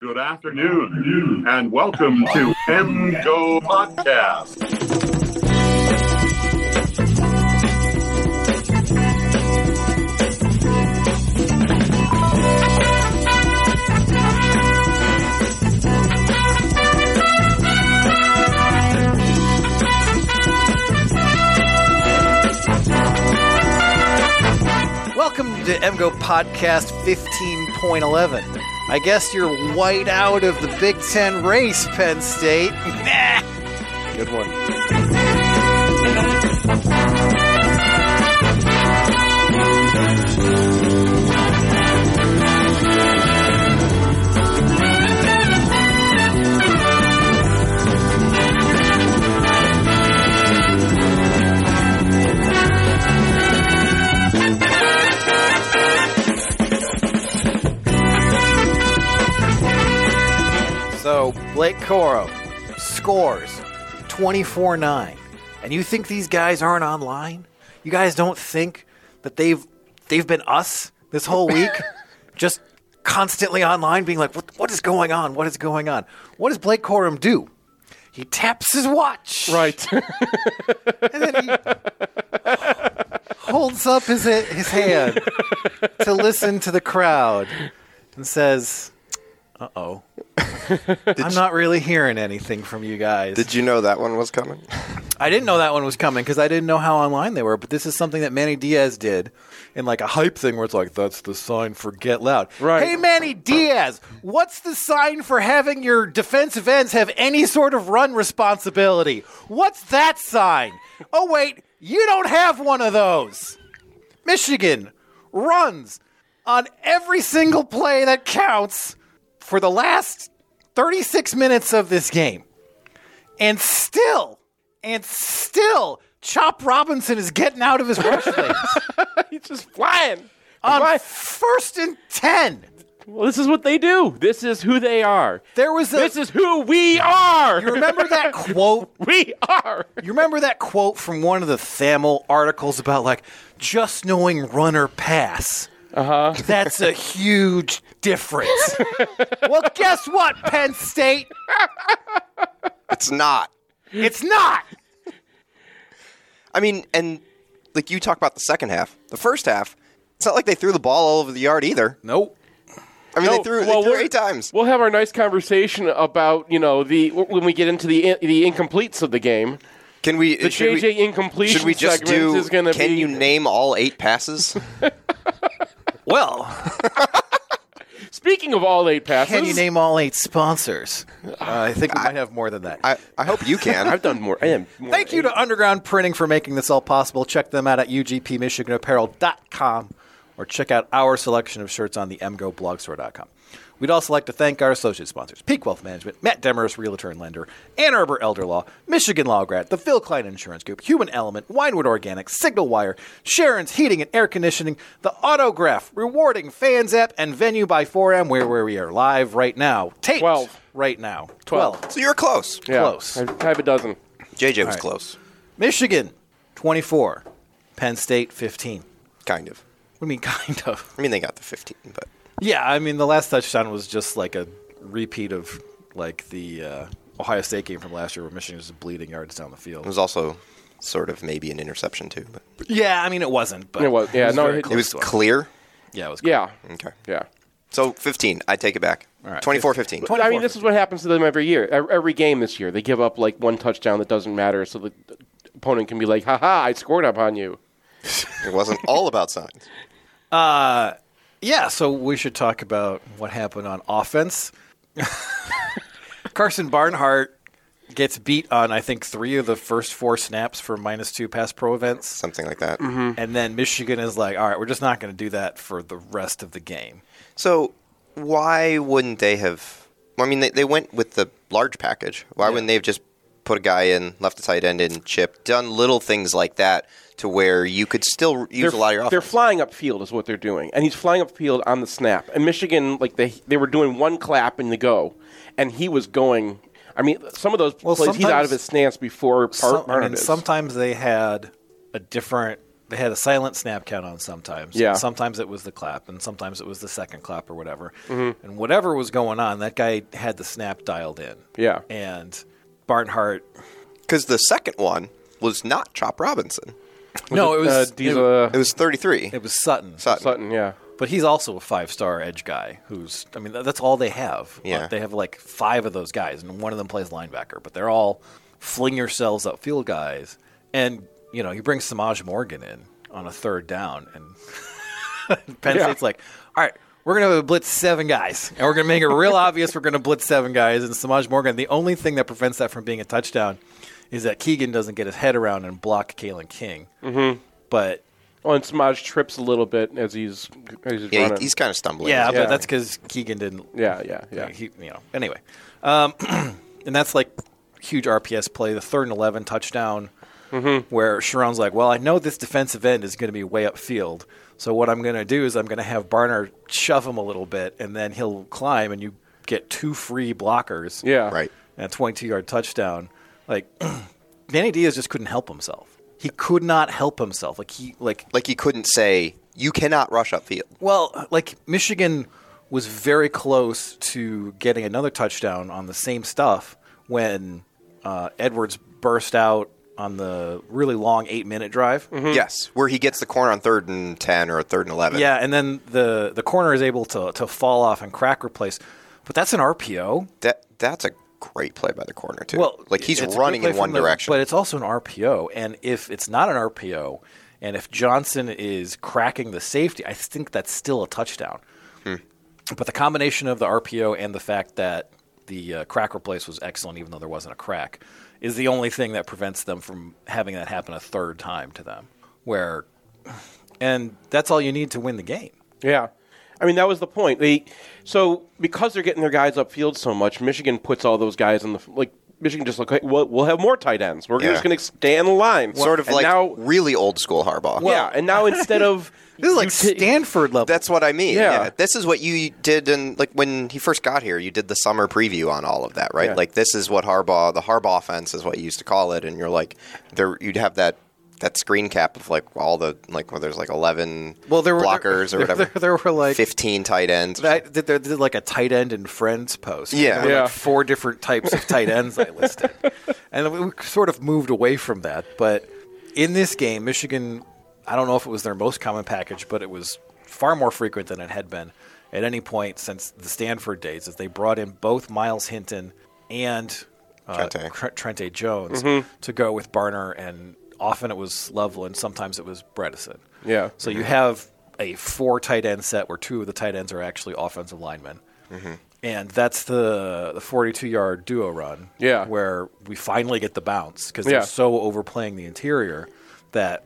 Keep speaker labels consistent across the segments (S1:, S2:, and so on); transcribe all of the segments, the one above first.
S1: Good afternoon, and welcome to MGO Podcast.
S2: Welcome to MGO Podcast 15.11. I guess you're white out of the Big Ten race, Penn State. Good one. So, Blake Coro scores 24 9. And you think these guys aren't online? You guys don't think that they've they've been us this whole week? Just constantly online being like, what, what is going on? What is going on? What does Blake Corum do? He taps his watch.
S3: Right.
S2: And then he holds up his, his hand to listen to the crowd and says, Uh oh. I'm not really hearing anything from you guys.
S4: Did you know that one was coming?
S2: I didn't know that one was coming because I didn't know how online they were, but this is something that Manny Diaz did in like a hype thing where it's like, that's the sign for get loud.
S3: Right.
S2: Hey, Manny Diaz, what's the sign for having your defensive ends have any sort of run responsibility? What's that sign? Oh, wait, you don't have one of those. Michigan runs on every single play that counts for the last 36 minutes of this game. And still, and still, Chop Robinson is getting out of his rush lanes
S3: He's just flying.
S2: on
S3: Why?
S2: first and 10.
S3: Well, this is what they do. This is who they are.
S2: There was a.
S3: This is who we are.
S2: you remember that quote?
S3: we are.
S2: You remember that quote from one of the Thamel articles about like just knowing run or pass? Uh
S3: Uh-huh.
S2: huh. That's a huge difference. well, guess what, Penn State?
S4: It's not.
S2: It's not.
S4: I mean, and like you talk about the second half, the first half, it's not like they threw the ball all over the yard either.
S2: Nope.
S4: I mean,
S3: No,
S4: they threw,
S3: well,
S4: they threw
S3: we're-
S4: eight times.
S3: We'll have our nice conversation about you know the when we get into the in, the incompletes of the game.
S4: Can we?
S3: The
S4: should
S3: JJ
S4: we,
S3: incompletion
S4: should we just
S3: segment
S4: do?
S3: is going to be.
S4: can you name all eight passes?
S2: Well,
S3: Speaking of all eight passes,
S2: can you name all eight sponsors? Uh, I think we might have more than that.
S4: I, I hope you can.
S3: I've done more. I am. More
S2: Thank you to Underground Printing for making this all possible. Check them out at ugpmichiganapparel.com or check out our selection of shirts on the mgoblogstore.com. We'd also like to thank our associate sponsors, Peak Wealth Management, Matt Demarest, Realtor and Lender, Ann Arbor Elder Law, Michigan Law Grad, the Phil Klein Insurance Group, Human Element, Winewood Organics, Signal Wire, Sharon's Heating and Air Conditioning, the Autograph, Rewarding Fans App, and Venue by 4M, where, where we are live right now. Taped
S3: Twelve.
S2: right now.
S3: Twelve.
S4: so you're close.
S3: Yeah,
S2: Close.
S3: I have a dozen.
S4: JJ was close,
S2: Michigan, 24. Penn State, 15. What
S4: kind of.
S2: do you mean, kind of?
S4: I mean, they got the 15, but
S2: Yeah, I mean, the last touchdown was just like a repeat of like the uh, Ohio State game from last year where Michigan was bleeding yards down the
S4: it
S2: field.
S4: was also sort of maybe an interception too. But
S2: Yeah, I mean, it wasn't. But
S3: It was- yeah, no,
S2: very
S3: it- it
S4: it
S2: close
S4: was
S2: to it.
S4: clear.
S2: Yeah, it was.
S3: Yeah.
S4: Okay.
S3: Yeah.
S4: So 15. I take it back.
S2: All right,
S4: 24 15.
S3: I mean, this is what happens to them every year, ev- every game this year. They give up like one touchdown that doesn't matter, so the opponent can be like, "Ha ha, I scored up on you."
S4: It wasn't all about signs.
S2: Uh, Yeah, so we should talk about what happened on offense. Carson Barnhart gets beat on, I think, three of the first four snaps for minus two pass pro events.
S4: Something like that.
S2: And then Michigan is like, all right, we're just not going to do that for the rest of the game.
S4: So why wouldn't they have? I mean, they, they went with the large package. Why wouldn't they have just put a guy in, left a tight end in, chip, done little things like that to where you could still use a lot of your
S3: they're
S4: offense?
S3: flying upfield is what they're doing, and he's flying upfield on the snap. And Michigan, like they they were doing one clap in the go, and he was going. I mean, some of those
S2: Well,
S3: plays he's out
S2: sometimes-
S3: of his stance before Par-
S2: Some- I mean,
S3: Barnett is.
S2: sometimes they had a different. they- they had a silent snap count on sometimes.
S3: Yeah.
S2: Sometimes it was the clap, and sometimes it was the second clap or whatever.
S3: Mm-hmm.
S2: And whatever was going on, that guy had the snap dialed in.
S3: Yeah.
S2: And Barnhart.
S4: Because the second one was not Chop Robinson.
S2: no, it, was
S3: uh,
S2: it,
S3: Diesel,
S4: It was 33.
S2: it was Sutton.
S4: Sutton.
S3: Sutton. Yeah,
S2: But he's also a five star edge guy. Who's I mean, th- that's all they have.
S4: Yeah.
S2: They have like five of those guys, and one of them plays linebacker. But they're all fling yourselves upfield guys. And you know, you bring Samaj Morgan in on a third down, and Penn
S3: Yeah.
S2: State's like, all right. We're going to blitz seven guys, and we're going to make it real obvious we're going to blitz seven guys. And Samaj Morgan, the only thing that prevents that from being a touchdown is that Keegan doesn't get his head around and block Kalen King. Mm-hmm. But
S3: oh, and Samaj trips a little bit as he's as he's
S4: Yeah,
S3: running.
S4: he- he's kind of stumbling.
S2: Yeah,
S3: Yeah.
S2: but that's because Keegan didn't.
S3: Yeah, yeah, yeah.
S2: He, you know. Anyway, um, and that's like huge RPS play, the third and eleven touchdown,
S3: Mm-hmm.
S2: where Sharon's like, "Well, I know this defensive end is going to be way upfield, so what I'm going to do is I'm going to have Barnard shove him a little bit, and then he'll climb, and you get two free blockers.
S3: yeah,
S4: Right.
S2: and a 22 yard touchdown. Like Danny Diaz just couldn't help himself. He could not help himself. Like he like
S4: Like he couldn't say, you cannot rush upfield.
S2: well, like Michigan was very close to getting another touchdown on the same stuff when uh, Edwards burst out on the really long eight minute drive.
S3: Mm-hmm.
S4: Yes, where he gets the corner on third and 10 or third and 11.
S2: Yeah, and then the, the corner is able to, to fall off and crack replace. But that's an RPO.
S4: That, that's a great play by the corner, too.
S2: Well,
S4: like he's
S2: it's a
S4: running
S2: good
S4: in
S2: play
S4: one
S2: from the-
S4: direction.
S2: but it's also an RPO. And if it's not an RPO, and if Johnson is cracking the safety, I think that's still a touchdown. But the combination of the RPO and the fact that the uh, crack replace was excellent, even though there wasn't a crack, is the only thing that prevents them from having that happen a third time to them. Where, and that's all you need to win the game.
S3: Yeah. I mean, that was the point. They so because they're getting their guys upfield so much, Michigan puts all those guys in the like. Michigan just look like we'll, we'll have more tight ends. We're
S4: Yeah.
S3: just going to stay on the line,
S4: sort of
S3: And
S4: like
S3: now.
S4: really old school Harbaugh.
S3: yeah, and now instead of
S2: This is like
S3: you ta-
S2: Stanford level.
S4: That's what I mean.
S3: Yeah.
S4: Yeah. This is what you did in like when he first got here, you did the summer preview on all of that, right?
S3: Yeah.
S4: Like this is what Harbaugh the Harbaugh offense is what you used to call it, and you're like there you'd have that that screen cap of like all the like where there's like eleven
S2: well, there were
S4: blockers
S2: there,
S4: or whatever.
S2: There, there were like
S4: fifteen tight ends.
S2: I did, there, did like a tight end and friends post.
S4: Yeah.
S2: There were,
S3: Yeah.
S2: Like four different types of tight ends I listed, and we sort of moved away from that. But in this game, Michigan, I don't know if it was their most common package, but it was far more frequent than it had been at any point since the Stanford days, as they brought in both Miles Hinton and uh,
S4: Trente.
S2: Tre- Trente Jones to go with Barner, and often it was Loveland, sometimes it was Bredesen.
S3: Yeah.
S2: So you have a four tight end set where two of the tight ends are actually offensive linemen. And that's the the 42 yard duo run.
S3: Yeah.
S2: Where we finally get the bounce because
S3: Yeah.
S2: they're so overplaying the interior that,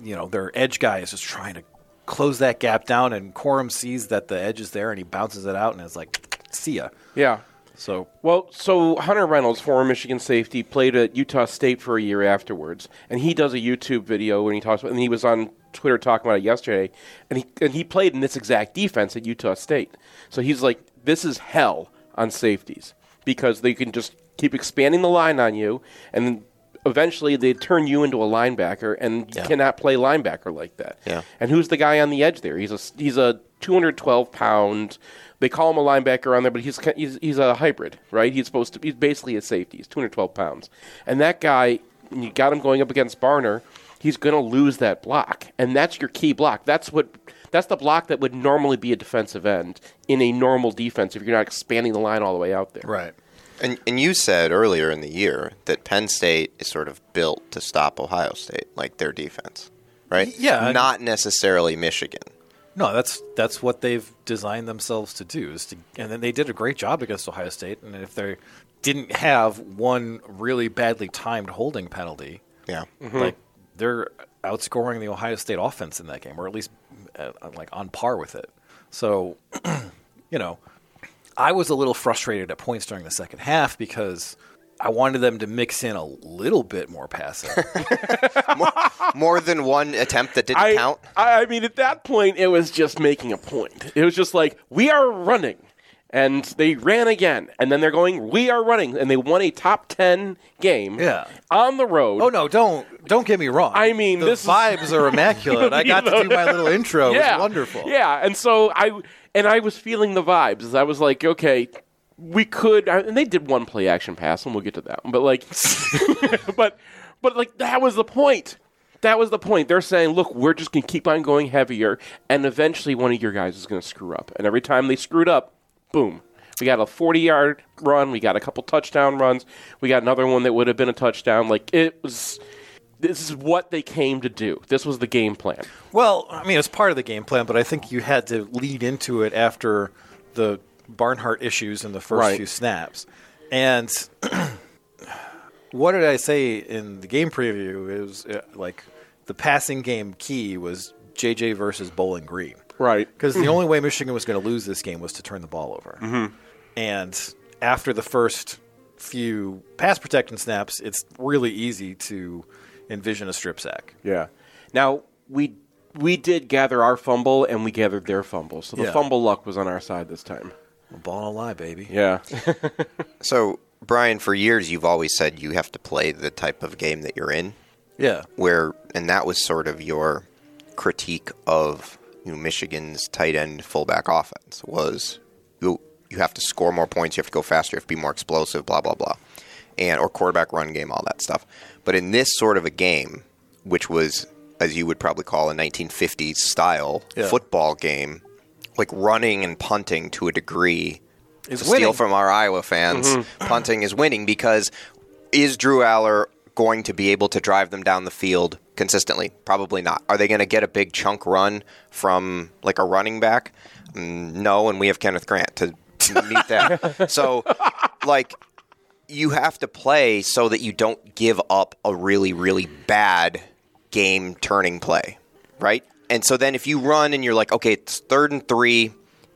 S2: you know, their edge guy is just trying to close that gap down. And Quorum sees that the edge is there and he bounces it out and is like, see ya.
S3: yeah.
S2: So
S3: Well, so Hunter Reynolds, former Michigan safety, played at Utah State for a year afterwards, and he does a YouTube video when he talks about, and he was on Twitter talking about it yesterday, and he and he played in this exact defense at Utah State. So he's like, this is hell on safeties because they can just keep expanding the line on you, and then eventually they turn you into a linebacker, and you cannot play linebacker like that.
S4: Yeah.
S3: And who's the guy on the edge there? He's a he's a 212 pound. They call him a linebacker on there, but he's ki- he's he's a hybrid, right? He's supposed to he's basically a safety. He's 212 pounds, and that guy you got him going up against Barner. He's going to lose that block, and that's your key block. That's what that's the block that would normally be a defensive end in a normal defense if you're not expanding the line all the way out there.
S2: right.
S4: And and you said earlier in the year that Penn State is sort of built to stop Ohio State, like their defense. Right?
S2: Yeah.
S4: Not necessarily Michigan.
S2: No, that's that's what they've designed themselves to do. Is to, and then they did a great job against Ohio State. And if they didn't have one really badly timed holding penalty,
S4: Yeah.
S2: like they're outscoring the Ohio State offense in that game, or at least uh, like on par with it. So, you know, I was a little frustrated at points during the second half because I wanted them to mix in a little bit more passing.
S4: More than one attempt that didn't
S3: I,
S4: count.
S3: I I mean, at that point, it was just making a point. It was just like we are running, and they ran again, and then they're going, "We are running," and they won a top ten game.
S2: Yeah.
S3: on the road.
S2: Oh no! Don't don't get me wrong.
S3: I mean,
S2: the
S3: this is-
S2: vibes are immaculate. I got to do my little intro. It was wonderful.
S3: Yeah, and so I and I was feeling the vibes. I was like, okay, we could. And they did one play action pass, and we'll get to that. One, but like, but but like that was the point. That was the point. They're saying, look, we're just gonna keep on going heavier, and eventually one of your guys is gonna screw up. And every time they screwed up, boom. We got a 40 yard run. We got a couple touchdown runs. We got another one that would have been a touchdown. Like, it was. This is what they came to do. This was the game plan.
S2: Well, I mean, it's part of the game plan, but I think you had to lead into it after the Barnhart issues in the first
S3: Right.
S2: few snaps. And what did I say in the game preview? It was uh, like the passing game key was JJ versus Bowling Green.
S3: Right.
S2: Because the only way Michigan was going to lose this game was to turn the ball over.
S3: Mm-hmm.
S2: And after the first few pass protection snaps, it's really easy to envision a strip sack.
S3: Yeah. Now we we did gather our fumble and we gathered their fumble, so the
S2: Yeah.
S3: fumble luck was on our side this time.
S2: Ball no lie, baby.
S3: Yeah.
S4: So, Brian, for years you've always said you have to play the type of game that you're in.
S2: Yeah.
S4: where and that was sort of your critique of you know, Michigan's tight end fullback offense was you you have to score more points, you have to go faster, you have to be more explosive, blah blah blah, and or quarterback run game, all that stuff. But in this sort of a game, which was as you would probably call a 1950s style
S2: Yeah.
S4: football game, like running and punting to a degree
S2: Is
S4: to steal
S2: winning.
S4: from our Iowa fans, punting is winning because is Drew Aller going to be able to drive them down the field consistently? Probably not. Are they going to get a big chunk run from like a running back? Mm, No, and we have Kenneth Grant to meet that. so, like, you have to play so that you don't give up a really, really bad game turning play, right? And so then if you run and you're like, okay, it's third and three,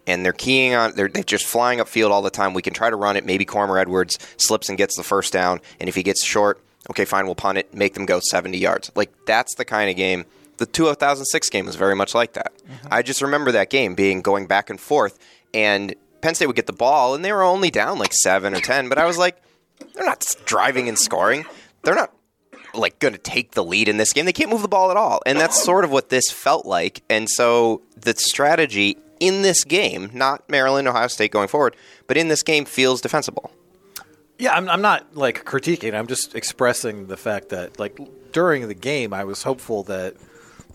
S4: and they're keying on, they're, they're just flying upfield all the time. We can try to run it. Maybe Cormer Edwards slips and gets the first down. And if he gets short, okay, fine, we'll punt it, make them go 70 yards. Like, that's the kind of game. The 2006 game was very much like that. I just remember that game being going back and forth, and Penn State would get the ball, and they were only down like seven or 10. But I was like, they're not s- driving and scoring. They're not like going to take the lead in this game. They can't move the ball at all. And that's sort of what this felt like. And so the strategy in this game, not Maryland, Ohio State going forward, but in this game feels defensible.
S2: Yeah, I'm, I'm not like critiquing. I'm just expressing the fact that like during the game, I was hopeful that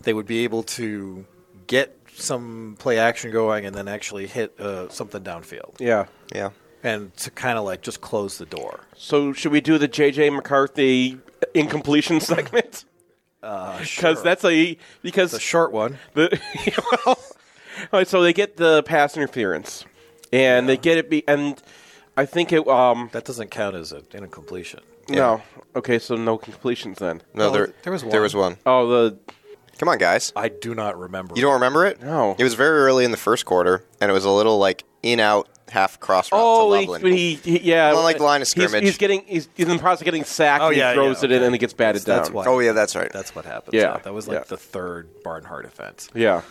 S2: they would be able to get some play action going and then actually hit uh, something downfield
S3: yeah.
S4: Yeah.
S2: and to kind of like just close the door.
S3: So should we do the JJ McCarthy incompletion segment?
S4: Uh,
S3: Because that's a because
S2: The short one.
S3: The, well, all right, so they get the pass interference, and they get it. Be, and I think it. Um,
S2: That doesn't count as an incompletion.
S3: No. Okay, so no completions then.
S4: No,
S2: Oh,
S4: there,
S2: th- there was
S4: There
S2: one.
S4: was one.
S3: Oh, the
S4: Come on, guys.
S2: I do not remember.
S4: You don't remember it?
S3: No.
S4: It was very early in the first quarter, and it was a little like in out half cross route
S3: Oh,
S4: to
S3: he,
S4: Loveland.
S3: he, he- yeah,
S4: Well, like the line of
S3: He's-
S4: scrimmage.
S3: He's, getting, he's, he's in the process of getting sacked.
S2: Oh,
S3: and
S2: yeah,
S3: he throws
S2: yeah,
S3: it in
S2: okay.
S3: and it gets batted down.
S2: That's why.
S4: oh, yeah, that's right.
S2: That's what happened.
S3: Yeah.
S2: that was like
S3: Yeah.
S2: the third Barnhart offense.
S3: Yeah.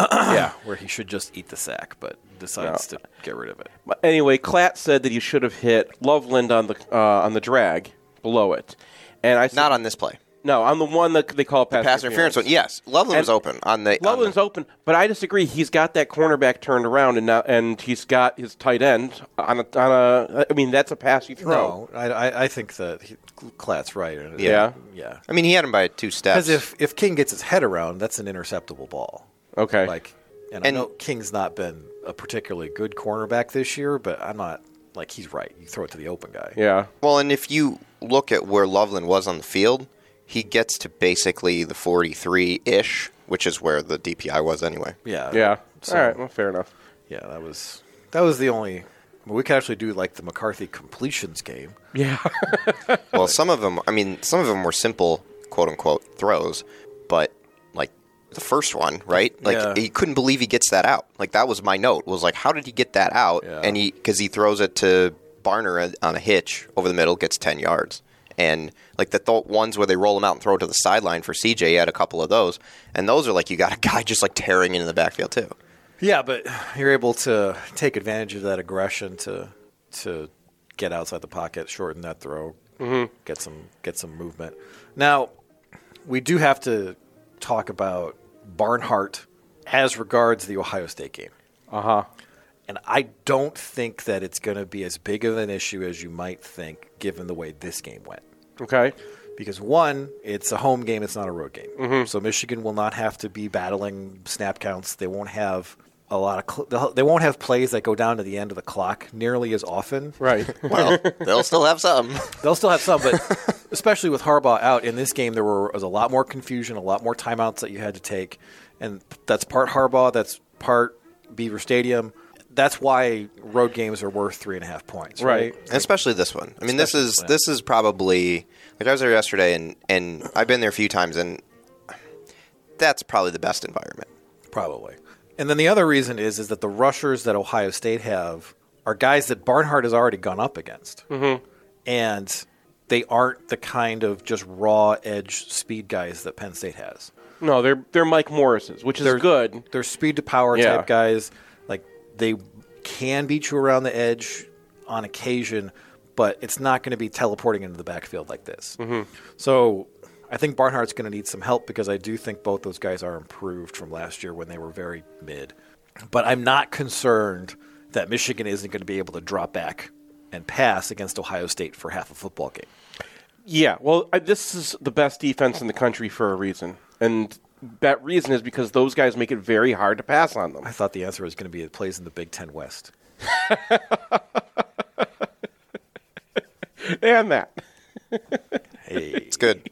S2: yeah, where he should just eat the sack, but decides to get rid of it.
S3: But anyway, Klatt said that you should have hit Loveland on the uh, on the drag below it, and I said,
S4: Not on this play.
S3: no on the one that they call pass,
S4: Pass interference one. Yes. Loveland
S3: And-
S4: was open on the. on the-
S3: Loveland's open, but I disagree. He's got that cornerback turned around, and now, and he's got his tight end on a, on a. I mean, that's a pass you throw.
S2: No, I, I, I think that he, Klatt's right. and-
S3: Yeah.
S2: yeah.
S4: I mean, he had him by two steps.
S2: Because if if King gets his head around, that's an interceptable ball.
S3: Okay.
S2: Like, and,
S4: And-
S2: I know King's not been a particularly good cornerback this year, but I'm not like he's right. You throw it to the open guy.
S3: yeah.
S4: Well, and if you look at where Loveland was on the field, he gets to basically the 43 ish, which is where the DPI was anyway.
S2: Yeah.
S3: Yeah.
S2: So-
S3: All right. Well, fair enough.
S2: Yeah. That was that was the only. I mean, we could actually do like the McCarthy completions game.
S3: Yeah.
S4: Well, some of them, I mean, some of them were simple, quote unquote, throws, but like the first one, right? Like
S2: Yeah.
S4: you couldn't believe he gets that out. Like that was my note was like, how did he get that out?
S2: Yeah.
S4: And he because he throws it to Barner on a hitch over the middle, gets 10 yards. And like the th- ones where they roll him out and throw it to the sideline for CJ, he had a couple of those, and those are like you got a guy just like tearing into the backfield too.
S2: Yeah, but you're able to take advantage of that aggression to to get outside the pocket, shorten that throw, get some get some movement. Now, we do have to talk about Barnhart as regards the Ohio State game.
S3: Uh huh.
S2: And I don't think that it's going to be as big of an issue as you might think given the way this game went
S3: Okay.
S2: because one, it's a home game, it's not a road game.
S3: Mm-hmm.
S2: So Michigan will not have to be battling snap counts. They won't have a lot of cl- they'll- they won't have plays that go down to the end of the clock nearly as often.
S3: Right.
S4: Well, they'll still have some.
S2: They'll still have some, but especially with Harbaugh out in this game, there were, was a lot more confusion, a lot more timeouts that you had to take, and that's part Harbaugh, that's part Beaver Stadium. That's why road games are worth three and a half points, right?
S3: Right.
S4: especially this one. I mean, this
S2: Especially
S4: is
S2: this one.
S4: this is probably like I was there yesterday, and and I've been there a few times, and that's probably the best environment.
S2: Probably. And then the other reason is is that the rushers that Ohio State have are guys that Barnhart has already gone up against, mm-hmm. and they aren't the kind of just raw edge speed guys that Penn State has.
S3: No, they're they're Mike Morris's, which is good.
S2: They're speed to power
S3: Yeah.
S2: type guys. Like they can beat you around the edge on occasion, but it's not going to be teleporting into the backfield like this. So I think Barnhart's going to need some help because I do think both those guys are improved from last year when they were very mid. But I'm not concerned that Michigan isn't going to be able to drop back and pass against Ohio State for half a football game.
S3: Yeah. Well, I, this is the best defense in the country for a reason, and that reason is because those guys make it very hard to pass on them.
S2: I thought the answer was going to be it plays in the Big Ten West.
S3: And that.
S2: Hey.
S4: It's good.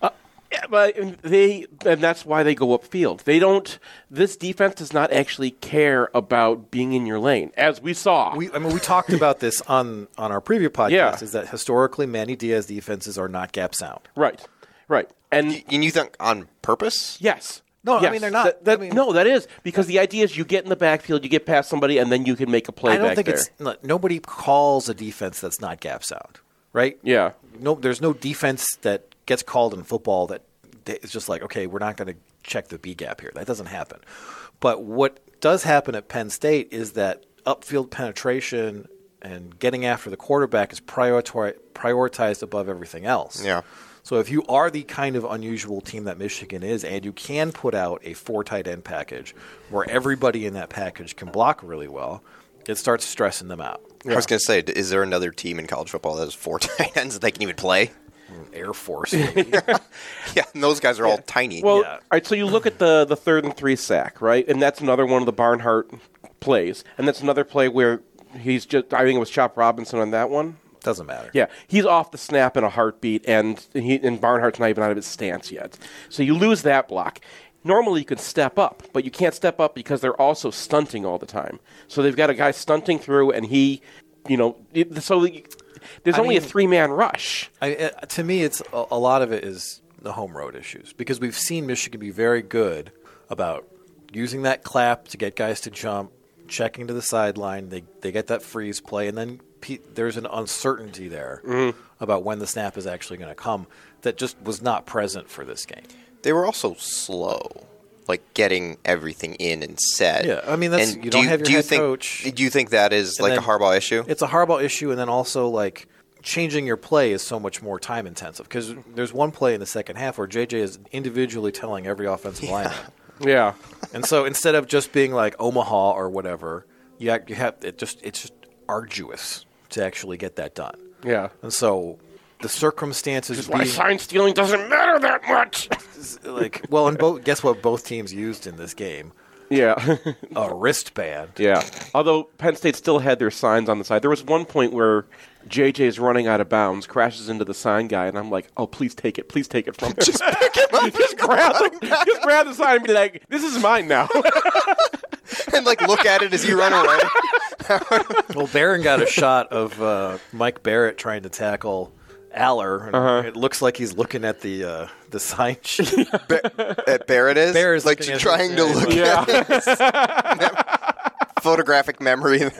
S3: Uh, Yeah, but and they and that's why they go upfield. They don't. This defense does not actually care about being in your lane, as we saw.
S2: we, I mean, we talked about this on on our preview podcast.
S3: Yeah.
S2: Is that historically Manny Diaz defenses are not gap sound?
S3: right, right, and
S4: And you think on purpose?
S3: yes.
S2: No, I
S3: Yes.
S2: mean, they're not.
S3: That- that-
S2: I mean-
S3: no, that is because the idea is you get in the backfield, you get past somebody, and then you can make a play.
S2: I don't
S3: back
S2: think
S3: there.
S2: it's no- nobody calls a defense that's not gap sound, right?
S3: Yeah.
S2: No, there's no defense that gets called in football that that is just like okay, we're not going to check the B gap here. That doesn't happen. But what does happen at Penn State is that upfield penetration and getting after the quarterback is priori- prioritized above everything else.
S4: Yeah.
S2: So if you are the kind of unusual team that Michigan is, and you can put out a four tight end package where everybody in that package can block really well, it starts stressing them out.
S4: I was going to say, is there another team in college football that has four tight ends that they can even play?
S2: Mm, Air Force.
S4: Yeah, and those guys are all tiny.
S3: Well,
S2: Yeah.
S3: all right, so you look at the the third and three sack, right? And that's another one of the Barnhart plays, and that's another play where he's just. I think it was Chop Robinson on that one.
S2: Doesn't matter.
S3: Yeah, he's off the snap in a heartbeat, and he and Barnhart's not even out of his stance yet. So you lose that block. Normally you could step up, but you can't step up because they're also stunting all the time. So they've got a guy stunting through, and he, you know, it- so you- there's only a
S2: mean-
S3: three man rush.
S2: I, uh, to me, it's a, a lot of it is the home road issues because we've seen Michigan be very good about using that clap to get guys to jump, checking to the sideline. They they get that freeze play, and then pe- there's an uncertainty there about when the snap is actually going to come that just was not present for this game.
S4: they were also slow, like getting everything in and set.
S2: Yeah, I mean, that's-
S4: And
S2: you don't have your
S4: do you
S2: head
S4: think,
S2: coach.
S4: Do you think that is like
S2: then-
S4: a Harbaugh issue?
S2: It's a Harbaugh issue, and then also like changing your play is so much more time intensive because there's one play in the second half where JJ is individually telling every offensive lineman.
S3: Yeah,
S2: And so instead of just being like Omaha or whatever, you act, you have it just it's just arduous to actually get that done.
S3: yeah.
S2: And so the circumstances
S3: Why
S2: being-
S3: sign stealing doesn't matter that much.
S2: like well, and both guess what both teams used in this game
S3: yeah.
S2: a wristband.
S3: Yeah. Although Penn State still had their signs on the side. There was one point where JJ is running out of bounds, crashes into the sign guy, and I'm like, oh, please take it. Please take it from him. just pick him up. just, grab the, just grab the sign and be like, this is mine now.
S4: and like look at it as you run away.
S2: Well, Barron got a shot of uh, Mike Barrett trying to tackle Aller. And It looks like he's looking at the uh, the sign sheet.
S4: At Barrett is
S2: Bear is
S4: like
S2: looking at
S4: trying to
S2: this,
S4: look
S3: yeah.
S4: at photographic memory.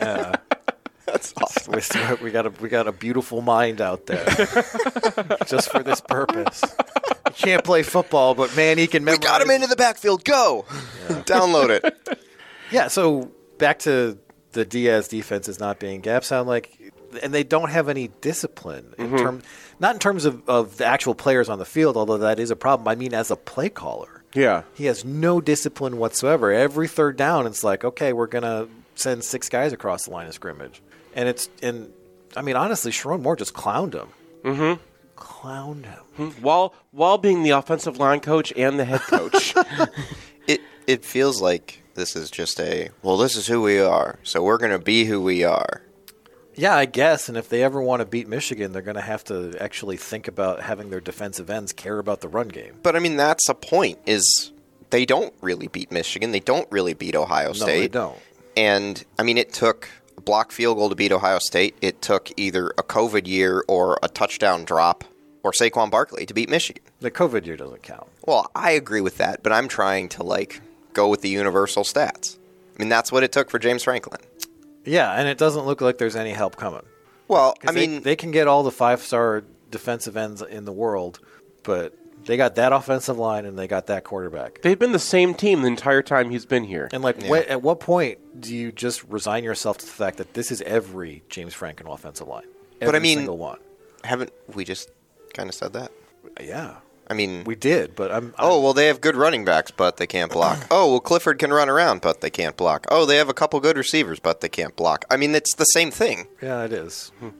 S4: That's awesome.
S2: we we got a we got a beautiful mind out there just for this purpose. Can't play football, but man, he can
S4: We
S2: memorize.
S4: got him into the backfield. Go. Download it.
S2: Yeah, so back to the Diaz defenses not being gap sound like and they don't have any discipline
S4: Mm-hmm.
S2: in term not in terms of, of the actual players on the field, although that is a problem. I mean as a play caller.
S3: Yeah.
S2: He has no discipline whatsoever. Every third down it's like, okay, we're gonna send six guys across the line of scrimmage. And it's and I mean honestly, Sharon Moore just clowned him. Mm-hmm. Clowned him.
S3: Hmm. While while being the offensive line coach and the head coach.
S4: It it feels like this is just a well, this is who we are, so we're gonna be who we are.
S2: Yeah, I guess. And if they ever want to beat Michigan, they're going to have to actually think about having their defensive ends care about the run game.
S4: But I mean, that's a point. Is they don't really beat Michigan. They don't really beat Ohio
S2: No,
S4: State.
S2: they don't.
S4: And I mean, it took a block field goal to beat Ohio State. It took either a COVID year or a touchdown drop or Saquon Barkley to beat Michigan.
S2: The COVID year doesn't count.
S4: Well, I agree with that, but I'm trying to like go with the universal stats. I mean, that's what it took for James Franklin.
S2: Yeah, and it doesn't look like there's any help coming.
S4: Well,
S2: 'Cause
S4: I
S2: they-
S4: mean,
S2: they can get all the five star defensive ends in the world, but they got that offensive line and they got that quarterback.
S3: They've been the same team the entire time he's been here.
S2: And like, wh- at what point do you just resign yourself to the fact that this is every James Franken offensive line? Every
S4: But I mean-
S2: single one.
S4: haven't we just kind of said that?
S2: Yeah,
S4: I mean,
S2: we did. But I'm.
S4: Oh, well, they have good running backs, but they can't block. oh, well, Clifford can run around, but they can't block. Oh, they have a couple good receivers, but they can't block. I mean, it's the same thing.
S2: I'm- yeah, it is.
S3: Hmm.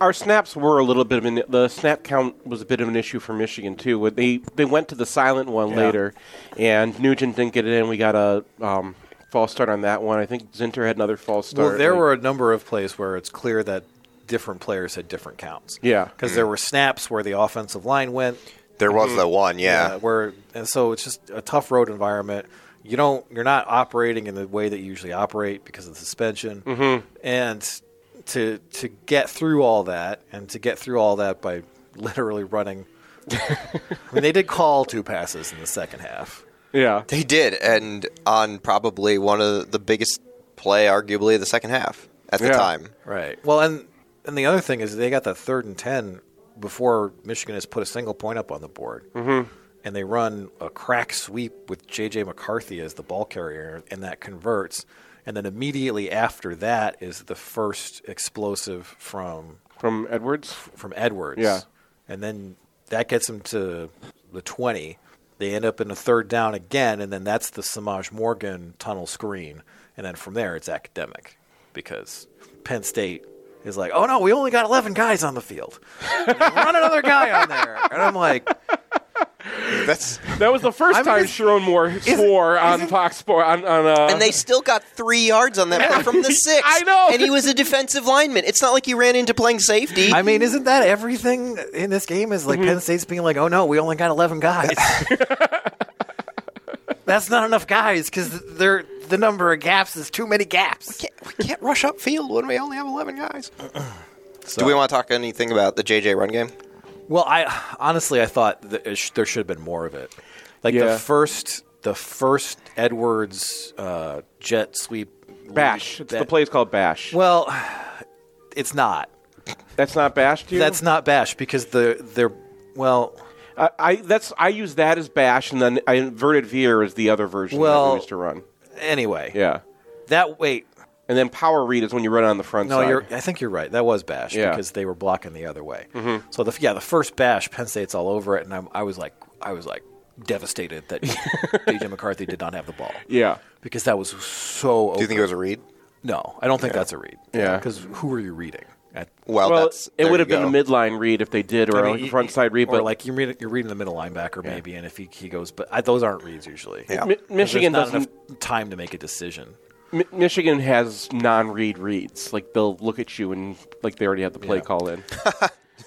S3: Our snaps were a little bit of an the snap count was a bit of an issue for Michigan too. When They they went to the silent one later, and Nugent didn't get it in. We got a um, false start on that one. I think Zinter had another false start.
S2: Well, there
S3: Like,
S2: were a number of plays where it's clear that different players had different counts.
S3: Yeah.
S2: because there were snaps where the offensive line went.
S4: There was the one, yeah.
S2: uh, where and so it's just a tough road environment. You don't, you're not operating in the way that you usually operate because of the suspension,
S3: Mm-hmm.
S2: and to to get through all that and to get through all that by literally running. I mean, they did call two passes in the second half.
S3: yeah.
S4: They did, and on probably one of the biggest play, arguably, of the second half at the
S3: Yeah.
S4: time.
S2: Right. Well, and and the other thing is they got that third and ten before Michigan has put a single point up on the board, mm-hmm. and they run a crack sweep with J.J. McCarthy as the ball carrier, and that converts. And then immediately after that is the first explosive from
S3: From Edwards.
S2: from Edwards.
S3: Yeah.
S2: And then that gets them to the 20. They end up in a third down again, and then that's the Samaj Morgan tunnel screen. And then from there, it's academic because Penn State is like, oh no, we only got 11 guys on the field. Run another guy on there. And I'm like,
S4: That's
S3: That was the first
S2: I mean,
S3: time
S2: is-
S3: Sharon Moore swore on Fox Sport on on. Uh,
S4: and they still got three yards on that play from the six.
S3: I know.
S4: And he was a defensive lineman. It's not like he ran into playing safety.
S2: I mean, isn't that everything in this game? Is like Penn State's being like, oh no, we only got 11 guys. That's not enough guys because they're. The number of gaps is too many gaps.
S4: Can't- we can't rush upfield when we only have 11 guys.
S2: So-
S4: Do we want to talk anything about the JJ run game?
S2: Well, I honestly I thought that it sh- there should have been more of it. Like
S3: Yeah.
S2: the first, the first Edwards uh, jet sweep
S3: bash.
S2: lead
S3: It's
S2: that-
S3: the play's called bash.
S2: Well, it's not.
S3: That's not bash. to you?
S2: That's not bash because the they're well.
S3: I, I that's I use that as bash, and then I inverted veer as the other version that
S2: Well-
S3: we used to run.
S2: Anyway,
S3: Yeah,
S2: that wait.
S3: and then power read is when you run on the front
S2: No,
S3: side.
S2: you're. I think you're right. That was bash
S3: Yeah.
S2: because they were blocking the other way.
S3: Mm-hmm.
S2: So the yeah, the first bash, Penn State's all over it, and I'm, I was like, I was like devastated that DJ McCarthy did not have the ball.
S3: yeah,
S2: because that was so.
S4: Do you think it was a read?
S2: No, I don't think that's a read.
S3: Yeah.
S2: because who are you reading? At,
S4: Well,
S3: well,
S4: that's,
S3: it
S4: there you
S3: would have been
S4: go.
S3: a midline read if they did, or
S2: I
S3: a
S2: mean,
S3: front side read.
S2: or
S3: But
S2: like you're reading, you're reading the middle linebacker maybe, and if he, he goes, but I, those aren't reads usually.
S4: Yeah.
S3: Mi-
S2: 'Cause there's
S3: Michigan
S2: not
S3: doesn't.
S2: enough time to make a decision.
S3: Mi- Michigan has non-read reads. Like they'll look at you and like they already have the play
S2: Yeah.
S3: call in.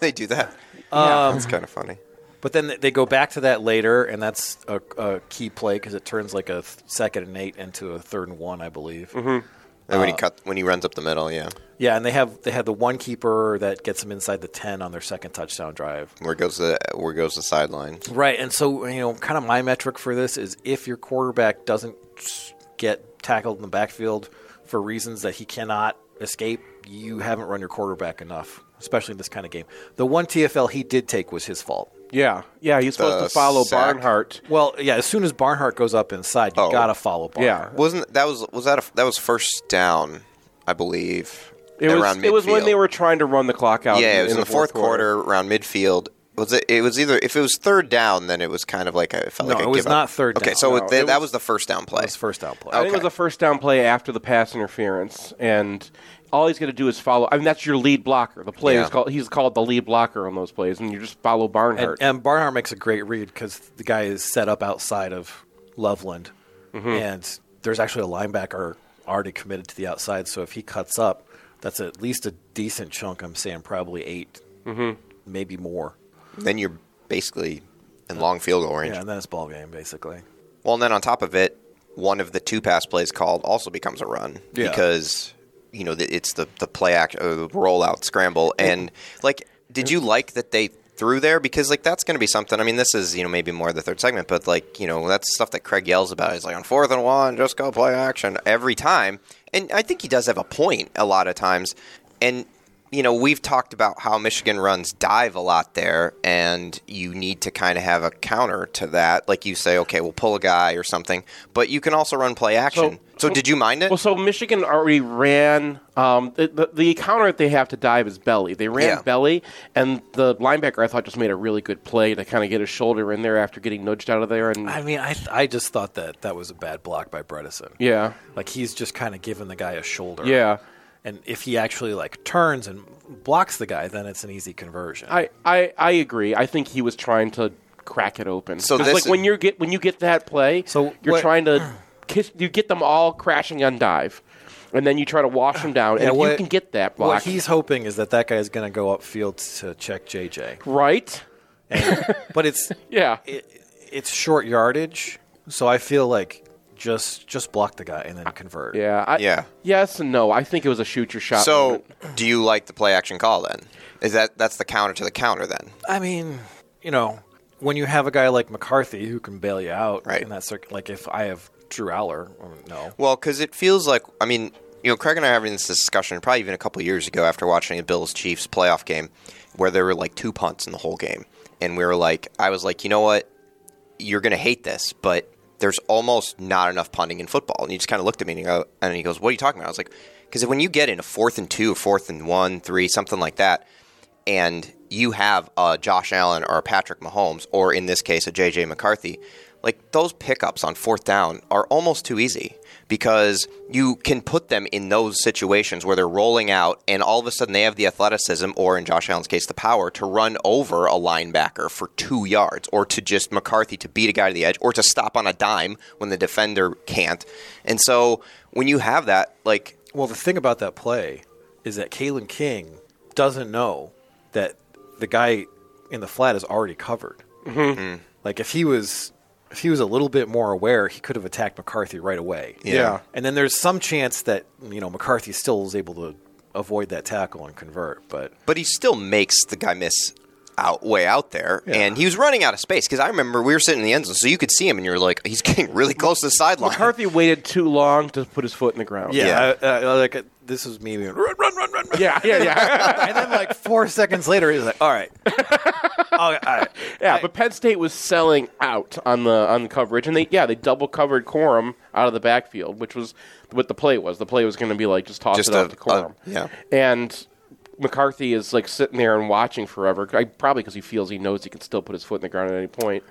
S4: They do that. that's kind of funny.
S2: Um, But then they go back to that later, and that's a, a key play because it turns like a th- second and eight into a third and one, I believe.
S3: Mm-hmm.
S4: And
S2: Uh,
S4: when he cut, when he runs up the middle, yeah,
S2: Yeah, and they have they have the one keeper that gets them inside the ten on their second touchdown drive.
S4: where goes the where goes the sideline?
S2: Right, and so you know, kind of my metric for this is if your quarterback doesn't s- get tackled in the backfield for reasons that he cannot escape, you haven't run your quarterback enough, especially in this kind of game. The one TFL he did take was his fault.
S3: Yeah, yeah. He's supposed
S4: The
S3: to follow
S4: sack.
S3: Barnhart.
S2: Well, yeah. As soon as Barnhart goes up inside, you
S4: Oh.
S2: gotta follow
S3: Yeah.
S2: Barnhart.
S4: Wasn't that was was that a, that was first down, I believe.
S3: It was,
S4: around
S3: it was when
S4: midfield.
S3: they were trying to run the clock out.
S4: Yeah, it was in, the fourth quarter, around midfield. Was it? It was either if it was third down, then it was kind of like a, it felt
S2: No,
S4: like a
S2: it was
S4: give up.
S2: not third
S4: Okay,
S2: down.
S4: so
S3: No,
S4: it, th-
S3: it
S4: that
S3: was-
S4: was the first down play.
S2: That's first down play.
S3: I think it
S4: Okay.
S3: was a first down play after the pass interference, and all he's going to do is follow. I mean, that's your lead blocker. The play
S4: Yeah.
S3: is called. He's called the lead blocker on those plays, and you just follow
S2: And,
S3: Barnhart.
S2: and Barnhart makes a great read because the guy is set up outside of Loveland,
S3: Mm-hmm.
S2: and there's actually a linebacker already committed to the outside. So if he cuts up, that's at least a decent chunk. I'm saying probably 8
S3: Mm-hmm.
S2: maybe more.
S4: Then you're basically in long field goal range.
S2: Yeah, and then it's ball game basically.
S4: Well, and then on top of it, one of the two pass plays called also becomes a run
S2: Yeah.
S4: because you know the, it's the the play action, or the rollout scramble, and like, did you like that they threw there? Because like that's going to be something. I mean, this is you know maybe more the third segment, but like you know that's stuff that Craig yells about. He's like on fourth and one, just go play action every time, and I think he does have a point a lot of times, and. You know, we've talked about how Michigan runs dive a lot there, and you need to kind of have a counter to that. Like you say, okay, we'll pull a guy or something, but you can also run play action. So, did you mind it?
S3: well, so Michigan already ran. Um, the, the, the counter that they have to dive is belly. They ran
S4: Yeah.
S3: belly, and the linebacker I thought just made a really good play to kind of get his shoulder in there after getting nudged out of there. And
S2: I mean, I I just thought that that was a bad block by Bredesen.
S3: yeah,
S2: Like he's just kind of giving the guy a shoulder.
S3: yeah.
S2: And if he actually like turns and blocks the guy, then it's an easy conversion.
S3: I, I, I agree. I think he was trying to crack it open.
S4: So
S3: 'Cause,
S4: this-
S3: like when you get when you get that play,
S2: So
S3: you're
S2: what-
S3: trying to kiss, you get them all crashing on dive, and then you try to wash them down.
S2: Yeah,
S3: and if
S2: what-
S3: you can get that
S2: what
S3: block,
S2: he's hoping is that that guy is going to go upfield to check JJ.
S3: right.
S2: And- but it's
S3: Yeah,
S2: it, it's short yardage, so I feel like just just block the guy and then convert.
S3: yeah, I,
S4: Yeah.
S3: Yes and no. I think it was a shoot your shot.
S4: So,
S3: moment.
S4: do you like the play action call then? Is that that's the counter to the counter then?
S2: I mean, you know, when you have a guy like McCarthy who can bail you out
S4: Right.
S2: in that circuit, like if I have Drew Aller, um, no,
S4: Well, because it feels like I mean, you know, Craig and I were having this discussion probably even a couple years ago after watching a Bills Chiefs playoff game where there were like two punts in the whole game, and we were like, I was like, you know what, you're gonna hate this, but there's almost not enough punting in football, and he just kind of looked at me and he, go, and he goes, what are you talking about? I was like, because when you get in a fourth and two, fourth and one, three, something like that. and you have uh, Josh Allen or a Patrick Mahomes, or in this case, a JJ McCarthy, like those pickups on fourth down are almost too easy because you can put them in those situations where they're rolling out and all of a sudden they have the athleticism, or in Josh Allen's case, the power to run over a linebacker for two yards, or to just McCarthy to beat a guy to the edge, or to stop on a dime when the defender can't. And so when you have that, like,
S2: Well, the thing about that play is that Kalen King doesn't know that the guy in the flat is already covered. Mm-hmm. Like if he was, if he was a little bit more aware, he could have attacked McCarthy right away.
S3: Yeah.
S2: And then there's some chance that you know McCarthy still was able to avoid that tackle and convert, but
S4: but he still makes the guy miss out way out there and he was running out of space because i remember we were sitting in the end zone so you could see him and you're like he's getting really close to the sideline
S3: McCarthy waited too long to put his foot in the ground.
S4: Yeah.
S2: I, I, Uh, like this was me being run, run, run, run, run.
S3: yeah, yeah, yeah.
S2: and then like four seconds later, he's like, "All right, all right." all right.
S3: Yeah, but Penn State was selling out on the on the coverage, and they yeah they double covered Quorum out of the backfield, which was what the play was. The play was going to be like just toss
S4: Just
S3: it out
S4: a-
S3: to Quorum.
S4: a- yeah.
S3: and McCarthy is like sitting there and watching forever, I, probably because he feels he knows he can still put his foot in the ground at any point.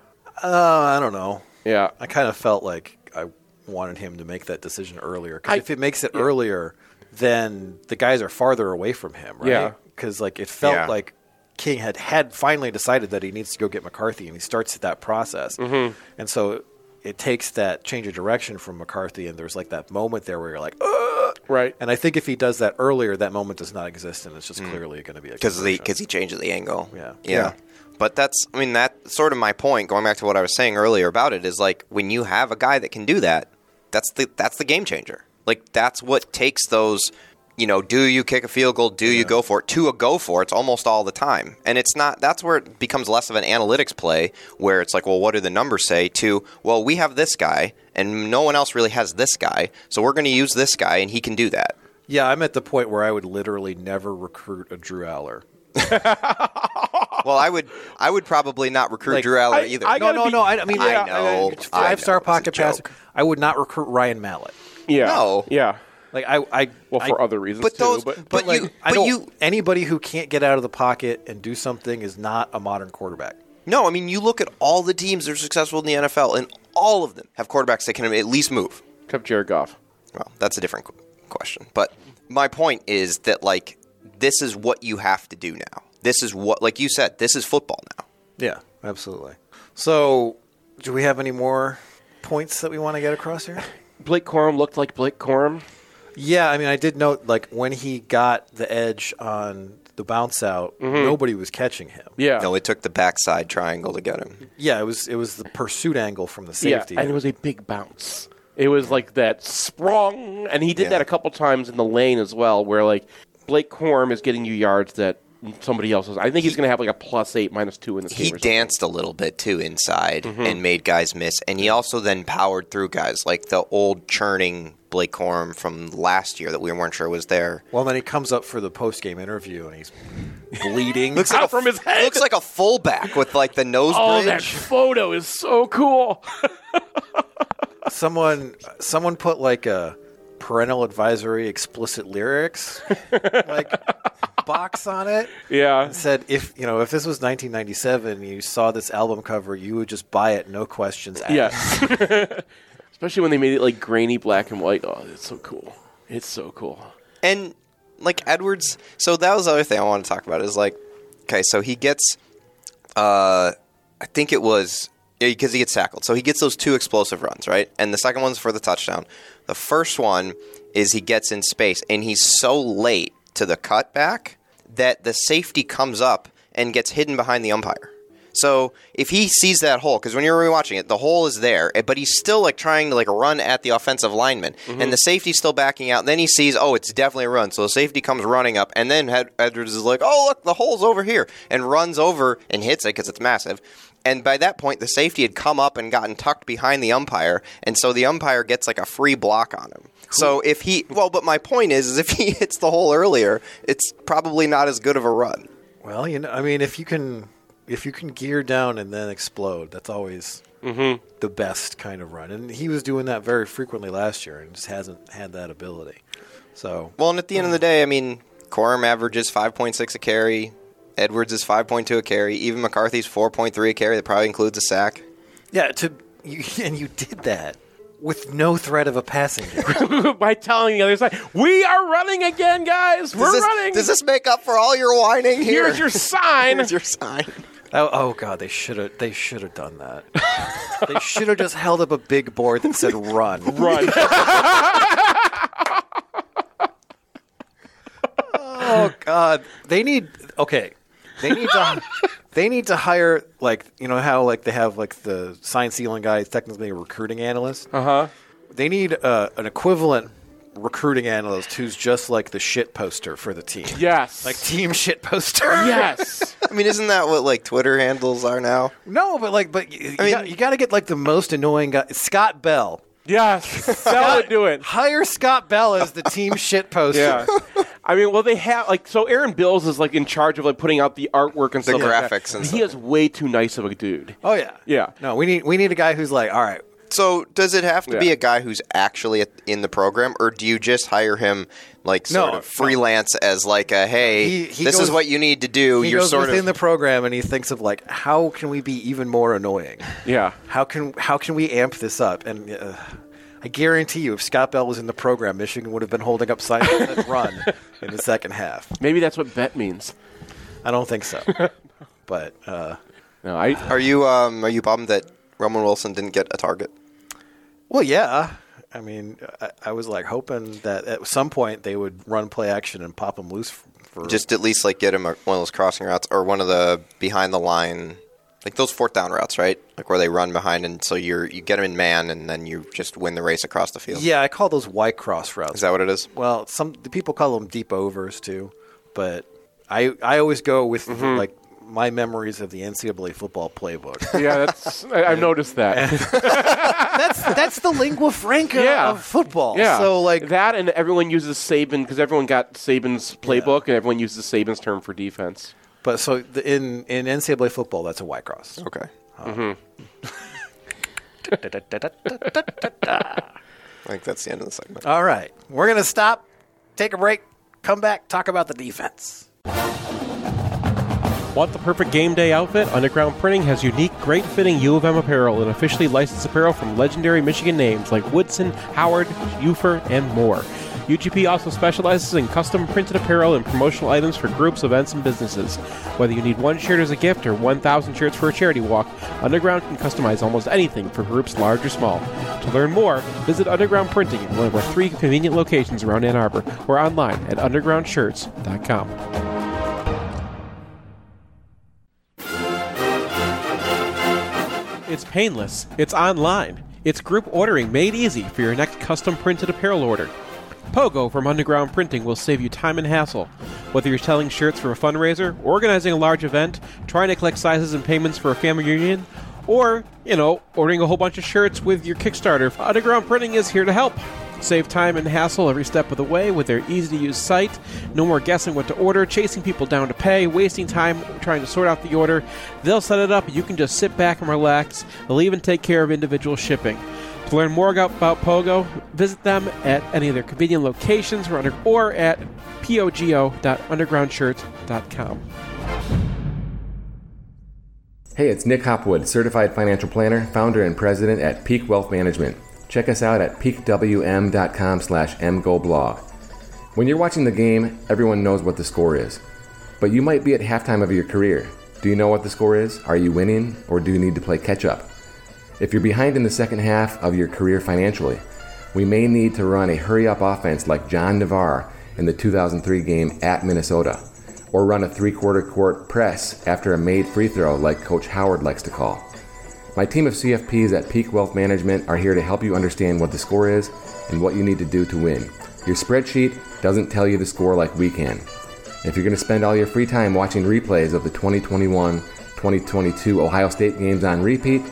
S2: Uh, I don't know.
S3: Yeah,
S2: I kind of felt like I wanted him to make that decision earlier. 'Cause
S3: I-
S2: if it makes it earlier, then the guys are farther away from him, right?
S3: Yeah.
S2: Because like it felt
S4: Yeah.
S2: like King had had finally decided that he needs to go get McCarthy, and he starts that process,
S3: Mm-hmm.
S2: and so it takes that change of direction from McCarthy, and there's like that moment there where you're like, Ugh!
S3: right. Mm.
S2: and I think if he does that earlier, that moment does not exist, and it's just clearly going to be a
S4: because the
S2: conversion.
S4: because he changes the angle.
S2: Yeah.
S4: yeah,
S2: Yeah.
S4: But that's I mean that's sort of my point. Going back to what I was saying earlier about it is like when you have a guy that can do that, that's the that's the game changer. Like that's what takes those. You know, do you kick a field goal? Do you go for it? To a go for it's almost all the time, and it's not. That's where it becomes less of an analytics play, where it's like, well, what do the numbers say? To well, we have this guy, and no one else really has this guy, so we're going to use this guy, and he can do that.
S2: Yeah, I'm at the point where I would literally never recruit a Drew Aller.
S4: Well, I would I would probably not recruit Drew Aller
S3: I-
S4: either.
S2: no,
S3: I gotta
S2: no,
S3: be-
S2: no. I, I mean,
S4: I
S2: yeah,
S4: know,
S2: it's
S4: I know,
S2: five-star
S4: it's a
S2: pocket passer.
S4: joke.
S2: I would not recruit Ryan Mallett.
S3: Yeah.
S4: No.
S3: Yeah.
S2: Like I, I
S3: Well,
S2: I-
S3: for other reasons
S4: but
S3: too.
S4: those,
S3: but,
S4: but,
S2: But, like,
S4: you,
S2: I
S4: but
S2: don't,
S4: you,
S2: anybody who can't get out of the pocket and do something is not a modern quarterback.
S4: no, I mean, you look at all the teams that are successful in the NFL, and all of them have quarterbacks that can at least move.
S3: except Jared Goff.
S4: Well, that's a different qu- question. But my point is that like this is what you have to do now. This is what, like you said, this is football now.
S2: Yeah, absolutely. So, do we have any more points that we want to get across here?
S3: Blake Corum looked like Blake Corum.
S2: Yeah, I mean, I did note like when he got the edge on the bounce out,
S3: Mm-hmm.
S2: nobody was catching him.
S3: Yeah.
S4: No, it took the backside triangle to get him.
S2: Yeah, it was it was the pursuit angle from the
S3: yeah.
S2: safety.
S3: And it was a big bounce. It was like that sprung, and he did
S4: Yeah.
S3: that a couple times in the lane as well, where like Blake Corum is getting you yards that somebody else is. I think he's going to have like a plus eight, minus two in this
S4: He
S3: game. or something.
S4: danced a little bit too inside
S2: Mm-hmm.
S4: and made guys miss, and he also then powered through guys like the old churning Blake Corum from last year that we weren't sure was there.
S2: well, then he comes up for the post game interview and he's bleeding.
S4: Looks like
S3: Out
S4: a,
S3: from his head.
S4: Looks like a fullback with like the nose
S3: Oh, that
S4: bridge.
S3: photo is so cool.
S2: someone someone put like a parental advisory explicit lyrics like box on it.
S3: yeah.
S2: Said if you know if this was 1997, you saw this album cover, you would just buy it, no questions asked.
S3: Yes. Especially when they made it like grainy black and white. Oh, it's so cool. It's so cool.
S4: And like Edwards, so that was the other thing I want to talk about is like, okay, so he gets, uh, I think it was because he gets tackled. So he gets those two explosive runs, right? And the second one's for the touchdown. The first one is he gets in space and he's so late to the cutback that the safety comes up and gets hidden behind the umpire. So if he sees that hole, because when you're rewatching it, the hole is there, eh, but he's still like trying to like run at the offensive lineman, and the safety's still backing out. Then he sees, oh, it's definitely a run. So the safety comes running up, and then Ed- Edwards is like, oh, look, the hole's over here, and runs over and hits it because it's massive. And by that point, the safety had come up and gotten tucked behind the umpire, and so the umpire gets like a free block on him. So if he, well, but my point is, is if he hits the hole earlier, it's probably not as good of a run.
S2: Well, you know, I mean, if you can, if you can gear down and then explode, that's always the best kind of run. And he was doing that very frequently last year, and just hasn't had that ability. So,
S4: Well, and at the end of the day, I mean, Corum averages 5.6 a carry. Edwards is 5.2 a carry. Even McCarthy's 4.3 a carry. That probably includes a sack.
S2: yeah, to you, and you did that with no threat of a passing game.
S3: By telling the other side, we are running again, guys. We're
S4: does this,
S3: running.
S4: Does this make up for all your whining here?
S3: Here's your sign.
S4: Here's your sign.
S2: oh, oh God, they should have, they should have done that. they should have just held up a big board that said "Run."
S3: run.
S2: Oh God, they need okay. They need to they need to hire like you know how like they have like the science ceiling guy is technically a recruiting analyst.
S3: Uh huh.
S2: They need uh, an equivalent recruiting analyst who's just like the shit poster for the team.
S3: Yes.
S2: Like team shit poster.
S3: yes.
S4: I mean, isn't that what like Twitter handles are now?
S2: No, but like, but you,
S4: mean-
S2: got, you got to get like the most annoying guy, Scott Bell.
S3: Yes. That would do it.
S2: Hire Scott Bell as the team shit poster.
S3: Yeah. I mean, well, they have like so. Aaron Bills is like in charge of like putting out the artwork and
S4: The
S3: stuff like that.
S4: graphics and
S3: he
S4: stuff.
S3: is way too nice of a dude.
S2: Oh yeah.
S3: Yeah.
S2: No, we need we need a guy who's like, all right,
S4: So does it have to be
S3: Yeah.
S4: a guy who's actually at- in the program, or do you just hire him like sort
S2: No,
S4: of freelance as like a hey,
S2: He- he
S4: this
S2: goes-
S4: is what you need to do?
S2: he
S4: You're
S2: goes
S4: sort
S2: within
S4: of
S2: the program and he thinks of like how can we be even more annoying
S3: Yeah.
S2: how can how can we amp this up and uh, i guarantee you if scott bell was in the program michigan would have been holding up signs that said run in the second half
S3: Maybe that's what bet means.
S2: i don't think so but uh,
S3: No, I.
S4: Are you um are you bummed that Roman Wilson didn't get a target?
S2: well yeah i mean I, I was like hoping that at some point they would run play action and pop him loose for, for
S4: Just at least like get him a, one of those crossing routes or one of the behind the line, like those fourth down routes, right? Like where they run behind and so you're you get him in man and then you just win the race across the field.
S2: yeah i call those white cross routes
S4: Is that what it is?
S2: Well, some the people call them deep overs too, but I I always go with
S4: Mm-hmm.
S2: like my memories of the NCAA football playbook.
S3: Yeah, that's. I, I've noticed that.
S2: that's that's the lingua franca
S3: Yeah.
S2: of football.
S3: Yeah.
S2: So like
S3: that, and everyone uses Saban because everyone got Saban's playbook, and everyone uses Saban's term for defense.
S2: But so the, in in NCAA football, that's a white cross. Uh,
S4: Okay.
S3: Mm-hmm.
S4: I think that's the end of the segment.
S2: All right, we're gonna stop, take a break, come back, talk about the defense.
S3: Want the perfect game day outfit? Underground Printing has unique, great fitting U of M apparel and officially licensed apparel from legendary Michigan names like Woodson, Howard, Ufer, and more. UGP also specializes in custom printed apparel and promotional items for groups, events, and businesses. Whether you need one shirt as a gift or 1,000 shirts for a charity walk, Underground can customize almost anything for groups large or small. To learn more, visit Underground Printing in one of our three convenient locations around Ann Arbor or online at undergroundshirts.com. It's painless. It's online. It's group ordering made easy for your next custom printed apparel order. Pogo from Underground Printing will save you time and hassle. Whether you're selling shirts for a fundraiser, organizing a large event, trying to collect sizes and payments for a family reunion, or, you know, ordering a whole bunch of shirts with your Kickstarter, Underground Printing is here to help. Save time and hassle every step of the way with their easy to use site. No more guessing what to order, chasing people down to pay, wasting time trying to sort out the order. They'll set it up, you can just sit back and relax. They'll even take care of individual shipping. To learn more about about Pogo, visit them at any of their convenient locations or, under, or at pogo.undergroundshirts.com.
S5: Hey, it's Nick Hopwood, certified financial planner, founder and president at Peak Wealth Management. Check us out at peakwm.com slash mgoblog. When you're watching the game, everyone knows what the score is. But you might be at halftime of your career. Do you know what the score is? Are you winning? Or do you need to play catch up? If you're behind in the second half of your career financially, we may need to run a hurry up offense like John Navarre in the 2003 game at Minnesota, or run a three quarter court press after a made free throw like Coach Howard likes to call. My team of CFPs at Peak Wealth Management are here to help you understand what the score is and what you need to do to win. Your spreadsheet doesn't tell you the score like we can. If you're going to spend all your free time watching replays of the 2021 2022 Ohio State games on repeat,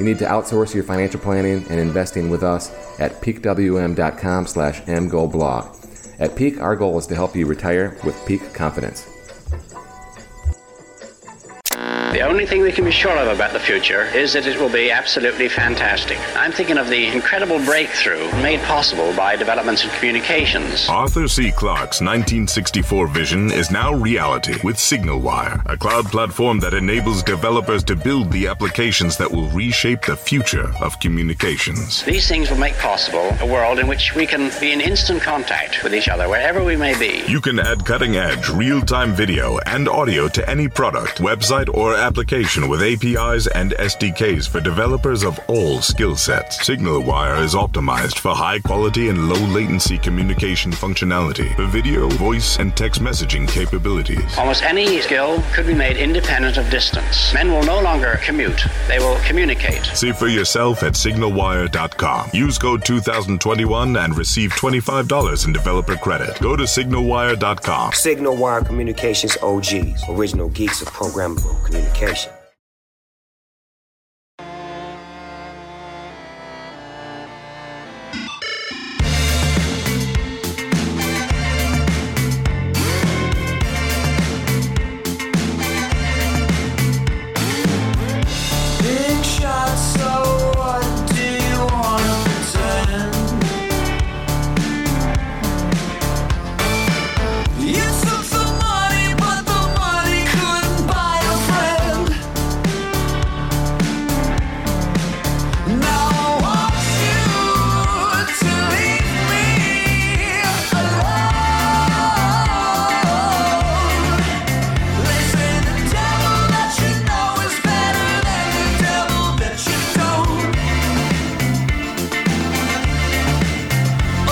S5: you need to outsource your financial planning and investing with us at peakwm.com slash mgoblog. At Peak, our goal is to help you retire with peak confidence.
S6: The only thing we can be sure of about the future is that it will be absolutely fantastic. I'm thinking of the incredible breakthrough made possible by developments in communications.
S7: Arthur C. Clarke's 1964 vision is now reality with SignalWire, a cloud platform that enables developers to build the applications that will reshape the future of communications.
S6: These things will make possible a world in which we can be in instant contact with each other wherever we may be.
S7: You can add cutting edge, real time video and audio to any product, website, or application with APIs and SDKs for developers of all skill sets. SignalWire is optimized for high quality and low latency communication functionality for video, voice, and text messaging capabilities.
S6: Almost any skill could be made independent of distance. Men will no longer commute, they will communicate.
S7: See for yourself at signalwire.com. Use code 2021 and receive $25 in developer credit. Go to signalwire.com.
S8: Signal Wire Communications OGs, original geeks of programmable communication. Big shot, so what do you want to pretend? You took the money, but the money couldn't buy a friend. Now I want you to leave me alone. They say the devil that you know is better than the devil that you don't.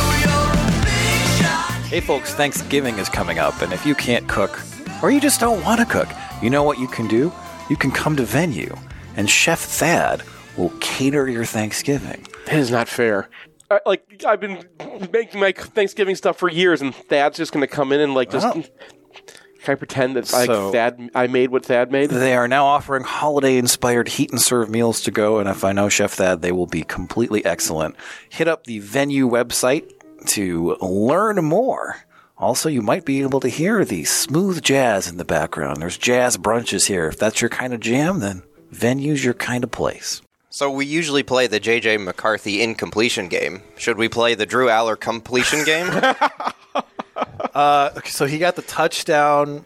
S8: Oh, you're a big shot.
S9: Hey folks, Thanksgiving is coming up, and if you can't cook, or you just don't want to cook, you know what you can do? You can come to Venue, and Chef Thad will cater your Thanksgiving.
S3: That is not fair. I, like I've been making my Thanksgiving stuff for years, and Thad's just going to come in and like just.
S9: Well.
S3: Can I pretend that like
S9: So-
S3: Thad? I made what Thad made.
S9: They are now offering holiday inspired heat and serve meals to go, and if I know Chef Thad, they will be completely excellent. Hit up the Venue website to learn more Also, you might be able to hear the smooth jazz in the background. There's jazz brunches here. If that's your kind of jam, then venue's your kind of place.
S4: So we usually play the JJ McCarthy incompletion game. Should we play the Drew Aller completion game?
S2: Uh, Okay, so he got the touchdown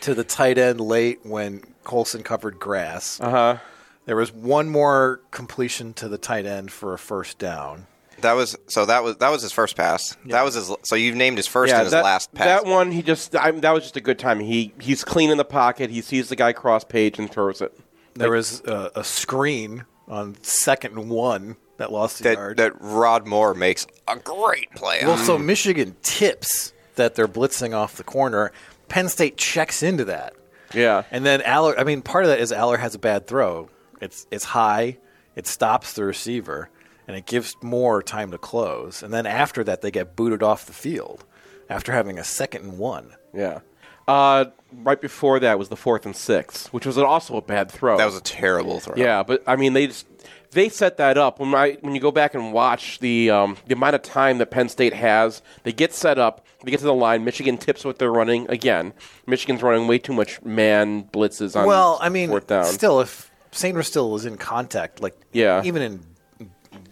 S2: to the tight end late when Colson covered grass. Uh
S4: Uh-huh.
S2: huh. There was one more completion to the tight end for a first down.
S4: that was so that was that was his first pass. That was his so you've named his first and his
S3: that,
S4: last pass.
S3: that one he just I, that was just a good time. He he's clean in the pocket. He sees the guy cross page and throws it.
S2: There was a, a screen on second and one that lost a
S4: that,
S2: yard.
S4: that Rod Moore makes a great play. Mm. on.
S2: well, so Michigan tips that they're blitzing off the corner. Penn State checks into that.
S3: Yeah.
S2: And then Aller, I mean, part of that is Aller has a bad throw. It's it's high, it stops the receiver, and it gives more time to close. And then after that, they get booted off the field after having a second and one.
S3: Yeah. Uh, right before that was the fourth and sixth, which was also a bad throw.
S4: that was a terrible throw.
S3: yeah, but I mean they just they set that up when I when you go back and watch the um, the amount of time that Penn State has. They get set up, they get to the line. Michigan tips what they're running again. Michigan's running way too much man blitzes on.
S2: well, I mean,
S3: fourth down.
S2: still, if Sainer still was in contact, like
S3: Yeah.
S2: even in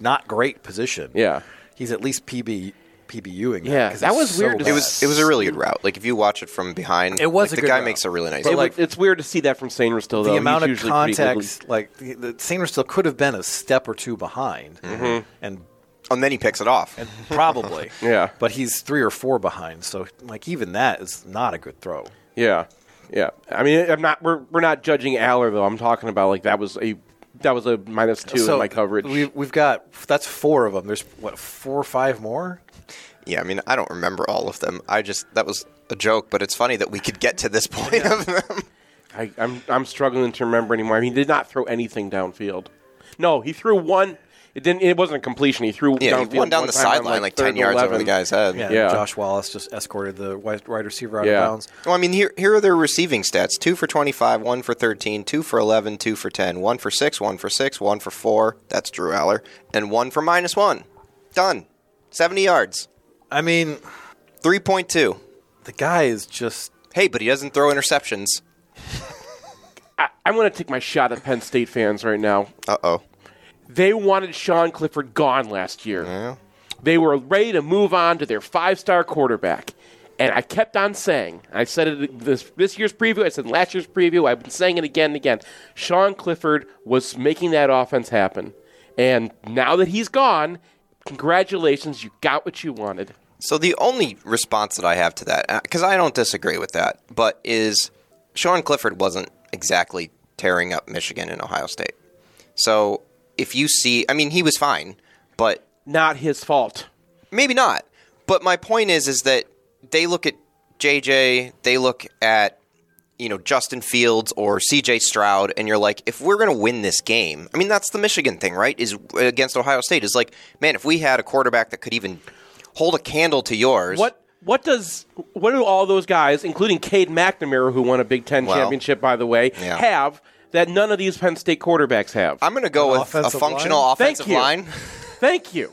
S2: not great position,
S3: Yeah.
S2: he's at least PB PBUing.
S3: Yeah, that was weird to
S4: It was it was a really good route. Like if you watch it from behind,
S2: It was a
S4: like, the
S2: good
S4: guy
S2: route.
S4: makes a really nice.
S3: It
S4: play.
S3: was- it's weird to see that from Sainer still though.
S2: the
S3: He's
S2: amount of
S3: usually pretty good.
S2: contacts, like the, the Sainer still could have been a step or two behind, and
S4: Mm-hmm. Oh, and then he picks it off.
S2: probably.
S3: Yeah.
S2: But he's three or four behind, so like even that is not a good throw.
S3: Yeah, yeah. I mean, I'm not. We're, we're not judging Aller though. I'm talking about like that was a that was a minus two
S2: so
S3: in my coverage.
S2: We, we've got that's four of them. There's what four or five more.
S4: yeah, I mean I don't remember all of them. I just that was a joke, but it's funny that we could get to this point of them.
S3: I, I'm I'm struggling to remember anymore. I mean, he did not throw anything downfield. No, he threw one. It didn't. It wasn't a completion. He threw
S4: Yeah,
S3: downfield
S4: he went down
S3: one
S4: the
S3: time on,
S4: sideline like
S3: third
S4: ten
S3: and
S4: yards over the
S3: 11.
S4: guy's head.
S3: Yeah.
S2: Josh Wallace just escorted the wide wide receiver out
S3: Yeah.
S2: of bounds.
S4: Well, I mean, here here are their receiving stats: two for twenty-five, one for 13, two for 11, two for 10, one for six, one for six, one for four. That's Drew Aller, and one for minus one. Done. Seventy yards,
S2: I mean,
S4: three point two.
S2: the guy is just
S4: Hey, but he doesn't throw interceptions.
S3: I, I'm going to take my shot at Penn State fans right now.
S4: Uh oh.
S3: They wanted Sean Clifford gone last year. They were ready to move on to their five-star quarterback. And I kept on saying, I said it this this year's preview, I said last year's preview, I've been saying it again and again. Sean Clifford was making that offense happen. And now that he's gone, congratulations, you got what you wanted.
S4: So the only response that I have to that, because I don't disagree with that, but is Sean Clifford wasn't exactly tearing up Michigan and Ohio State. So if you see, I mean, he was fine, but
S3: Not his fault.
S4: maybe not. But my point is, is that they look at JJ, they look at you know Justin Fields or CJ Stroud, and you're like, if we're going to win this game, I mean, that's the Michigan thing, right? Is against Ohio State is like, man, if we had a quarterback that could even hold a candle to yours,
S3: What what does what do all those guys, including Cade McNamara, who won a Big Ten
S4: Well,
S3: championship, by the way,
S4: yeah.
S3: have that none of these Penn State quarterbacks have?
S4: I'm going to go with a
S2: offensive
S4: functional
S2: line?
S3: Thank
S4: offensive
S3: you.
S4: line.
S3: Thank you.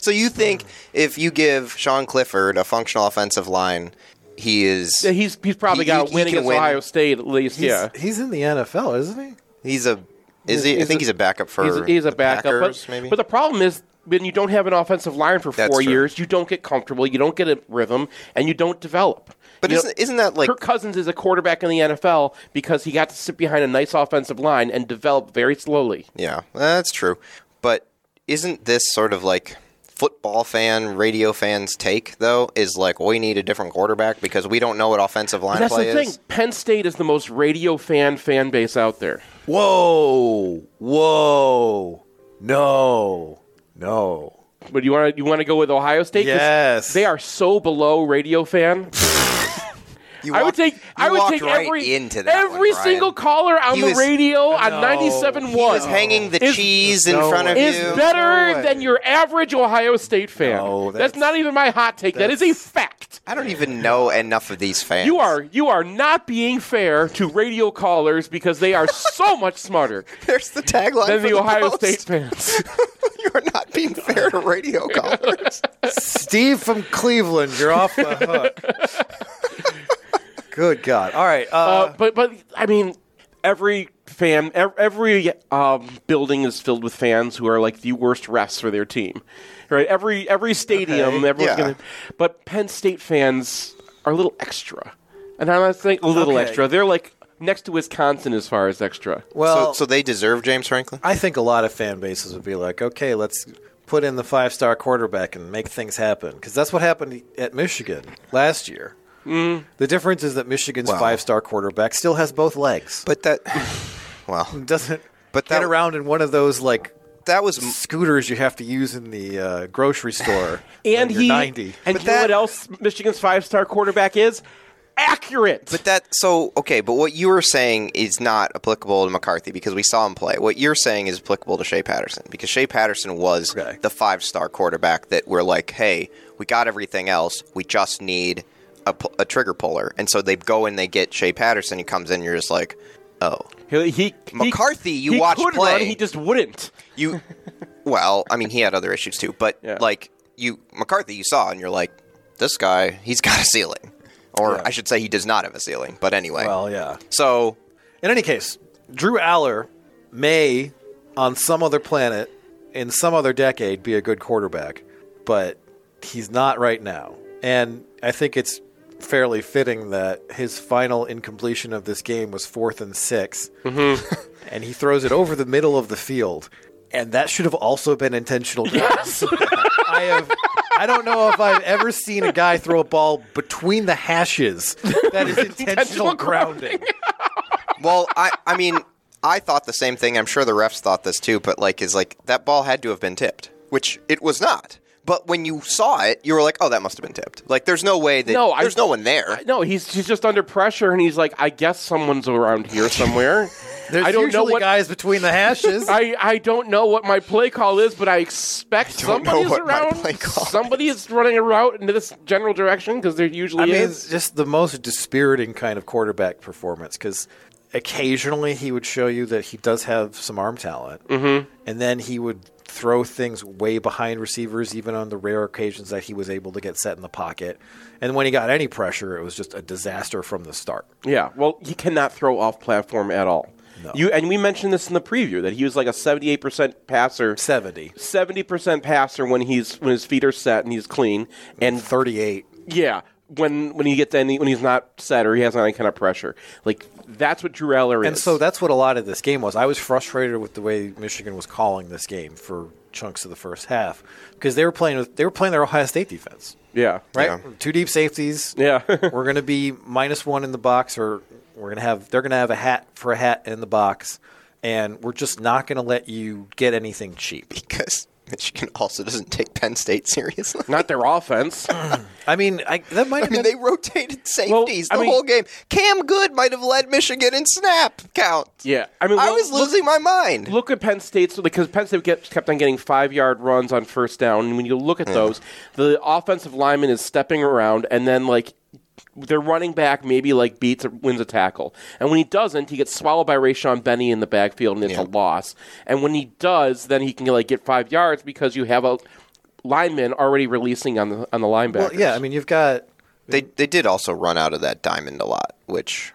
S4: so you think if you give Sean Clifford a functional offensive line, he is
S3: Yeah, he's he's probably
S4: He-
S3: got
S4: he
S3: a win
S4: can
S3: against
S4: win.
S3: Ohio State at least.
S2: he's,
S3: yeah,
S2: he's in the NFL, isn't he?
S4: he's a is he? I
S3: He's
S4: think
S3: a-
S4: he's a backup for
S3: he's, he's a
S4: the
S3: backup.
S4: Packers,
S3: but,
S4: maybe.
S3: but the problem is when you don't have an offensive line for
S4: That's
S3: four
S4: true.
S3: years, you don't get comfortable, you don't get a rhythm, and you don't develop.
S4: But
S3: You know,
S4: isn't, isn't that like
S3: Kirk Cousins is a quarterback in the NFL because he got to sit behind a nice offensive line and develop very slowly.
S4: yeah, that's true. But isn't this sort of like football fan, radio fans take though is like we need a different quarterback because we don't know what offensive line
S3: That's the
S4: play
S3: thing.
S4: is.
S3: Penn State is the most radio fan fan base out there. Oh,
S2: Whoa, whoa, no, no.
S3: But you want to you want to go with Ohio State? 'Cause
S2: Yes.
S3: they are so below radio fan.
S4: You
S3: I would
S4: walked-
S3: take
S4: you
S3: I would
S4: walked
S3: take
S4: right
S3: every
S4: into that
S3: every
S4: one, Brian.
S3: single caller on
S4: He
S3: the
S4: was-
S3: radio on
S2: No.
S3: 97.1
S4: He was hanging the
S3: is-
S4: cheese in
S2: no
S4: front of
S2: way.
S4: you.
S3: is better
S2: No way.
S3: than your average Ohio State fan.
S2: No,
S3: that's,
S2: that's-
S3: not even my hot take. That is a fact.
S4: I don't even know enough of these fans.
S3: You are you are not being fair to radio callers because they are so much smarter
S4: There's the tagline
S3: than
S4: for
S3: the Ohio
S4: Post.
S3: State fans.
S4: you are not being fair to radio callers.
S2: Steve from Cleveland, you're off the hook. Good God! All right, uh,
S3: Uh, but but I mean, every fan, ev- every um, building is filled with fans who are like the worst refs for their team, right? Every every stadium, everyone's
S4: Yeah.
S3: gonna. But Penn State fans are a little extra, and I'm not saying a little
S2: Okay.
S3: extra. They're like next to Wisconsin as far as extra.
S2: well,
S4: so, so they deserve James Franklin?
S2: I think a lot of fan bases would be like, okay, let's put in the five star quarterback and make things happen because that's what happened at Michigan last year.
S3: Mm.
S2: The difference is that Michigan's five star quarterback still has both legs.
S4: But that, well,
S2: doesn't
S4: But
S2: get
S4: that-
S2: around in one of those like
S4: that was m-
S2: scooters you have to use in the uh, grocery store. when
S3: And
S2: you're
S3: he
S2: 90.
S3: and
S4: But
S3: you know
S4: that-
S3: what else Michigan's five star quarterback is accurate.
S4: But that so okay, but what you were saying is not applicable to McCarthy because we saw him play. What you're saying is applicable to Shea Patterson because Shea Patterson was
S2: Okay.
S4: the five star quarterback that we're like, hey, we got everything else, we just need a, pu- a trigger puller, and so they go and they get Shea Patterson. He comes in, and you're just like, oh,
S3: he, he-
S4: McCarthy, you
S3: he
S4: watch
S3: could
S4: play.
S3: run, he just wouldn't.
S4: you. well, I mean, he had other issues too, but
S3: Yeah.
S4: like you, McCarthy, you saw, and you're like, this guy, he's got a ceiling, or I should say, he does not have a ceiling. But anyway,
S2: well, yeah.
S4: so.
S2: In any case, Drew Aller may, on some other planet, in some other decade, be a good quarterback, but he's not right now. And I think it's fairly fitting that his final incompletion of this game was fourth and 6 and he throws it over the middle of the field. And that should have also been intentional. Yes. I have. I don't know if I've ever seen a guy throw a ball between the hashes that is intentional grounding.
S4: Well, I, I mean, I thought the same thing. I'm sure the refs thought this too, but like, is like that ball had to have been tipped, which it was not. But when you saw it, you were like, oh, that must have been tipped. Like, there's no way that
S3: No, I-
S4: there's no one there.
S3: No, he's he's just under pressure, and he's like, I guess someone's around here somewhere.
S2: There's
S3: I don't know
S2: usually
S3: what
S2: guys between the hashes.
S3: I, I don't know what my play call is, but I expect
S4: don't know
S3: somebody is
S4: what my
S3: around.
S4: play call
S3: somebody is running a route into this general direction because there usually
S2: I mean, it's
S3: is.
S2: just the most dispiriting kind of quarterback performance because occasionally he would show you that he does have some arm talent, mm-hmm. and then he would throw things way behind receivers, even on the rare occasions that he was able to get set in the pocket. And when he got any pressure, it was just a disaster from the start.
S3: Yeah, well, he cannot throw off platform at all. You and we mentioned this in the preview that he was like a seventy eight percent passer,
S2: 70,
S3: seventy percent passer when he's when his feet are set and he's clean, and
S2: 38.
S3: Yeah, when when he gets any when he's not set or he has any kind of pressure, like that's what Drew Eller is.
S2: And so that's what a lot of this game was. I was frustrated with the way Michigan was calling this game for chunks of the first half because they were playing with they were playing their Ohio State defense.
S3: yeah,
S2: right? Two deep safeties.
S3: Yeah.
S2: we're going to be minus one in the box, or we're going to have they're going to have a hat for a hat in the box, and we're just not going to let you get anything cheap.
S4: Because Michigan also doesn't take Penn State seriously.
S3: not their offense.
S2: I mean, I, that might
S4: I
S2: have
S4: mean,
S2: been,
S4: they rotated
S3: Well,
S4: safeties
S3: I
S4: the
S3: mean-
S4: whole game. Cam Good might have led Michigan in snap count.
S3: yeah, I mean,
S4: I
S3: well,
S4: was
S3: look-
S4: losing my mind.
S3: Look at Penn State's because Penn State kept, kept on getting five yard runs on first down. And when you look at those, the offensive lineman is stepping around, and then like their running back maybe like beats or wins a tackle, and when he doesn't, he gets swallowed by Rayshon Benny in the backfield, and it's a loss. And when he does, then he can like get five yards because you have a lineman already releasing on the on the linebacker.
S2: well, yeah. I mean, you've got
S4: They they did also run out of that diamond a lot, which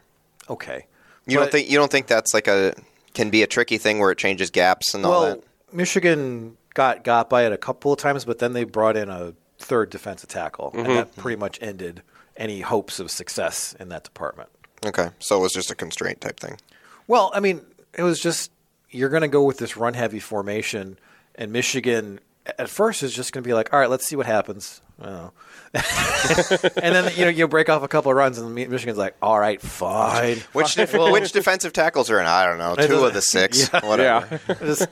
S2: okay.
S4: you
S2: But-
S4: don't think you don't think that's like a can be a tricky thing where it changes gaps and all
S2: Well,
S4: that.
S2: Michigan got got by it a couple of times, but then they brought in a third defensive tackle,
S4: Mm-hmm.
S2: and that pretty much ended any hopes of success in that department.
S4: Okay, so it was just a constraint type thing.
S2: Well, I mean, it was just you're going to go with this run heavy formation, and Michigan at first is just going to be like, all right, let's see what happens. Oh. and then you know you break off a couple of runs, and Mi- Michigan's like, all right, fine.
S4: Which def- which defensive tackles are in? I don't know, two of the six, whatever.
S3: yeah.
S2: Just-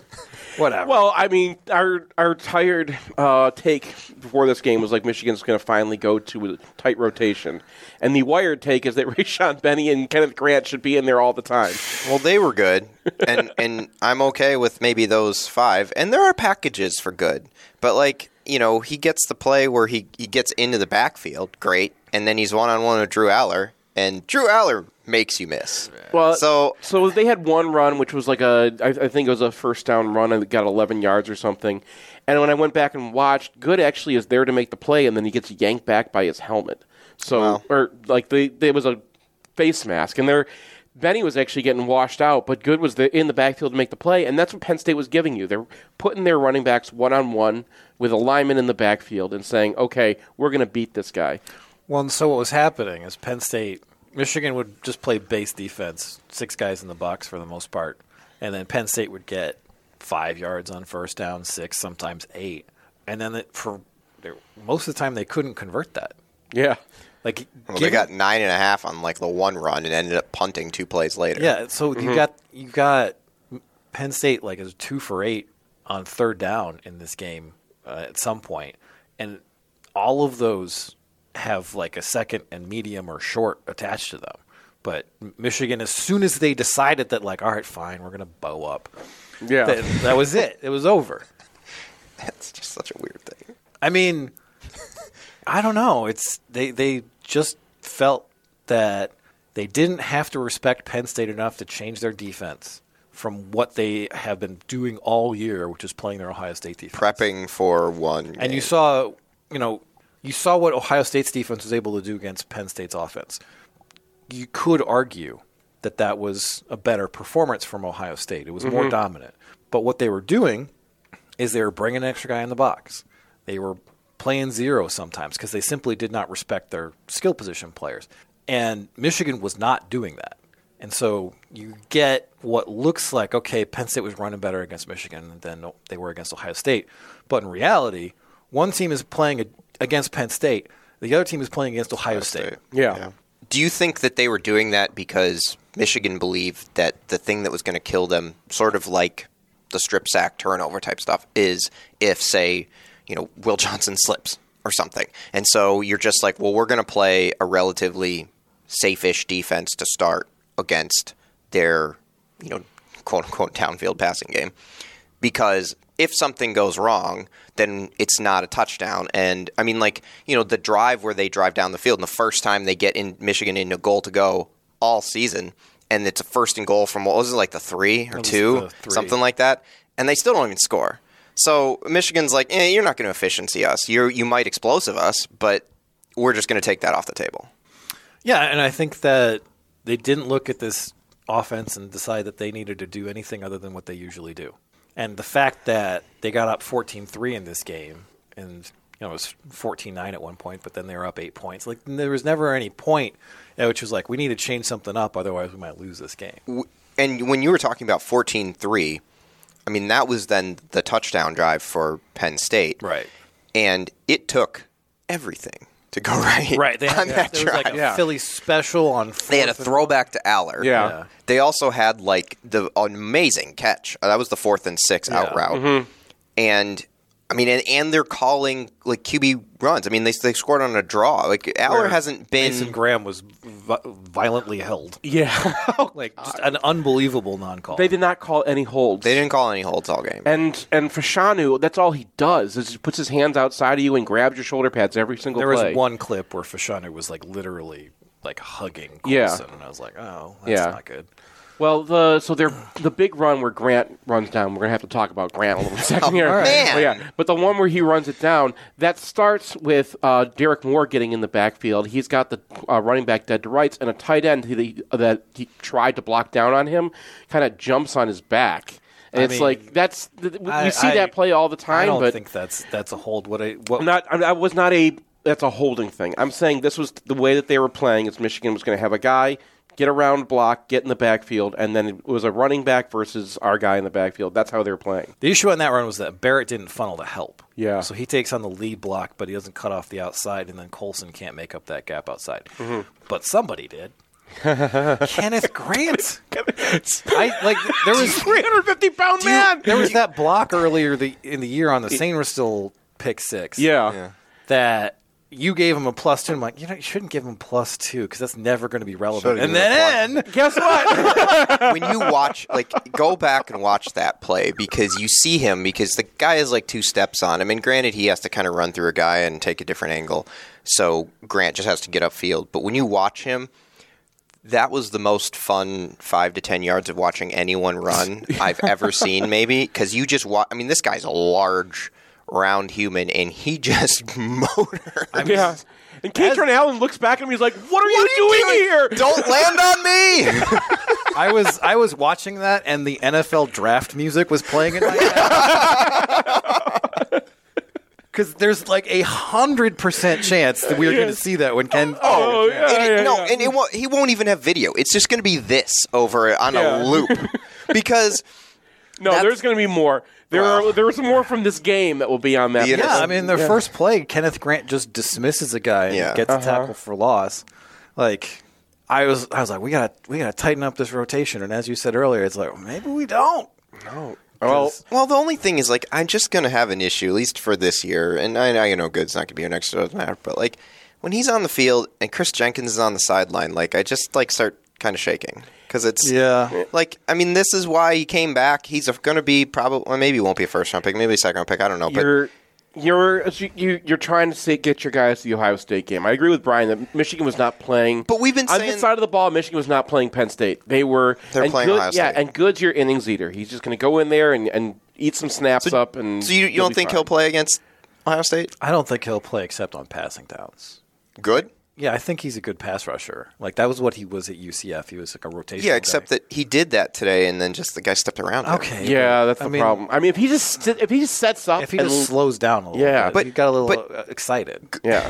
S2: whatever.
S3: Well, I mean, our our tired uh, take before this game was like Michigan's going to finally go to a tight rotation, and the wired take is that Rayshon Benny and Kenneth Grant should be in there all the time.
S4: Well, they were good, and and I'm okay with maybe those five. And there are packages for good, but like you know, he gets the play where he he gets into the backfield, great, and then he's one on one with Drew Aller, and Drew Aller makes you miss.
S3: Well,
S4: So-
S3: so they had one run which was like a I, I think it was a first down run and it got 11 yards or something. And when I went back and watched, Good actually is there to make the play, and then he gets yanked back by his helmet. So or like they there was a face mask, and there Benny was actually getting washed out, but Good was the, in the backfield to make the play, and that's what Penn State was giving you. They're putting their running backs one on one with a lineman in the backfield and saying, "Okay, we're going to beat this guy."
S2: Well, and so what was happening is Penn State, Michigan would just play base defense, six guys in the box for the most part, and then Penn State would get five yards on first down, six, sometimes eight, and then it, for there- most of the time they couldn't convert that.
S3: Yeah.
S2: Like
S4: Well, they
S2: give-
S4: got nine and a half on like the one run and ended up punting two plays later.
S2: yeah, so
S3: Mm-hmm.
S4: Mm-hmm.
S2: you got you got Penn State like is two for eight on third down in this game uh, at some point, and all of those have like a second and medium or short attached to them. But M- Michigan, as soon as they decided that, like, all right, fine, we're gonna bow up.
S3: Yeah.
S2: That, that was it. It was over.
S4: That's just such a weird thing.
S2: I mean, I don't know. It's they they just felt that they didn't have to respect Penn State enough to change their defense from what they have been doing all year, which is playing their Ohio State defense.
S4: Prepping for one.
S2: And you
S4: game.
S2: saw, you know, you saw what Ohio State's defense was able to do against Penn State's offense. You could argue that that was a better performance from Ohio State. It was more dominant. But what they were doing is they were bringing an extra guy in the box. They were playing zero sometimes because they simply did not respect their skill position players. And Michigan was not doing that. And so you get what looks like okay, Penn State was running better against Michigan than they were against Ohio State. But in reality, one team is playing ag- against Penn State, the other team is playing against Ohio, State.
S4: State.
S3: yeah.
S4: Do you think that they were doing that because Michigan believed that the thing that was going to kill them, sort of like the strip sack turnover type stuff, is if, say, you know, Will Johnson slips or something? And so you're just like, well, we're going to play a relatively safe-ish defense to start against their, you know, quote unquote downfield passing game because if something goes wrong, then it's not a touchdown. And I mean, like you know, the drive where they drive down the field, and the first time they get in Michigan into goal to go all season, and it's a first and goal from what was it like the three or
S2: was
S4: two,
S2: the three.
S4: something like that, and they still don't even score. So Michigan's like, eh, you're not going to efficiency us. You you might explosive us, but we're just going to take that off the table.
S2: Yeah, and I think that they didn't look at this offense and decide that they needed to do anything other than what they usually do. And the fact that they got up 14-3 in this game and you know it was 14-9 at one point, but then they were up 8 points. Like there was never any point at which was like we need to change something up otherwise we might lose this game.
S4: and when you were talking about 14-3 i mean that was then the touchdown drive for penn state and it took everything to go right
S2: Right, they
S4: on
S2: had,
S4: that
S2: there was
S4: drive.
S2: like a Philly special on
S4: they had a
S2: fourth and-
S4: throwback to Aller.
S3: Yeah. Yeah.
S4: They also had like the amazing catch. Uh, That was the fourth and six out route. And I mean, and, and they're calling like QB runs. I mean, they they scored on a draw. Like Aller hasn't been
S2: Mason Graham was vi- violently held.
S3: Yeah.
S2: Like just an unbelievable non-call.
S3: They did not call any holds.
S4: They didn't call any holds all game.
S3: And and for Shanu, that's all he does is he puts his hands outside of you and grabs your shoulder pads every single
S2: There
S3: play.
S2: was one clip where Fashanu was like literally like hugging
S3: Yeah.
S2: Coulson, and I was like, oh, that's
S3: Yeah.
S2: not good.
S3: Well, the so they're the big run where Grant runs down. We're gonna have to talk about Grant a little second here.
S4: man.
S3: But yeah, but the one where he runs it down that starts with uh, Derek Moore getting in the backfield. He's got the uh, running back dead to rights and a tight end who they- that he tried to block down on him kind of jumps on his back. And
S2: I
S3: it's
S2: mean,
S3: like that's th- we
S2: I-
S3: see
S2: I-
S3: that play all the time.
S2: I don't
S3: but
S2: think that's that's a hold. What I what
S3: I'm not. I'm, I was not a. That's a holding thing. I'm saying this was the way that they were playing. Is Michigan was going to have a guy get around block, get in the backfield, and then it was a running back versus our guy in the backfield. That's how they were playing.
S2: the issue on that run was that Barrett didn't funnel to help.
S3: Yeah.
S2: so he takes on the lead block, but he doesn't cut off the outside, and then Coulson can't make up that gap outside.
S3: Mm-hmm.
S2: But somebody did. Kenneth Grant. I like there was
S3: 350 pound
S2: do you- there was that block earlier the, in the year on the Sainristil pick six.
S3: Yeah.
S2: that you gave him a plus two. I'm like, you know, you shouldn't give him plus two because that's never going to be relevant.
S4: Should've
S2: And
S4: given him
S2: then guess what?
S4: when you watch, like, go back and watch that play because you see him because the guy is like two steps on him. And granted, he has to kind of run through a guy and take a different angle. So Grant just has to get upfield. But when you watch him, that was the most fun five to ten yards of watching anyone run I've ever seen, maybe because you just wa I mean, this guy's a large, round human, and he just motor.
S3: yeah. And Catron Allen looks back at me. He's like, "What are, you, doing here?"
S4: Don't land on me.
S2: I was I was watching that, and the NFL draft music was playing in my head. Because there's like a hundred percent chance that we're going to see that when Ken.
S3: Oh, yeah,
S4: And it-
S3: yeah,
S4: no,
S3: yeah.
S4: and it won't, he won't even have video. It's just going to be this over on
S3: Yeah.
S4: a loop because
S3: No,
S4: That's-
S3: there's going to be more. There are there are some more from this game that will be on that.
S4: The
S3: list.
S2: Yeah, I mean, their first play, Kenneth Grant just dismisses a guy and
S4: Yeah.
S2: gets a tackle for loss. Like, I was, I was like, we gotta, we gotta tighten up this rotation. And as you said earlier, it's like maybe we don't.
S3: well,
S4: well, the only thing is like I'm just going to have an issue at least for this year, and I know you know Good's not going to be here next year, doesn't matter. But like when he's on the field and Chris Jenkins is on the sideline, like I just like start kind of shaking because it's
S2: Yeah.
S4: Like I mean, this is why he came back. He's going to be probably well, maybe he won't be a first round pick, maybe a second round pick. I don't know, Oh, but
S3: you're you're you, you're trying to say, get your guys to the Ohio State game. I agree with Brian that Michigan was not playing.
S4: But we've been
S3: on
S4: saying-
S3: this side of the ball, Michigan was not playing Penn State. They were
S4: They're
S3: and
S4: playing
S3: Good-
S4: Ohio
S3: Yeah,
S4: State.
S3: and Good's your innings eater. He's just going to go in there and, and eat some snaps up. And
S4: so you, you
S3: you'll
S4: don't
S3: be
S4: think
S3: fine.
S4: he'll play against Ohio State?
S2: I don't think he'll play except on passing downs.
S4: Good.
S2: Yeah, I think he's a good pass rusher. Like that was what he was at UCF. He was like a rotation.
S4: Yeah, except that he did that today, and then just the guy stepped around. him.
S2: okay,
S3: Yeah, that's
S2: I
S3: the
S2: mean,
S3: problem. I mean, if he just sit- if he just sets up,
S2: If he
S3: and,
S2: just slows down a little,
S3: Yeah.
S2: bit,
S3: But-
S2: he got a little
S4: but-
S2: uh, excited.
S3: yeah,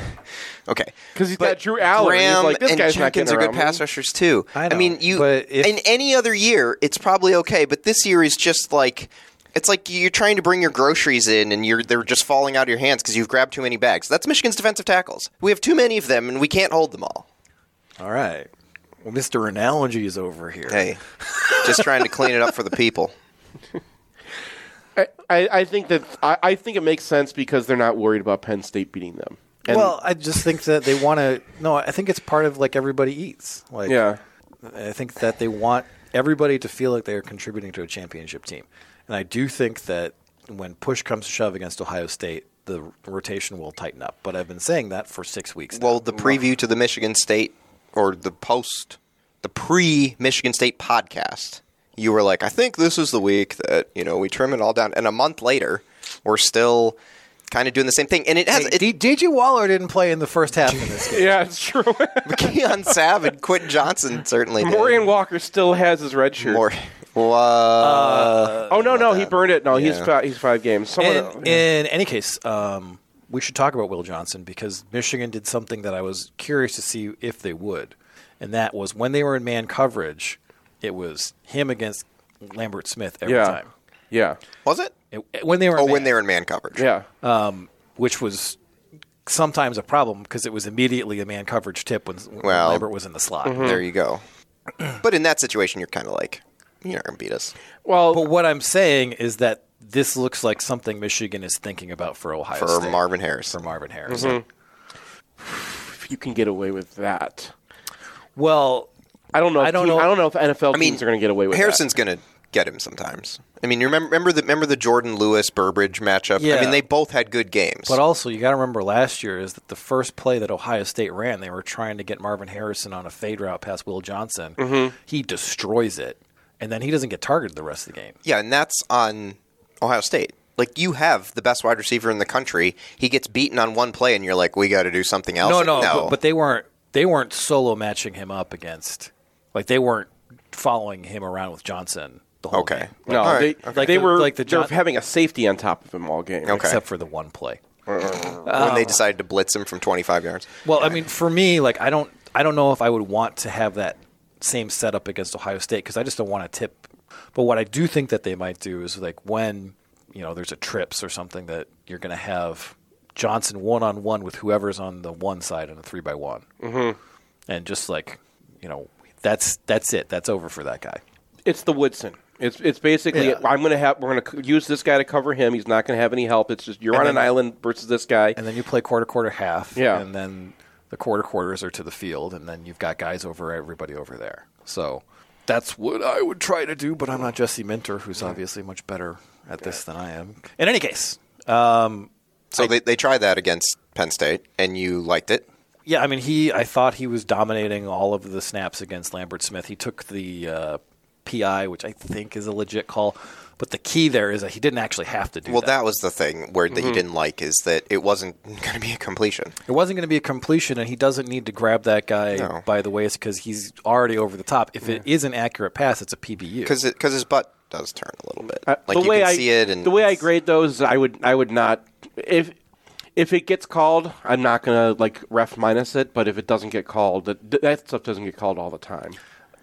S4: Okay.
S3: because he's
S4: But
S3: got Drew Allen. and he's
S4: Graham
S3: like, this
S4: and
S3: guy's not
S4: Jenkins
S3: getting
S4: are
S3: around
S4: good
S3: me.
S4: pass rushers too.
S2: I know,
S4: mean, you
S2: but if-
S4: in any other year, it's probably okay, but this year is just like it's like you're trying to bring your groceries in and you're they're just falling out of your hands because you've grabbed too many bags. That's Michigan's defensive tackles. We have too many of them and we can't hold them all.
S2: All right, well, Mister Analogy is over here.
S4: Hey, just trying to clean it up for the people.
S3: I, I I think that I, I think it makes sense because they're not worried about Penn State beating them. And-
S2: well, I just think that they want to. No, I think it's part of like everybody eats. Like,
S3: yeah.
S2: I think that they want everybody to feel like they are contributing to a championship team, and I do think that when push comes to shove against Ohio State, the rotation will tighten up. But I've been saying that for six weeks. now.
S4: Well, the preview to the Michigan State or the post, the pre Michigan State podcast, you were like, I think this is the week that, you know, we trim it all down. And a month later, we're still kind of doing the same thing. And it has,
S2: Hey,
S4: it,
S2: D- DJ Waller didn't play in the first half of this game.
S3: Yeah, it's true.
S4: Keon Savage, Quentin Johnson certainly did.
S3: Morian Walker still has his red shirt.
S4: Mor- Wha-
S2: Uh,
S3: oh no, no, he burned it. No, he's
S4: uh, Yeah.
S3: five, he's five games. Someone,
S2: In, in any case, um, we should talk about Will Johnson because Michigan did something that I was curious to see if they would, and that was when they were in man coverage, it was him against Lambert Smith every
S3: yeah,
S2: time.
S3: yeah,
S4: was it?
S2: It- when they were, in
S4: Oh, when
S2: man,
S4: they were in man coverage.
S3: yeah.
S2: Um, which was sometimes a problem because it was immediately a man coverage tip when, when
S4: Well- mm-hmm.
S2: Lambert was in the slot.
S3: Mm-hmm.
S4: There you go. But in that situation, you're kind of like, you're not going to beat us.
S3: well,
S2: But what I'm saying is that this looks like something Michigan is thinking about for Ohio
S4: For
S2: State,
S4: Marvin Harris. Mm-hmm.
S2: for Marvin Harris.
S3: Mm-hmm. if you can get away with that,
S2: Well,
S3: I don't know. If
S2: I don't
S3: team-
S2: know-
S3: I don't know if NFL
S4: I mean,
S3: teams are going to get away with
S4: Harrison's
S3: that.
S4: going to get him sometimes. I mean, you remember, remember the remember the Jordan Lewis Burbridge matchup. I
S2: Yeah.
S4: mean, they both had good games.
S2: But also, you got to remember last year is that the first play that Ohio State ran, they were trying to get Marvin Harrison on a fade route past Will Johnson. He destroys it, and then he doesn't get targeted the rest of the game.
S4: yeah, and that's on Ohio State. Like you have the best wide receiver in the country. He gets beaten on one play, and you're like, we got to do something else.
S2: No,
S4: Like,
S2: no, But, but they weren't they weren't solo matching him up against like they weren't following him around with Johnson the whole
S4: okay.
S2: game,
S3: No,
S4: All
S3: they,
S4: right.
S2: Like the-
S3: they were
S2: like the
S3: they were
S2: John-
S3: having a safety on top of him all game.
S4: Okay.
S2: except for the one play.
S4: when they decided to blitz him from 25 yards.
S2: Well, I mean, for me, like I don't, I don't know if I would want to have that same setup against Ohio State because I just don't want to tip. But what I do think that they might do is like when you know there's a trips or something that you're going to have Johnson one on one with whoever's on the one side in a three by one, mm-hmm. and just like you know that's that's it, that's over for that guy.
S3: It's the Woodson. It's it's basically
S2: Yeah.
S3: I'm going to have we're going to use this guy to cover him. He's not going to have any help. It's just you're
S2: And
S3: on
S2: then-
S3: an island versus this guy.
S2: And then you play quarter quarter half,
S3: Yeah.
S2: and then the quarter quarters are to the field, and then you've got guys over everybody over there. So that's what I would try to do, but I'm not Jesse Minter, who's obviously much better at this than I am. In any case, um,
S4: So they, they tried that against Penn State, and you liked it.
S2: yeah, I mean, he. I thought he was dominating all of the snaps against Lambert Smith. He took the uh, PI, which I think is a legit call. But the key there is that he didn't actually have to do
S4: Well, that was the thing where that
S2: Mm-hmm.
S4: you didn't like is that it wasn't going to be a completion.
S2: It wasn't going to be a completion, and he doesn't need to grab that guy
S4: No.
S2: by the waist because he's already over the top. If it is an accurate pass, it's a PBU.
S4: because because his butt does turn a little bit.
S3: Uh,
S4: like you can see it, and
S3: the way I
S4: it's-
S3: grade those, I would I would not if if it gets called, I'm not gonna like ref minus it. But if it doesn't get called, that, that stuff doesn't get called all the time.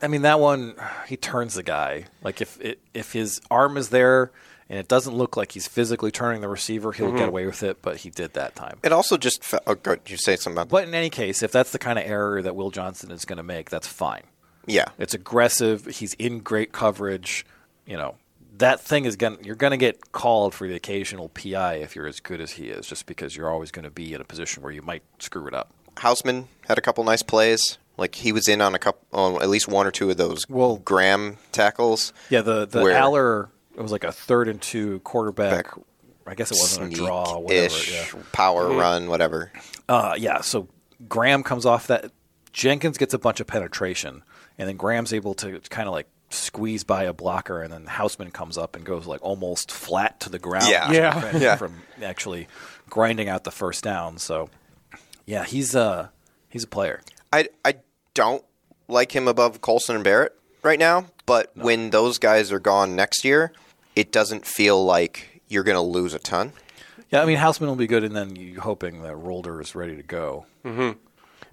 S2: I mean, that one, he turns the guy. Like if it, if his arm is there and it doesn't look like he's physically turning the receiver, he'll
S3: Mm-hmm.
S2: get away with it. But he did that time.
S4: it also just fe- oh, good. You say something about
S2: But in any case, if that's the kind of error that Will Johnson is going to make, that's fine.
S4: yeah.
S2: It's aggressive. He's in great coverage. You know that thing is going. to You're going to get called for the occasional PI if you're as good as he is, just because you're always going to be in a position where you might screw it up.
S4: Houseman had a couple nice plays. Like he was in on a couple, on at least one or two of those
S2: Well-
S4: Graham tackles.
S2: Yeah, the the
S4: Where-
S2: Aller it was like a third and two quarterback.
S4: Back-
S2: I guess it wasn't a draw. Whatever.
S4: ish
S2: Yeah. Mm-hmm.
S4: power run, whatever.
S2: Uh, yeah. So Graham comes off that. Jenkins gets a bunch of penetration, and then Graham's able to kind of like squeeze by a blocker, and then Houseman comes up and goes like almost flat to the ground.
S4: Yeah.
S2: which
S4: Yeah.
S2: prevented him
S4: Yeah.
S2: From actually grinding out the first down. So yeah, he's uh he's a player.
S4: I I don't like him above Colson and Barrett right now. But when those guys are gone next year, it doesn't feel like you're going to lose a ton.
S2: Yeah, I mean Houseman will be good, and then you hoping that Rolder is ready to go.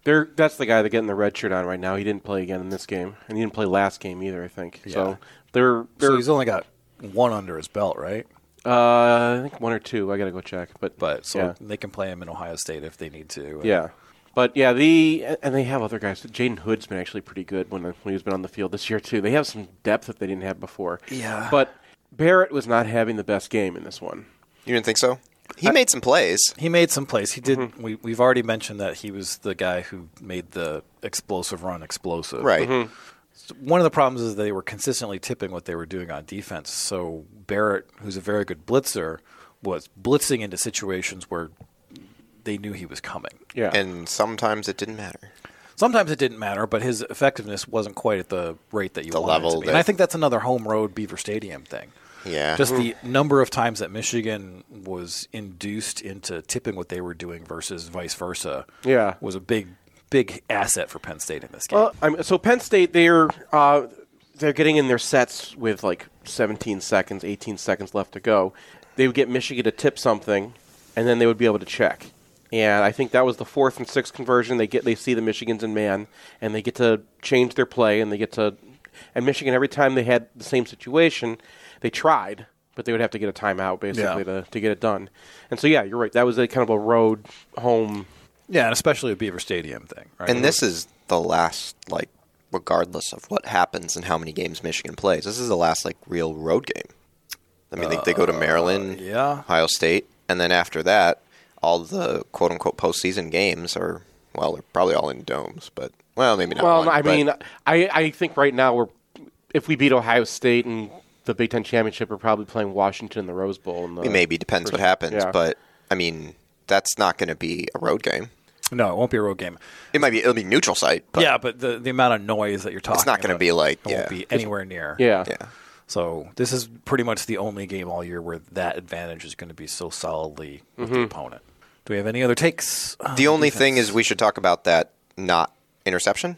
S3: They're, that's the guy they're getting the red shirt on right now. He didn't play again in this game, and he didn't play last game either. I think
S2: Yeah.
S3: so. They're,
S2: So
S3: they're
S2: he's only got one under his belt, right?
S3: uh, I think one or two. I gotta go check, but
S2: But so
S3: yeah.
S2: they can play him in Ohio State if they need to.
S3: Yeah. But yeah, the and they have other guys. Jaden Hood's been actually pretty good when when he's been on the field this year too. They have some depth that they didn't have before.
S2: Yeah.
S3: But Barrett was not having the best game in this one.
S4: You didn't think so? He made some plays.
S2: He made some plays. He did.
S3: Mm-hmm.
S2: We, we've already mentioned that he was the guy who made the explosive run explosive.
S4: Right.
S3: Mm-hmm.
S2: One of the problems is they were consistently tipping what they were doing on defense. So Barrett, who's a very good blitzer, was blitzing into situations where they knew he was coming.
S3: Yeah.
S4: And sometimes it didn't matter.
S2: Sometimes it didn't matter, but his effectiveness wasn't quite at the rate that you
S4: The
S2: wanted it to
S4: level
S2: be.
S4: that-
S2: And I think that's another home road Beaver Stadium thing.
S4: Yeah.
S2: Just the number of times that Michigan was induced into tipping what they were doing versus vice versa.
S3: Yeah.
S2: was a big, big asset for Penn State in this game.
S3: Well, I'm, so Penn State, they're uh, they're getting in their sets with like 17 seconds, 18 seconds left to go. They would get Michigan to tip something, and then they would be able to check. And I think that was the fourth and sixth conversion. They get they see the Michigans in man, and they get to change their play, and they get to. And Michigan, every time they had the same situation, they tried, but they would have to get a timeout basically
S2: Yeah.
S3: to, to get it done. And so, yeah, you're right. That was a kind of a road home.
S2: yeah, and especially a Beaver Stadium thing. Right?
S4: And this is the last, like, regardless of what happens and how many games Michigan plays, this is the last, like, real road game. I mean, they, they go to Maryland,
S2: Uh, yeah.
S4: Ohio State, and then after that, all the quote unquote postseason games are, well, they're probably all in domes, but, well, maybe not.
S3: Well,
S4: one,
S3: I
S4: but-
S3: mean, I, I think right now we're if we beat Ohio State and the Big Ten championship, we're probably playing Washington in the Rose Bowl. In the,
S4: I mean, maybe, depends what happens,
S3: yeah.
S4: but, I mean, that's not going to be a road game.
S2: no, it won't be a road game.
S4: It might be, it'll be neutral site, but
S2: yeah, but the the amount of noise that you're talking,
S4: not gonna
S2: about,
S4: be like-
S2: it
S4: yeah.
S2: won't be anywhere near.
S3: yeah,
S4: yeah.
S2: So this is pretty much the only game all year where that advantage is going to be so solidly with
S3: Mm-hmm.
S2: the opponent. Do we have any other takes?
S4: The only thing is, we should talk about that not interception.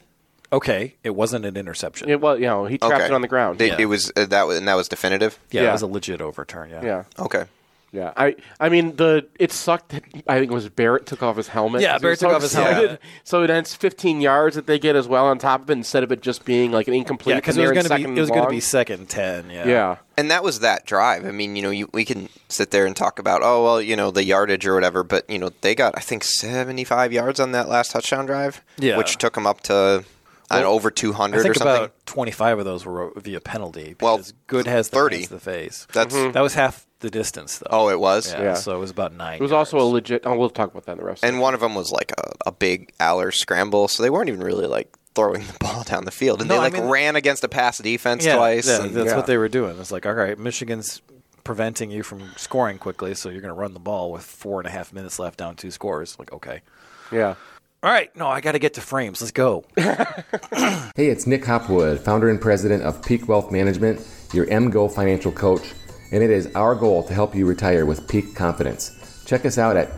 S2: Okay, it wasn't an interception.
S3: It was, you know, he trapped it on the ground.
S4: They-
S3: yeah.
S4: It was uh, that, was- and that was definitive.
S2: yeah,
S3: yeah.
S2: it was a legit overturn. Yeah.
S3: yeah,
S4: Okay.
S3: yeah. I, I mean, the it sucked. That, I think it was Barrett took off his helmet.
S2: Yeah,
S3: He
S2: Barrett
S3: was
S2: took
S3: so
S2: off his
S3: excited.
S2: helmet.
S3: So it ends 15 yards that they get as well on top of it instead of it just being like an incomplete.
S2: Yeah, because
S3: and
S2: it was
S3: they're
S2: going to
S3: in second
S2: be it was going to
S3: long.
S2: be second ten. Yeah.
S3: Yeah,
S4: And that was that drive. I mean, you know, you, we can sit there and talk about, oh, well, you know, the yardage or whatever, but, you know, they got, I think, 75 yards on that last touchdown drive,
S2: Yeah.
S4: which took them up to I don't know, over 200
S2: I think
S4: or something.
S2: about twenty five of those were via penalty.
S4: Well,
S2: Because good has the
S4: 30.
S2: hands to the face.
S4: That's- Mhm.
S2: that was half the distance though.
S4: oh, it was?
S2: Mm-hmm. yeah,
S3: yeah.
S2: So it was about nine.
S3: it was also a legit. Oh, we'll talk about that in the rest.
S4: And one of them was like a, a big Aller scramble, so they weren't even really like throwing the ball down the field. And
S2: No,
S4: they
S2: I
S4: like
S2: mean-
S4: ran against a pass defense
S2: yeah,
S4: twice.
S2: Yeah,
S4: and-
S2: that's
S3: yeah.
S2: what they were doing. It's like all right, Michigan's preventing you from scoring quickly, so you're going to run the ball with four and a half minutes left, down two scores. Like okay.
S3: yeah,
S9: All right, no, I got to get to frames. Let's go.
S5: Hey, it's Nick Hopwood, founder and president of Peak Wealth Management, your MGO financial coach, and it is our goal to help you retire with peak confidence. Check us out at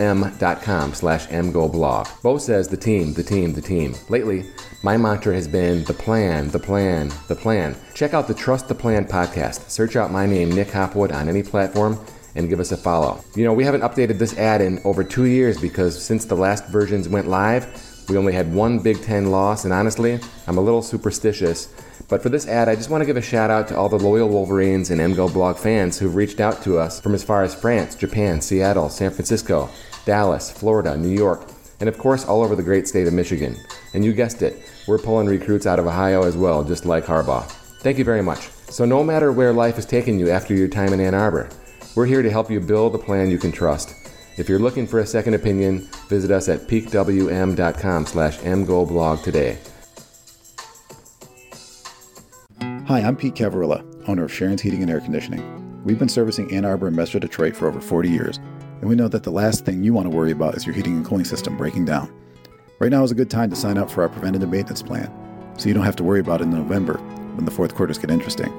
S5: peakwm.com slash mgoblog. Bo says the team, the team, the team. Lately, my mantra has been the plan, the plan, the plan. Check out the Trust the Plan podcast. Search out my name, Nick Hopwood, on any platform and give us a follow. You know, we haven't updated this ad in over two years because since the last versions went live, we only had one Big Ten loss, and honestly, I'm a little superstitious. But for this ad, I just want to give a shout out to all the loyal Wolverines and MGO blog fans who've reached out to us from as far as France, Japan, Seattle, San Francisco, Dallas, Florida, New York, and of course all over the great state of Michigan. And you guessed it, we're pulling recruits out of Ohio as well, just like Harbaugh. Thank you very much. So, no matter where life has taken you after your time in Ann Arbor, we're here to help you build a plan you can trust. If you're looking for a second opinion, visit us at peakwm.com slash mgoblog today.
S10: Hi, I'm Pete Cavarilla, owner of Sharon's Heating and Air Conditioning. We've been servicing Ann Arbor and Metro Detroit for over 40 years, and we know that the last thing you want to worry about is your heating and cooling system breaking down. Right now is a good time to sign up for our preventative maintenance plan, so you don't have to worry about it in November when the fourth quarters get interesting.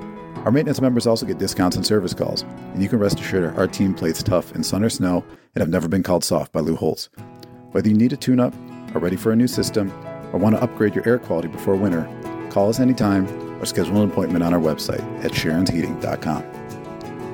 S10: Our maintenance members also get discounts and service calls, and you can rest assured our team plays tough in sun or snow and have never been called soft by Lou Holtz. Whether you need a tune up, are ready for a new system, or want to upgrade your air quality before winter, call us anytime or schedule an appointment on our website at sharonsheating.com.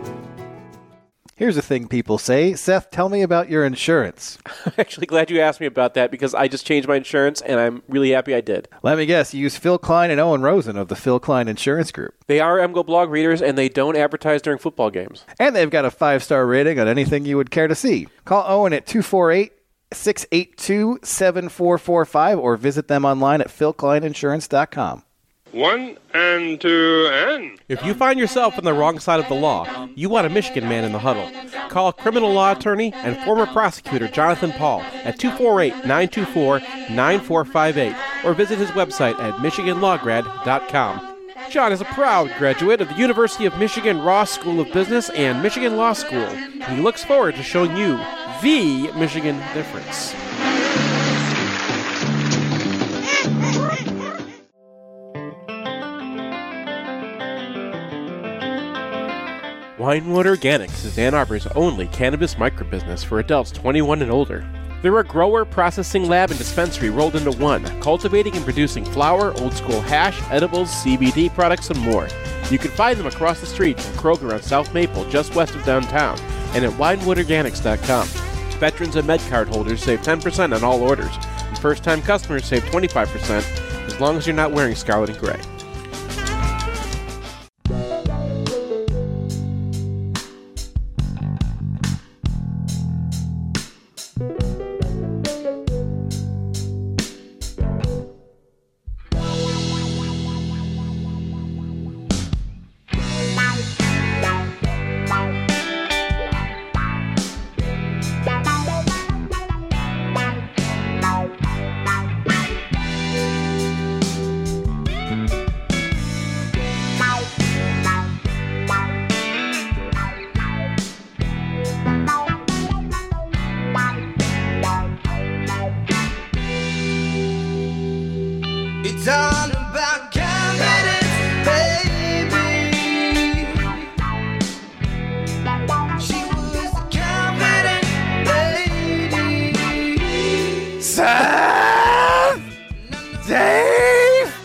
S2: Here's a thing people say Seth, tell me about your insurance.
S3: I'm actually glad you asked me about that because I just changed my insurance and I'm really happy I did.
S2: Let me guess, you use Phil Klein and Owen Rosen of the Phil Klein Insurance Group.
S3: They are MGO blog readers and they don't advertise during football games.
S2: And they've got a five star rating on anything you would care to see. Call Owen at 248 682 7445 or visit them online at philkleininsurance.com.
S11: One and two and.
S12: If you find yourself on the wrong side of the law, you want a Michigan man in the huddle. Call criminal law attorney and former prosecutor Jonathan Paul at 248 924 9458 or visit his website at MichiganLawGrad.com. John is a proud graduate of the University of Michigan Ross School of Business and Michigan Law School. He looks forward to showing you the Michigan difference.
S3: Winewood Organics is Ann Arbor's only cannabis microbusiness for adults 21 and older. They're a grower, processing lab, and dispensary rolled into one, cultivating and producing flower, old school hash, edibles, CBD products, and more. You can find them across the street from Kroger on South Maple, just west of downtown, and at winewoodorganics.com. Veterans and MedCard holders save 10% on all orders, and first time customers save 25% as long as you're not wearing scarlet and gray.
S8: It's all about confidence, baby. She was a confident lady.
S2: Seth, Dave,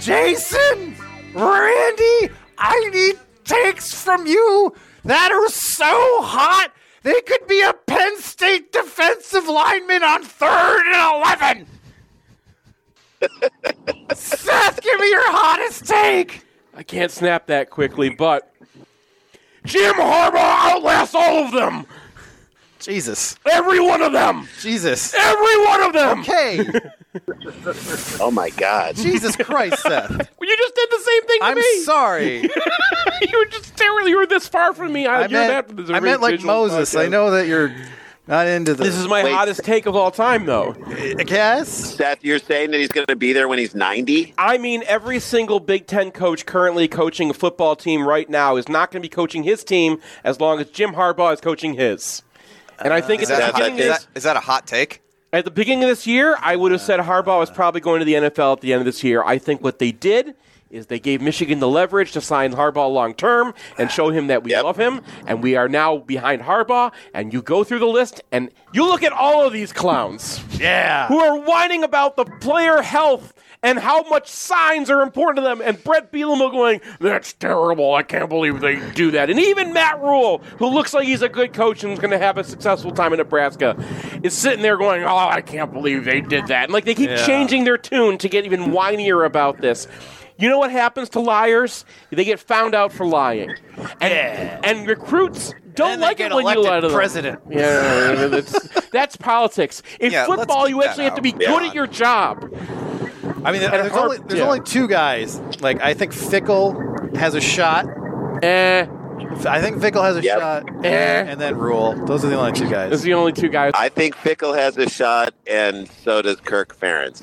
S2: Jason, Randy, I need takes from you that are so hot they could be a Penn State defensive lineman on third and 11. Seth, give me your hottest take.
S3: I can't snap that quickly, but Jim Harbaugh outlasts all of them.
S2: Jesus.
S3: Every one of them.
S2: Jesus.
S3: Every one of them.
S2: Okay.
S11: Oh my God!
S2: Jesus Christ, Seth.
S3: Well, You just did the same thing to
S2: I'm
S3: me.
S2: sorry.
S3: you were just terrible. You were this far from me. I,
S2: I
S3: you're
S2: meant,
S3: not- this is a
S2: I
S3: very
S2: meant like
S3: visual
S2: Moses.
S3: podcast.
S2: I know that you're not into the.
S3: This is my
S11: Wait.
S3: hottest take of all time, though.
S2: I guess.
S11: Seth, you're saying that he's going to be there when he's ninety?
S3: I mean, every single Big Ten coach currently coaching a football team right now is not going to be coaching his team as long as Jim Harbaugh is coaching his. And I think
S4: Is
S3: at the
S4: that, a hot,
S3: beginning
S4: is,
S3: of this,
S4: that, is that a hot take?
S3: At the beginning of this year, I would have said Harbaugh was probably going to the NFL at the end of this year. I think what they did is they gave Michigan the leverage to sign Harbaugh long term and show him that we love him, and we are now behind Harbaugh. And you go through the list, and you look at all of these clowns.
S2: Yeah.
S3: Who are whining about the player health and how much signs are important to them. And Brett Bielema going, that's terrible. I can't believe they do that. And even Matt Rule, who looks like he's a good coach and is going to have a successful time in Nebraska, is sitting there going, oh, I can't believe they did that. And like they keep
S13: Yeah.
S3: changing their tune to get even whinier about this. You know what happens to liars? They get found out for lying. And, and recruits don't like it
S2: get
S3: when you
S2: elected
S3: lie to them.
S2: president.
S3: Yeah, that's, that's politics. In
S2: Yeah, let's
S3: football, you
S2: keep
S3: actually
S2: that
S3: have to be
S2: out.
S3: good at your job.
S2: I mean,
S3: And
S2: there's,
S3: Har-
S2: only, there's
S3: yeah.
S2: only two guys. Like, I think Fickle has a shot.
S3: Eh.
S2: I think Fickle has a
S11: Yep.
S2: shot.
S11: Eh.
S2: And then Rule. Those are the only two guys.
S3: Those are the only two guys.
S11: I think Fickle has a shot, and so does Kirk Ferentz.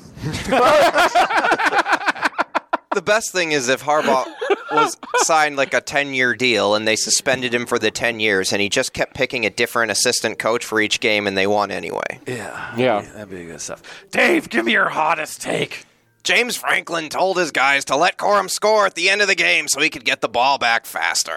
S4: The best thing is if Harbaugh was signed like a 10 year deal and they suspended him for the 10 years and he just kept picking a different assistant coach for each game and they won anyway.
S2: Yeah.
S3: Yeah.
S2: That'd be good stuff. Dave, give me your hottest take.
S4: James Franklin told his guys to let Corum score at the end of the game so he could get the ball back faster.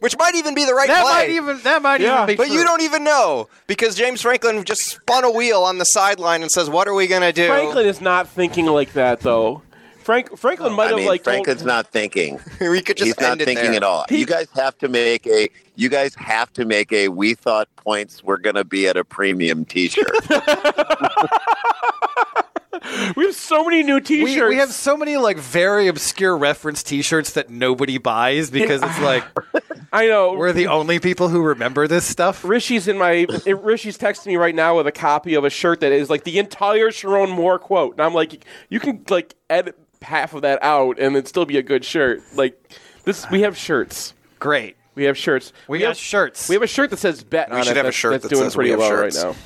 S4: Which might even be the right
S2: That
S4: play.
S2: might even- that might even Yeah. be
S4: But you
S2: true.
S4: don't even know because James Franklin just spun a wheel on the sideline and says, "What are we gonna do?"
S3: Franklin is not thinking like that, though. Frank Franklin might
S11: I
S3: have
S11: mean,
S3: like told-
S11: Franklin's not thinking.
S4: we could
S11: He's not thinking at all. you guys have to make a. You guys have to make a. We thought points were going to be at a premium T-shirt.
S3: We have so many new T-shirts.
S2: We, have so many like very obscure reference T-shirts that nobody buys because it's like
S3: I know
S2: we're the only people who remember this stuff.
S3: Rishi's in my Rishi's texting me right now with a copy of a shirt that is like the entire Sharon Moore quote, and I'm like, you can like edit half of that out and it'd still be a good shirt. Like this, we have shirts.
S2: Great.
S3: We have shirts.
S2: We
S3: have
S2: got shirts.
S3: We have a shirt that says bet.
S2: We
S3: on
S2: should
S3: it
S2: have a
S3: that's-
S2: shirt
S3: that's
S2: that
S3: doing
S2: says we
S3: pretty
S2: have
S3: well
S2: shirts.
S3: right now.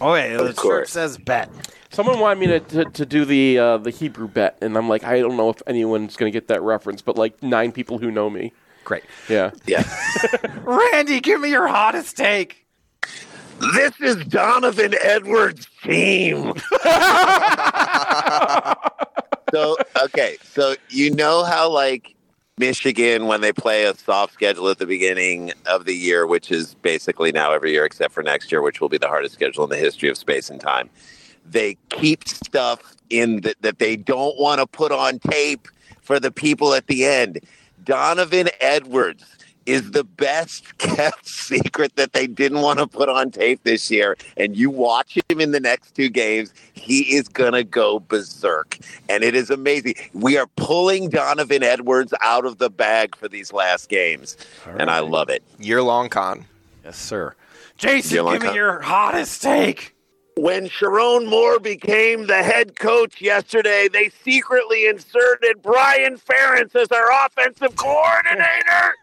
S2: Oh yeah, the
S3: Of
S2: shirt
S3: course.
S2: says bet.
S3: Someone wanted me to, to, to do the uh, the Hebrew bet, and I'm like, I don't know if anyone's going to get that reference, but like nine people who know me.
S2: Great.
S3: Yeah.
S11: Yeah.
S2: Randy, give me your hottest take.
S11: this is Donovan Edwards' team. so okay, so you know how like Michigan when they play a soft schedule at the beginning of the year, which is basically now every year except for next year, which will be the hardest schedule in the history of space and time. They keep stuff in that that they don't want to put on tape for the people at the end. Donovan Edwards is the best kept secret that they didn't want to put on tape this year. And you watch him in the next two games, he is going to go berserk. And it is amazing. We are pulling Donovan Edwards out of the bag for these last games. And I love it.
S4: Year long con.
S2: Yes, sir.
S11: You're
S2: Jason,
S11: like
S2: give me
S11: a-
S2: your hottest take.
S11: When Sharon Moore became the head coach yesterday, they secretly inserted Brian Ferentz as their offensive coordinator.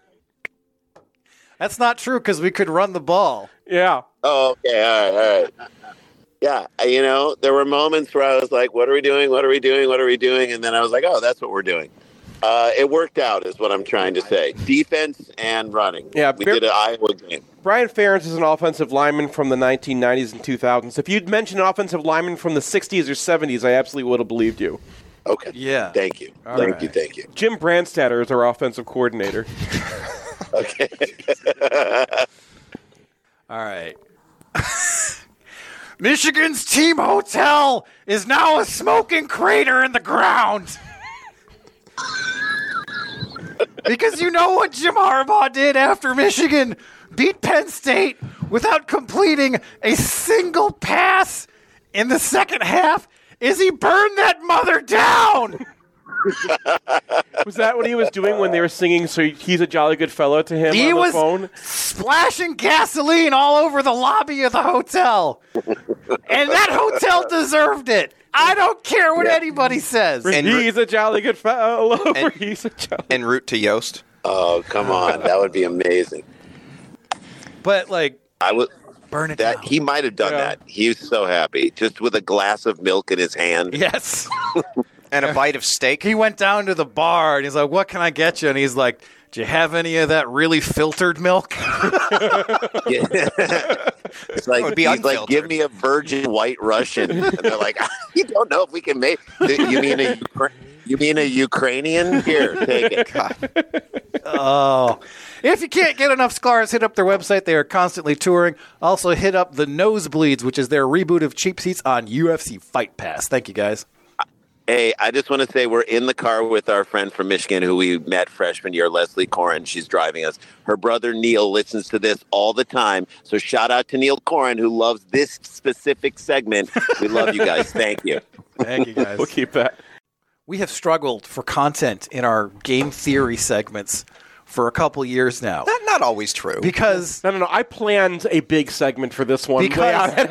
S2: That's not true because we could run the ball.
S3: Yeah.
S11: Oh, okay. All right. All right. Yeah. I- You know, there were moments where I was like, what are we doing? What are we doing? What are we doing? And then I was like, oh, that's what we're doing. Uh, it worked out, is what I'm trying to say. Defense and running.
S3: Yeah,
S11: We
S3: Bear-
S11: did an Iowa game.
S3: Brian Ferentz is an offensive lineman from the 1990s and 2000s. If you'd mentioned an offensive lineman from the 60s or 70s, I absolutely would have believed you.
S11: Okay.
S2: Yeah.
S11: Thank you.
S3: All
S11: thank
S3: right.
S11: you. Thank you.
S3: Jim Branstadter is our offensive coordinator.
S11: Okay.
S2: All right. Michigan's team hotel is now a smoking crater in the ground. because you know what Jim Harbaugh did after Michigan beat Penn State without completing a single pass in the second half is he burned that mother down.
S3: was that what he was doing when they were singing? So he's a jolly good fellow to him
S2: He
S3: on the
S2: was-
S3: phone.
S2: splashing gasoline all over the lobby of the hotel. and that hotel deserved it. I don't care what anybody says.
S3: he's a jolly good fellow. he's a jolly.
S4: En route to Yost.
S11: oh, come on. That would be amazing.
S2: But, like,
S11: I would.
S2: burn it
S11: That he might have done that. He was so happy, just with a glass of milk in his hand.
S2: yes.
S4: And a bite of steak.
S2: He went down to the bar and he's like, What can I get you? And he's like, Do you have any of that really filtered milk?
S11: It's like, he's like, give me a virgin white Russian. And they're like, you don't know if we can make. You mean a Ukra- you mean a Ukrainian? Here, take it.
S2: oh. If you can't get enough scars, hit up their website. They are constantly touring. Also, hit up the Nosebleeds, which is their reboot of Cheap Seats on UFC Fight Pass. Thank you, guys.
S11: Hey, I just want to say we're in the car with our friend from Michigan who we met freshman year, Leslie Corin. She's driving us. Her brother Neil listens to this all the time. So shout out to Neil Corin who loves this specific segment. We love you guys. Thank you.
S2: Thank you, guys.
S3: we'll keep that.
S2: We have struggled for content in our game theory segments for a couple years now. Not,
S4: not always true.
S2: Because
S3: no, no, no. I planned a big segment for this one. way out ahead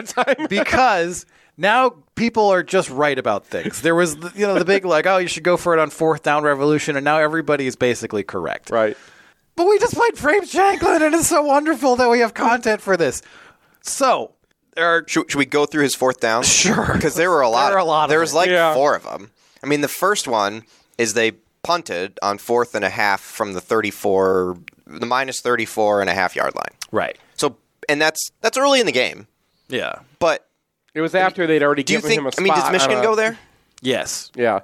S3: of
S2: because now people are just right about things. There was the- you know the big like oh you should go for it on fourth down revolution, and now everybody is basically correct.
S3: Right.
S2: But we just played Frames Janklin, and it's so wonderful that we have content for this. So
S4: should, should we go through his fourth down? Sure, because there were a lot.
S2: There are a lot of
S4: There was
S2: them.
S4: like
S2: Yeah.
S4: four of them. I mean, the first one is they punted on fourth and a half from the thirty-four, the minus thirty-four and a half yard line.
S2: Right.
S4: So, and that's that's early in the game,
S2: Yeah.
S4: but
S3: it was after they'd already
S4: do you
S3: given
S4: think?
S3: him a spot.
S4: I mean, does Michigan go there?
S2: Yes.
S3: Yeah.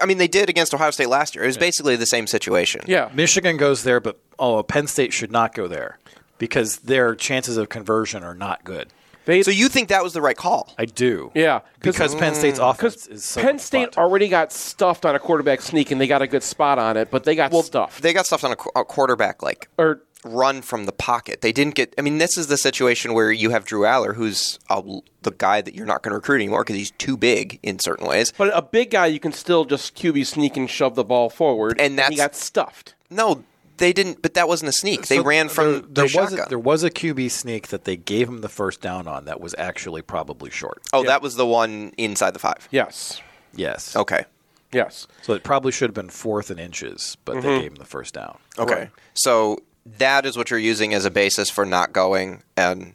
S4: I mean, they did against Ohio State last year. It was basically the same situation.
S3: Yeah.
S2: Michigan goes there, but oh, Penn State should not go there because their chances of conversion are not good.
S4: so you think that was the right call? Mm.
S2: I do.
S3: Yeah,
S2: because Penn State's offense is so
S3: Penn State already got stuffed on a quarterback sneak, and they got a good spot on it, but they got stuffed.
S4: They got stuffed on a, qu- a quarterback like
S3: or
S4: run from the pocket. They didn't get. I mean, this is the situation where you have Drew Aller, who's a, the guy that you're not going to recruit anymore because he's too big in certain ways.
S3: But a big guy, you can still just QB sneak and shove the ball forward, and
S4: that's
S3: he got stuffed.
S4: No, they didn't. But that wasn't a sneak. They
S2: So
S4: ran from
S2: there,
S4: their
S2: there was a,
S4: shotgun.
S2: there was a QB sneak that they gave him the first down on that was actually probably short.
S4: oh, that was the one inside the five.
S3: Yes.
S2: Yes.
S4: Okay.
S3: Yes. Mm-hmm.
S2: So it probably should have been fourth and inches, but they
S4: Mhm.
S2: gave him the first down.
S4: Okay.
S2: Right.
S4: So that is what you're using as a basis for not going and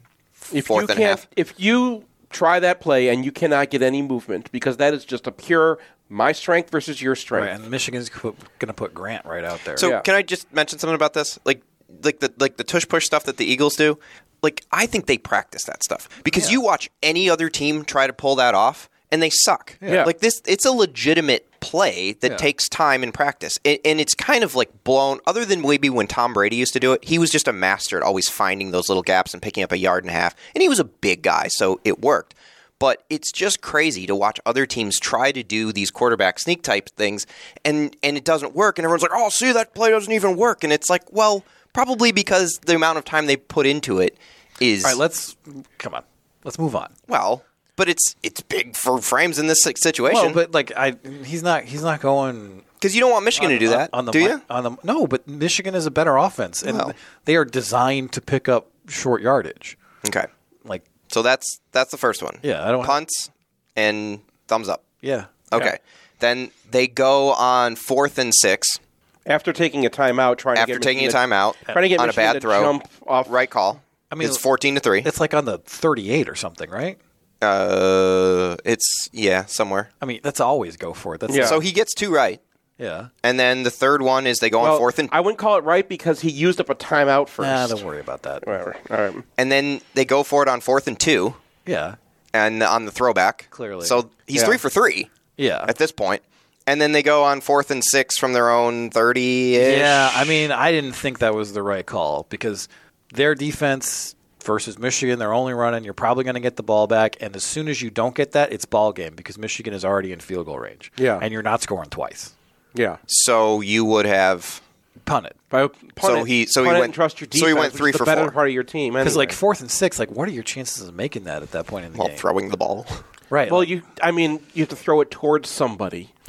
S3: If
S4: fourth
S3: you
S4: and a
S3: can't,
S4: half.
S3: if you try that play and you cannot get any movement because that is just a pure my strength versus your strength.
S2: Right, and Michigan's going to put Grant right out there.
S4: So can I just mention something about this? Like like the like the tush push stuff that the Eagles do? Like I think they practice that stuff because you watch any other team try to pull that off and they suck.
S3: Yeah.
S4: Like this it's a legitimate play that
S3: Yeah.
S4: takes time and practice. And, and it's kind of like blown other than maybe when Tom Brady used to do it, he was just a master at always finding those little gaps and picking up a yard and a half. And he was a big guy, so it worked. But it's just crazy to watch other teams try to do these quarterback sneak type things, and and it doesn't work. And everyone's like, "Oh, see, that play doesn't even work." And it's like, well, probably because the amount of time they put into it is.
S2: All right, let's come on. Let's move on.
S4: Well, but it's it's big for frames in this si-
S2: Well,
S4: situation.
S2: but like I, he's not he's not going
S4: because you don't want Michigan to do that,
S2: on the
S4: do
S2: mi-
S4: you?
S2: On the no, but Michigan is a better offense, and
S4: Well.
S2: they are designed to pick up short yardage.
S4: Okay,
S2: Like
S4: so that's that's the first one.
S2: Yeah, I don't-
S4: punts and thumbs up.
S2: yeah,
S4: Okay, then they go on fourth and six
S3: After taking a timeout, trying
S4: after
S3: to get
S4: taking a
S3: Michigan
S4: timeout
S3: to, trying to get
S4: on
S3: Michigan
S4: a
S3: to
S4: bad throw.
S3: jump off
S4: Right call.
S2: I mean,
S4: it's fourteen to three.
S2: it's like on the thirty-eight or something, right?
S4: Uh, it's yeah, somewhere.
S2: I mean, that's always go for it. That's
S4: So he gets two right,
S2: yeah.
S4: and then the third one is they go
S3: Well,
S4: on fourth and
S3: I wouldn't call it right because he used up a timeout first.
S2: Nah, don't worry about that.
S3: Whatever. All right.
S4: and then they go for it on fourth and two,
S2: Yeah,
S4: and on the throwback.
S2: Clearly.
S4: so he's
S3: Yeah.
S4: three for three
S2: yeah,
S4: at this point, and then they go on fourth and six from their own thirty. -ish.
S2: yeah. I mean, I didn't think that was the right call because their defense versus Michigan, they're only running. You're probably going to get the ball back, and as soon as you don't get that, it's ball game because Michigan is already in field goal range.
S3: Yeah.
S2: and you're not scoring twice.
S3: Yeah.
S4: So you would have
S2: Punt it.
S3: By, punt
S4: So
S3: it-
S4: he- so he
S3: punt it
S4: went-
S3: and trust your defense,
S4: so he went
S3: which is
S4: three
S3: the
S4: for
S3: better
S4: four.
S3: part of your team.
S2: Because
S3: anyway.
S2: like fourth and six, like what are your chances of making that at that point in the
S4: well
S2: game?
S4: throwing the ball.
S2: Right.
S3: well,
S2: like,
S3: you. I mean, you have to throw it towards somebody.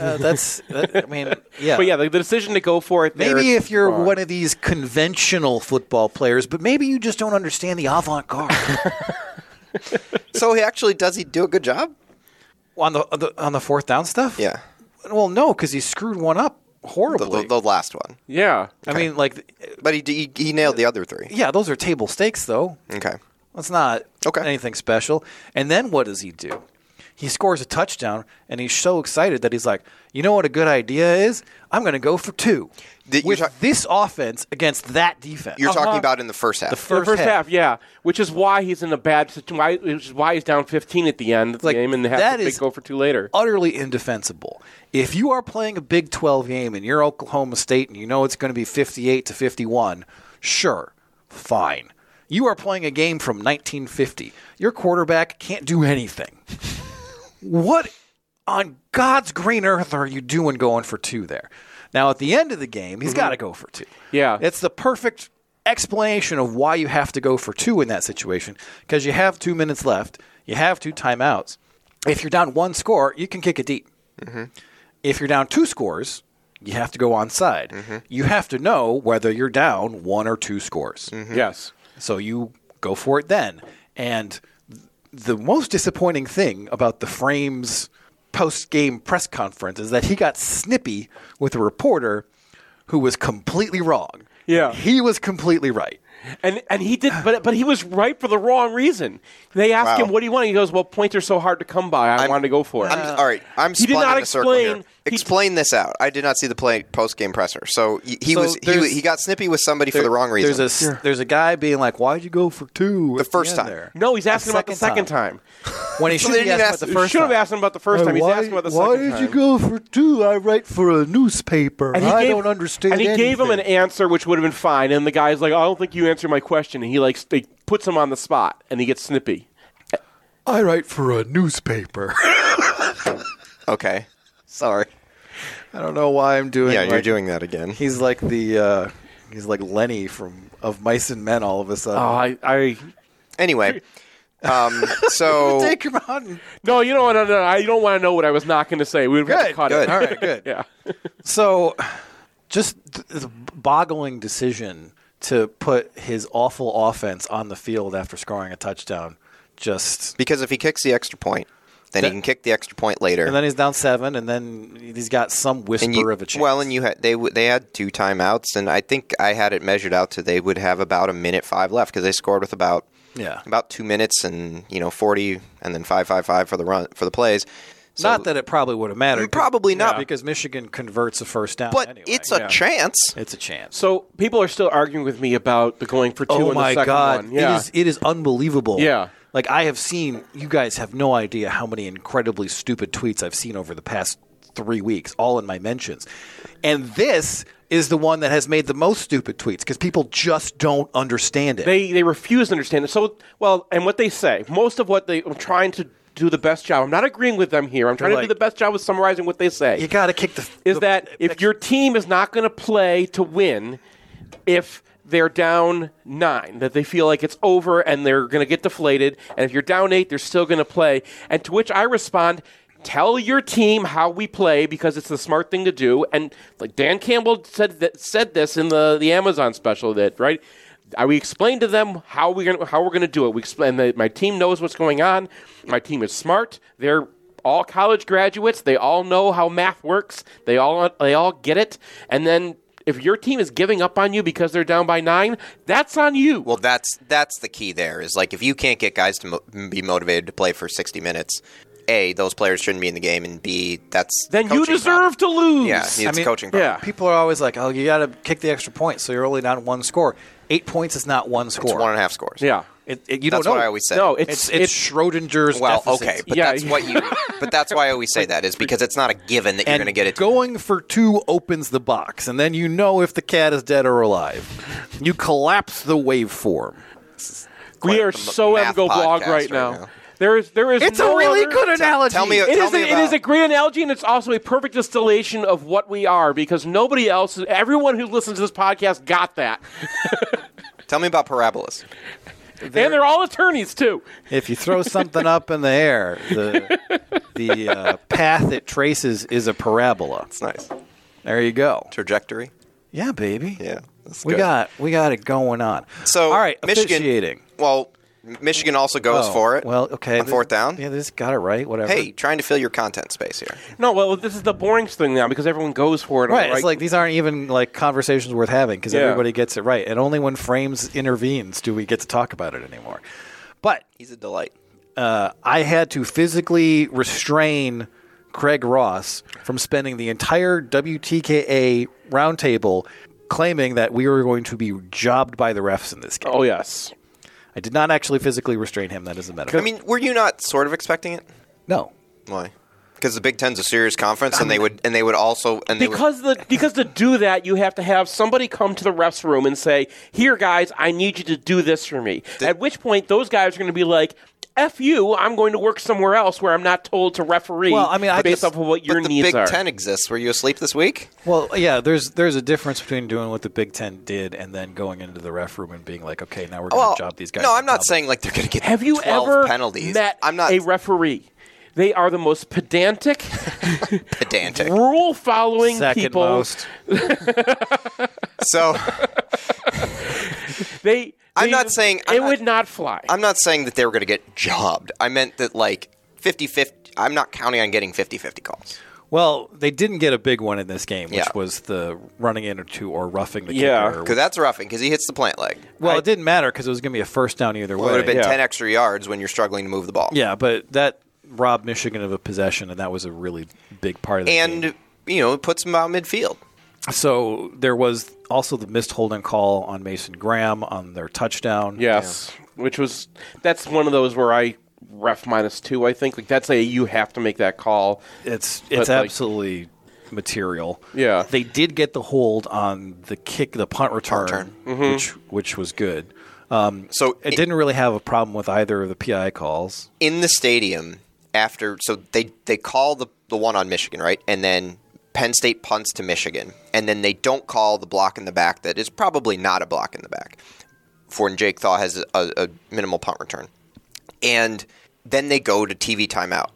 S2: uh, that's. that- I mean, yeah.
S3: But yeah, the, the decision to go for it. there
S2: Maybe
S3: is
S2: if you're
S3: wrong.
S2: one of these conventional football players, but maybe you just don't understand the avant garde.
S4: so he actually does he do a good job?
S2: on the, on the on the fourth down stuff.
S4: Yeah,
S2: Well, no, because he screwed one up
S4: the,
S2: horribly.
S4: the, the last one,
S3: Yeah.
S2: I mean, like,
S4: but he, he he nailed the other three.
S2: yeah, those are table stakes, though.
S4: Okay.
S2: That's not
S4: Okay.
S2: anything special. And then what does he do? He scores a touchdown, and he's so excited that he's like, you know what a good idea is? I'm going to go for two. With this offense against that defense. Uh-huh.
S4: You're talking about in the first half.
S2: The first, half.
S3: yeah, which is why he's in a bad situation. Which is why he's down 15 at the end of the game and they have
S2: that
S3: to
S2: is
S3: go for two later.
S2: utterly indefensible. If you are playing a Big 12 game and you're Oklahoma State and you know it's going to be 58 to 51, sure, fine. You are playing a game from 1950. Your quarterback can't do anything. what on God's green earth are you doing going for two there? Now, at the end of the game, he's got to go for two.
S3: Yeah.
S2: It's the perfect explanation of why you have to go for two in that situation because you have two minutes left, you have two timeouts. If you're down one score, you can kick it deep. If you're down two scores, you have to go onside. You have to know whether you're down one or two scores.
S3: Yes.
S2: So you go for it then. And th- the most disappointing thing about the Frames post game press conference is that he got snippy with a reporter who was completely wrong.
S3: Yeah.
S2: He was completely right.
S3: And and he did, but but he was right for the wrong reason. They asked
S4: Wow.
S3: him what do you want. He goes, well, points are so hard to come by. I wanted to go for it.
S4: I'm, all right, I'm
S3: He did
S4: spun
S3: not
S4: in a circle here.
S3: explain.
S4: Explain this out. I did not see the play post game presser, so he, he
S2: So
S4: was he,
S2: there's-
S4: wa- he got snippy with somebody for
S2: There-
S4: the wrong reason.
S2: There's a s- there's a guy being like, "Why'd you go for two The
S4: first time.
S3: No, he's asking about the second time.
S2: When he
S3: So
S2: should
S3: they
S2: have
S3: didn't
S2: asked
S3: ask-
S2: about the
S3: you
S2: first.
S3: should have
S2: time.
S3: asked him about the first Hey, time. He's why- asking about the why second did you time.
S2: go for two? I write for a newspaper.
S3: And he gave- And he gave him an answer which would have been fine. And the guy's like, I don't think you answered my question. And he like they puts him on the spot, and he gets snippy.
S2: I write for a newspaper.
S4: okay, sorry.
S2: I don't know why I'm doing.
S4: Yeah, you're
S2: like-
S4: doing that again.
S2: He's like the uh, he's like Lenny from of Mice and Men. All of a sudden,
S3: Oh, I
S4: Anyway, um, so
S2: take
S3: Oh.
S2: your mountain.
S3: No, you don't. No, no, no, I don't want to know what I was not going to say. We've got to
S2: Good,
S3: cut
S2: good.
S3: it.
S2: All right, good.
S3: yeah.
S2: So, just th- the boggling decision to put his awful offense on the field after scoring a touchdown. Just
S4: because if he kicks the extra point, then
S2: That-
S4: he can kick the extra point later.
S2: and then he's down seven, and then he's got some whisper
S4: and you,
S2: of a chance.
S4: well, and you had they w- they had two timeouts, and I think I had it measured out to they would have about a minute five left because they scored with about
S2: yeah.
S4: about two minutes and you know forty, and then five five five for the run for the plays. So-
S2: not that it probably would have mattered.
S4: Probably not.
S2: because Michigan converts a first down.
S4: but
S2: anyway.
S4: it's a
S3: yeah.
S4: chance.
S2: It's a chance.
S3: So people are still arguing with me about the going for two.
S2: Oh
S3: in the
S2: my
S3: second
S2: god,
S3: one. Yeah.
S2: it is it is unbelievable.
S3: Yeah.
S2: Like I have seen you guys have no idea how many incredibly stupid tweets I've seen over the past 3 weeks all in my mentions. And this is the one that has made the most stupid tweets cuz people just don't understand it.
S3: They they refuse to understand it. So well, and what they say, most of what they I'm trying to do the best job. I'm not agreeing with them here. I'm trying to
S2: like-
S3: do the best job with summarizing what they say.
S2: you got to kick the
S3: is that if your team is not going to play to win, if they're down nine, that they feel like it's over and they're going to get deflated, and if you're down eight, they're still going to play. And to which I respond, tell your team how we play because it's the smart thing to do. And like Dan Campbell said, that, said this in the the Amazon special that right. I, we explained to them how we're gonna, how we're going to do it. We explained that my team knows what's going on. My team is smart. They're all college graduates. They all know how math works. They all they all get it. And then if your team is giving up on you because they're down by nine, that's on you.
S4: Well, that's that's the key. There is like if you can't get guys to mo- be motivated to play for sixty minutes, a those players shouldn't be in the game, and b that's
S3: then you
S4: coaching problem.
S3: deserve to lose.
S4: Yeah, it's a coaching problem.
S3: yeah.
S2: People are always like, "Oh, you got to kick the extra point, so you're only down one score." Eight points is not one score.
S4: It's one and a half scores.
S3: Yeah.
S2: It, it, you
S4: That's
S2: don't know.
S4: what I always say.
S3: No,
S2: It's
S3: it's
S2: it's, Schrodinger's.
S4: well,
S2: deficit.
S4: okay, but
S3: Yeah,
S4: that's
S3: yeah.
S4: what you. But that's why I always say that is because it's not a given that you're
S2: And
S4: going to get it.
S2: Going for two opens the box, and then you know if the cat is dead or alive. You collapse the waveform.
S3: we are
S4: a
S3: so
S4: math
S3: MGO blog
S4: podcast
S3: right,
S4: right
S3: now.
S4: now.
S3: There is there is
S2: It's
S3: no
S2: a really
S3: other-
S2: good analogy.
S4: tell me-
S3: It is, a,
S4: about-
S3: it is a great analogy, and it's also a perfect distillation of what we are because nobody else, everyone who listens to this podcast, got that.
S4: Tell me about parabolas.
S3: and they're all attorneys, too.
S2: if you throw something up in the air, the the uh, path it traces is a parabola.
S4: It's nice
S2: There you go.
S4: trajectory.
S2: Yeah, baby.
S4: Yeah, that's
S2: We
S4: good.
S2: got we got it going on.
S4: so
S2: all right,
S4: Michigan.
S2: officiating.
S4: Well, Michigan also goes
S2: Oh,
S4: for it.
S2: Well, okay.
S4: on fourth down.
S2: Yeah, they just got it right. Whatever.
S4: Hey, trying to fill your content space here.
S3: No, well, this is the boring thing now because everyone goes for it. on
S2: Right,
S3: the
S2: it's like these aren't even like conversations worth having because
S3: Yeah.
S2: everybody gets it right, and only when Frames intervenes do we get to talk about it anymore. But
S4: He's a delight.
S2: uh, I had to physically restrain Craig Ross from spending the entire WTKA roundtable claiming that we were going to be jobbed by the refs in this game. Oh
S3: yes,
S2: I did not actually physically restrain him. That is a metaphor.
S4: I mean, were you not sort of expecting it?
S2: No.
S4: Why? Because the Big Ten's a serious conference, and they would and they would also and they
S3: because the because to do that you have to have somebody come to the refs room and say, "Here, guys, I need you to do this for me." At which point, those guys are going to be like. F you! I'm going to work somewhere else where I'm not told to referee. based off of what your
S4: but the
S3: needs
S4: Big
S3: are.
S4: Ten exists. Were you asleep this week?
S2: Well, yeah, there's there's a difference between doing what the Big Ten did and then going into the ref room and being like, okay, now we're going to
S4: Well,
S2: job these guys.
S4: No, I'm not saying like they're going to get.
S3: Have you
S4: 12
S3: ever
S4: penalties?
S3: met
S4: I'm not
S3: a referee? They are the most pedantic,
S4: pedantic,
S3: rule following
S4: Second
S3: people.
S4: most. so
S3: they.
S4: I'm not saying
S3: it would not fly.
S4: I'm not saying that they were going to get jobbed. I meant that like 50-50. I'm not counting on getting 50-50 calls.
S2: Well, they didn't get a big one in this game, which
S4: Yeah.
S2: was the running into or roughing the kicker.
S4: because that's roughing because he hits the plant leg.
S2: well, it didn't matter because it was going to be a first down either
S4: Well,
S2: way.
S4: it would have been ten extra yards when you're struggling to move the ball.
S2: Yeah, but that robbed Michigan of a possession, and that was a really big part of the
S4: and you know it puts him out midfield.
S2: So there was also the missed holding call on Mason Graham on their touchdown.
S3: Yes, which was that's one of those where I ref minus two. I think like that's a you have to make that call.
S2: It's
S3: But,
S2: it's
S3: like,
S2: absolutely material.
S3: Yeah.
S2: they did get the hold on the kick, the punt return,
S3: Mhm.
S2: which which was good. Um,
S4: so
S2: it, didn't really have a problem with either of the PI calls.
S4: in the stadium after so they they call the the one on Michigan, right? And then Penn State punts to Michigan, and then they don't call the block in the back that is probably not a block in the back. For and Jake Thaw has a, a minimal punt return, and then they go to TV timeout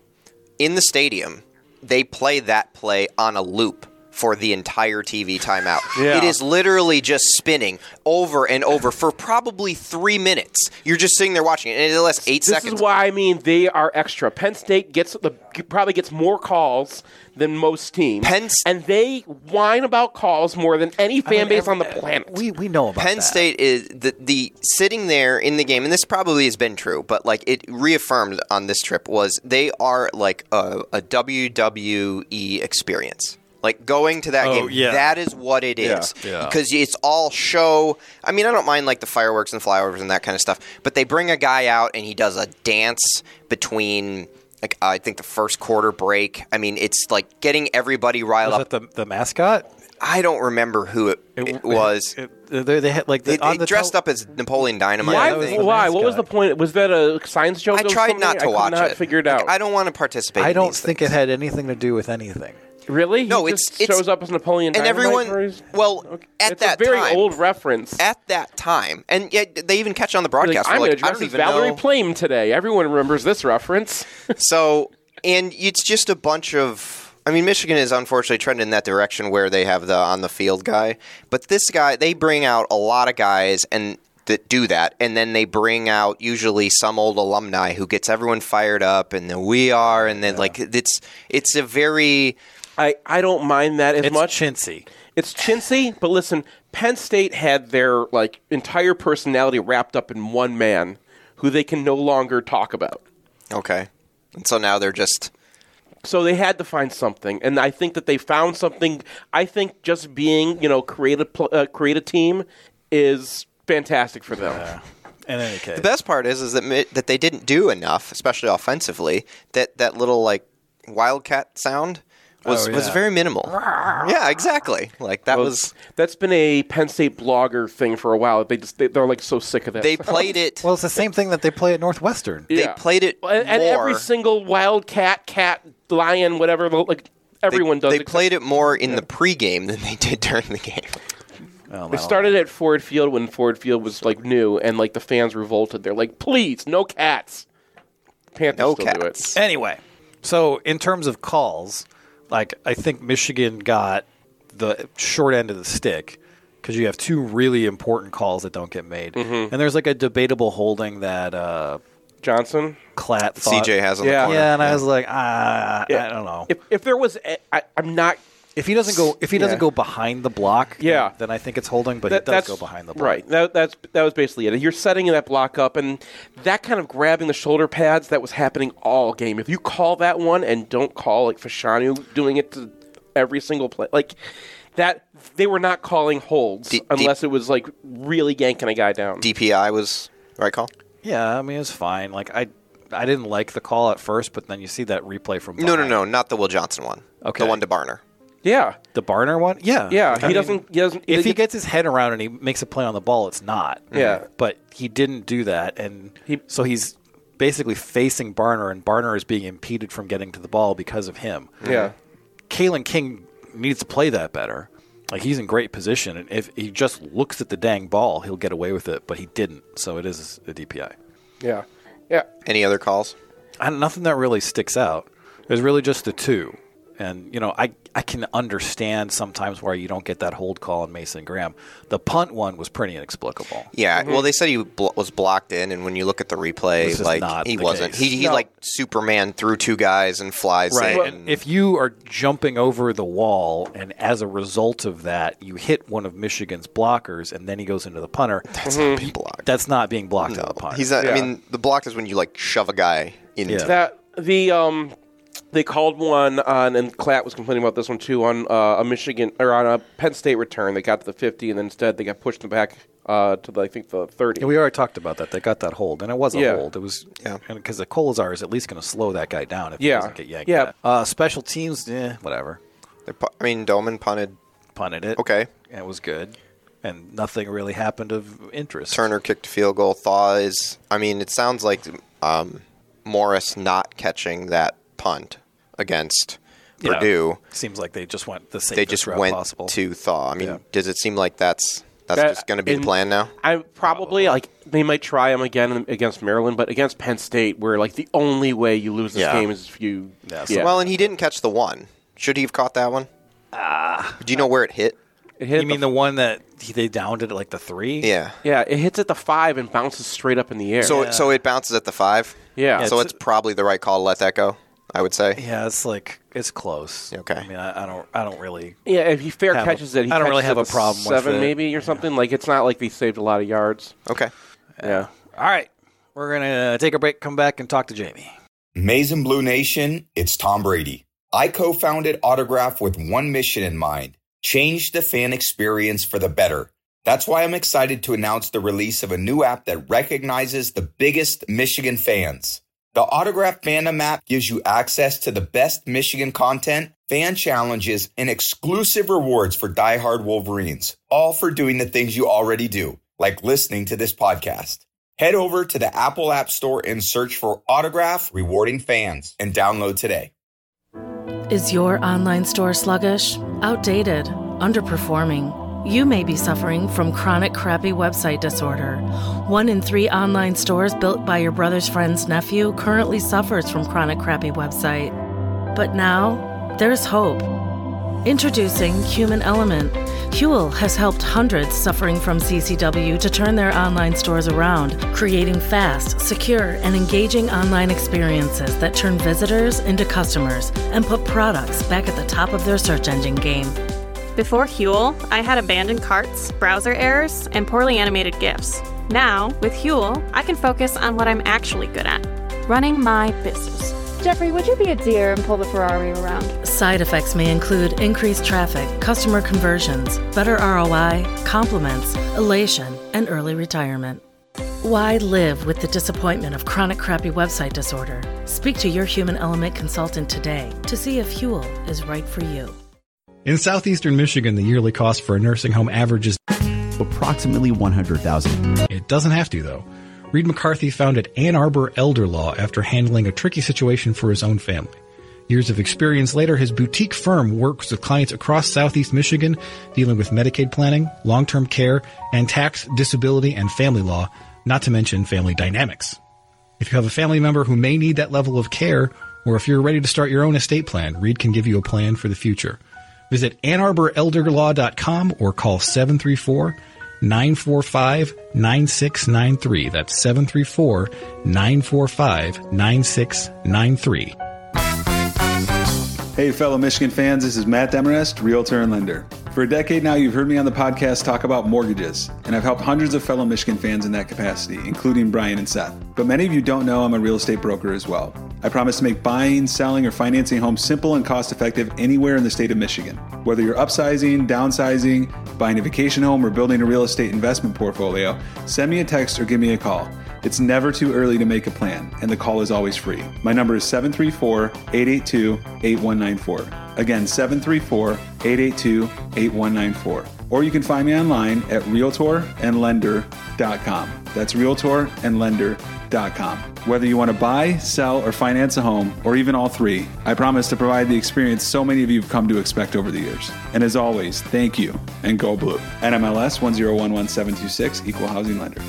S4: in the stadium. They play that play on a loop for the entire TV timeout.
S8: Yeah.
S4: It is literally just spinning over and over for probably three minutes. You're just sitting there watching it, and it lasts eight
S3: this
S4: seconds.
S3: is why I mean they are extra. Penn State gets the probably gets more calls than most teams, and they whine about calls more than any fan base on the planet.
S2: We we know about
S4: Penn State is the the sitting there in the game, and this probably has been true, but like it reaffirmed on this trip was they are like a, a WWE experience. Like going to that
S2: Oh,
S4: game,
S2: yeah.
S4: that is what it
S2: Yeah,
S4: is.
S2: yeah.
S4: Because it's all show. I mean, I don't mind like the fireworks and flyovers and that kind of stuff, but they bring a guy out and he does a dance between. Like, I think the first quarter break. I mean, it's like getting everybody riled
S2: Was
S4: up.
S2: that the the mascot?
S4: I don't remember who it, it was.
S2: they, they had like
S4: they, dressed up as Napoleon Dynamite. I
S3: why?
S4: think.
S3: why? What was the point? Was that a science joke?
S4: I
S3: that was
S4: tried
S3: coming?
S4: not
S3: I
S4: to
S3: could
S4: watch
S3: not
S4: it.
S3: Figure it
S4: Like,
S3: out.
S4: I don't want to participate.
S2: I
S4: in
S2: don't
S4: these
S2: think it had anything to do with anything.
S3: Really?
S4: No,
S3: He
S4: it's-
S3: just
S4: it's-
S3: shows up as Napoleon.
S4: and
S3: Dynamite
S4: everyone-
S3: for his-
S4: well, at
S3: it's
S4: that
S3: a very
S4: time-
S3: old reference.
S4: At that time, and yet they even catch it on the broadcast.
S3: I'm
S4: We're
S3: going
S4: like,
S3: to
S4: I
S3: dress
S4: don't
S3: as
S4: even
S3: Valerie
S4: know.
S3: Plame today. Everyone remembers this reference.
S4: so, and it's just a bunch of. I mean, Michigan is unfortunately trending in that direction where they have the on the field guy, but this guy they bring out a lot of guys and that do that, and then they bring out usually some old alumni who gets everyone fired up, and then we are, and then like it's it's a very.
S3: I, I don't mind that as much.
S2: chintzy.
S3: It's chintzy, but listen, Penn State had their like entire personality wrapped up in one man, who they can no longer talk about.
S4: Okay, and so now they're just.
S3: So they had to find something, and I think that they found something. I think just being you know create a pl- uh, create a team is fantastic for them.
S2: In any case,
S4: The best part is is that mi- that they didn't do enough, especially offensively. That that little like wildcat sound was
S3: Oh,
S4: was
S3: yeah.
S4: very minimal.
S2: Ah.
S4: yeah, exactly. Like that
S3: Well,
S4: was
S3: that's been a Penn State blogger thing for a while. They just they, they're like so sick of that.
S4: They played it.
S2: Well, it's the same thing that they play at Northwestern.
S3: Yeah.
S4: played it
S3: Well, and, and every
S4: more-
S3: single wildcat, cat, lion, whatever, like everyone does.
S4: they played it more in the pregame than they did during the game.
S2: Oh,
S4: Um,
S3: They started at Ford Field when Ford Field was like new, and like the fans revolted. They're like, "Please, no cats." Panthers still do it.
S2: Anyway, so in terms of calls, like I think Michigan got the short end of the stick because you have two really important calls that don't get made,
S4: Mm-hmm.
S2: and there's like a debatable holding that uh,
S3: Johnson
S2: Clatt thought,
S4: CJ has on the
S2: yeah,
S4: corner.
S2: yeah, and I
S4: Yeah.
S2: was like, ah,
S3: Yeah.
S2: I don't know.
S3: If, if there was, a- I, I'm not
S2: If he doesn't go, if he doesn't
S3: Yeah.
S2: go behind the block,
S3: Yeah.
S2: then I think it's holding. But
S3: That-
S2: it does
S3: that's-
S2: go behind the block.
S3: Right. That, that's that was basically it. You're setting that block up, and that kind of grabbing the shoulder pads that was happening all game. If you call that one and don't call like Fashanu doing it to every single play, like that, they were not calling holds unless it was like really yanking a guy down.
S4: DPI was right call.
S2: Yeah, I mean it's fine. Like I, I didn't like the call at first, but then you see that replay from
S4: No, no, no, not the Will Johnson one.
S2: Okay.
S4: The one to Barner.
S3: Yeah.
S2: The Barner one? Yeah.
S4: Yeah, he
S2: mean,
S4: doesn't- he doesn't-
S2: If he gets his head around and he makes a play on the ball, it's not.
S3: Yeah.
S2: But he didn't do that, and so he's basically facing Barner, and Barner is being impeded from getting to the ball because of him.
S3: Yeah.
S2: Kalen King needs to play that better. Like he's in great position, and if he just looks at the dang ball, he'll get away with it. But he didn't, so it is a DPI.
S3: Yeah. Yeah.
S4: Any other calls?
S2: I, nothing that really sticks out. There's really just the two. And, you know, I, I can understand sometimes why you don't get that hold call on Mason Graham. The punt one was pretty inexplicable.
S4: Yeah,
S3: Mm-hmm.
S2: Mhm.
S4: well, they said he blo- was blocked in, and when you look at the replay,
S2: This is not
S4: like he
S2: the
S4: wasn't.
S2: case.
S4: He, he
S2: No.
S4: like Superman through two guys and flies
S2: Right.
S4: in.
S2: and if you are jumping over the wall, and as a result of that, you hit one of Michigan's blockers, and then he goes into the punter. That's
S4: not being blocked.
S2: That's not being blocked on the punter.
S4: He's not, I mean, the block is when you like shove a guy into.
S3: That the um they called one on and Klatt was complaining about this one too on uh, a Michigan or on a Penn State return. They got to the fifty and then instead they got pushed in the back uh, to the, I think the thirty.
S2: And we already talked about that. They got that hold, and it was a
S3: Yeah.
S2: hold. It was because the Colazar is at least going to slow that guy down if he
S3: Yeah.
S2: doesn't get yanked.
S3: Yeah.
S2: back. Uh, special teams, eh, whatever.
S4: I mean, Dolman punted,
S2: punted it.
S4: Okay,
S2: and it was good, and nothing really happened of interest.
S4: Turner kicked a field goal. Thaw is. I mean, it sounds like um, Morris not catching that punt against
S2: Yeah.
S4: Purdue.
S2: Seems like they just went the safest
S4: They just
S2: route
S4: went
S2: possible.
S4: to Thaw. I mean,
S2: Yeah.
S4: does it seem like that's that's
S3: That-
S4: just going to be the
S3: and
S4: plan now?
S3: I probably like they might try him again against Maryland, but against Penn State, where like the only way you lose this
S4: Yeah.
S3: game is if you yeah.
S4: Well, and he didn't catch the one. Should he have caught that one? Ah. Do you know where it hit?
S3: It hit
S2: you mean the, one that he, they downed it at like the three?
S4: Yeah.
S3: yeah, it hits at the five and bounces straight up in the air.
S4: So so it bounces at the five.
S3: Yeah. Yeah,
S4: So
S3: it's-
S4: it's, probably the right call to let that go. I would say.
S2: Yeah, it's like it's close.
S4: Okay.
S2: I mean, I, I don't, I don't really.
S3: Yeah, if he fair
S2: have a-
S3: catches it, he
S2: I don't really
S3: catches
S2: have
S3: it
S2: a
S3: to
S2: problem
S3: seven
S2: with it.
S3: maybe or something. Like it's not like they saved a lot of yards.
S4: Okay.
S3: Yeah.
S2: All right, we're gonna uh, take a break, come back, and talk to Jamie.
S13: Maize and Blue Nation, it's Tom Brady. I co founded Autograph with one mission in mind change the fan experience for the better. That's why I'm excited to announce the release of a new app that recognizes the biggest Michigan fans. The Autograph Fandom app gives you access to the best Michigan content, fan challenges, and exclusive rewards for diehard Wolverines, all for doing the things you already do, like listening to this podcast. Head over to the Apple App Store and search for Autograph Rewarding Fans and download today.
S14: Is your online store sluggish, outdated, underperforming? You may be suffering from chronic crappy website disorder. One in three online stores built by your brother's friend's nephew currently suffers from chronic crappy website. But now, there's hope. Introducing Human Element. Huel has helped hundreds suffering from CCW to turn their online stores around, creating fast, secure, and engaging online experiences that turn visitors into customers and put products back at the top of their search engine game.
S15: Before Huel, I had abandoned carts, browser errors, and poorly animated GIFs. Now, with Huel, I can focus on what I'm actually good at running my business.
S16: Jeffrey, would you be a deer and pull the Ferrari around?
S14: Side effects may include increased traffic, customer conversions, better ROI, compliments, elation, and early retirement. Why live with the disappointment of chronic crappy website disorder? Speak to your human element consultant today to see if Huel is right for you.
S17: In southeastern Michigan, the yearly cost for a nursing home averages approximately 100,000. It doesn't have to though. Reed McCarthy founded Ann Arbor Elder Law after handling a tricky situation for his own family. Years of experience later, his boutique firm works with clients across southeast Michigan dealing with Medicaid planning, long-term care, and tax, disability, and family law, not to mention family dynamics. If you have a family member who may need that level of care, or if you're ready to start your own estate plan, Reed can give you a plan for the future. Visit AnnArborElderLaw.com or call 734 945 9693. That's 734 945 9693. Hey, fellow Michigan fans, this is Matt Demarest, realtor and lender. For a decade now, you've heard me on the podcast talk about mortgages, and I've helped hundreds of fellow Michigan fans in that capacity, including Brian and Seth. But many of you don't know I'm a real estate broker as well. I promise to make buying, selling, or financing homes simple and cost effective anywhere in the state of Michigan. Whether you're upsizing, downsizing, buying a vacation home, or building a real estate investment portfolio, send me a text or give me a call. It's never too early to make a plan, and the call is always free. My number is 734 882 8194. Again, 734 882 8194. Or you can find me online at realtorandlender.com. That's realtorandlender.com. Whether you want to buy, sell, or finance a home, or even all three, I promise to provide the experience so many of you have come to expect over the years. And as always, thank you and go blue. NMLS 1011726, Equal Housing Lender.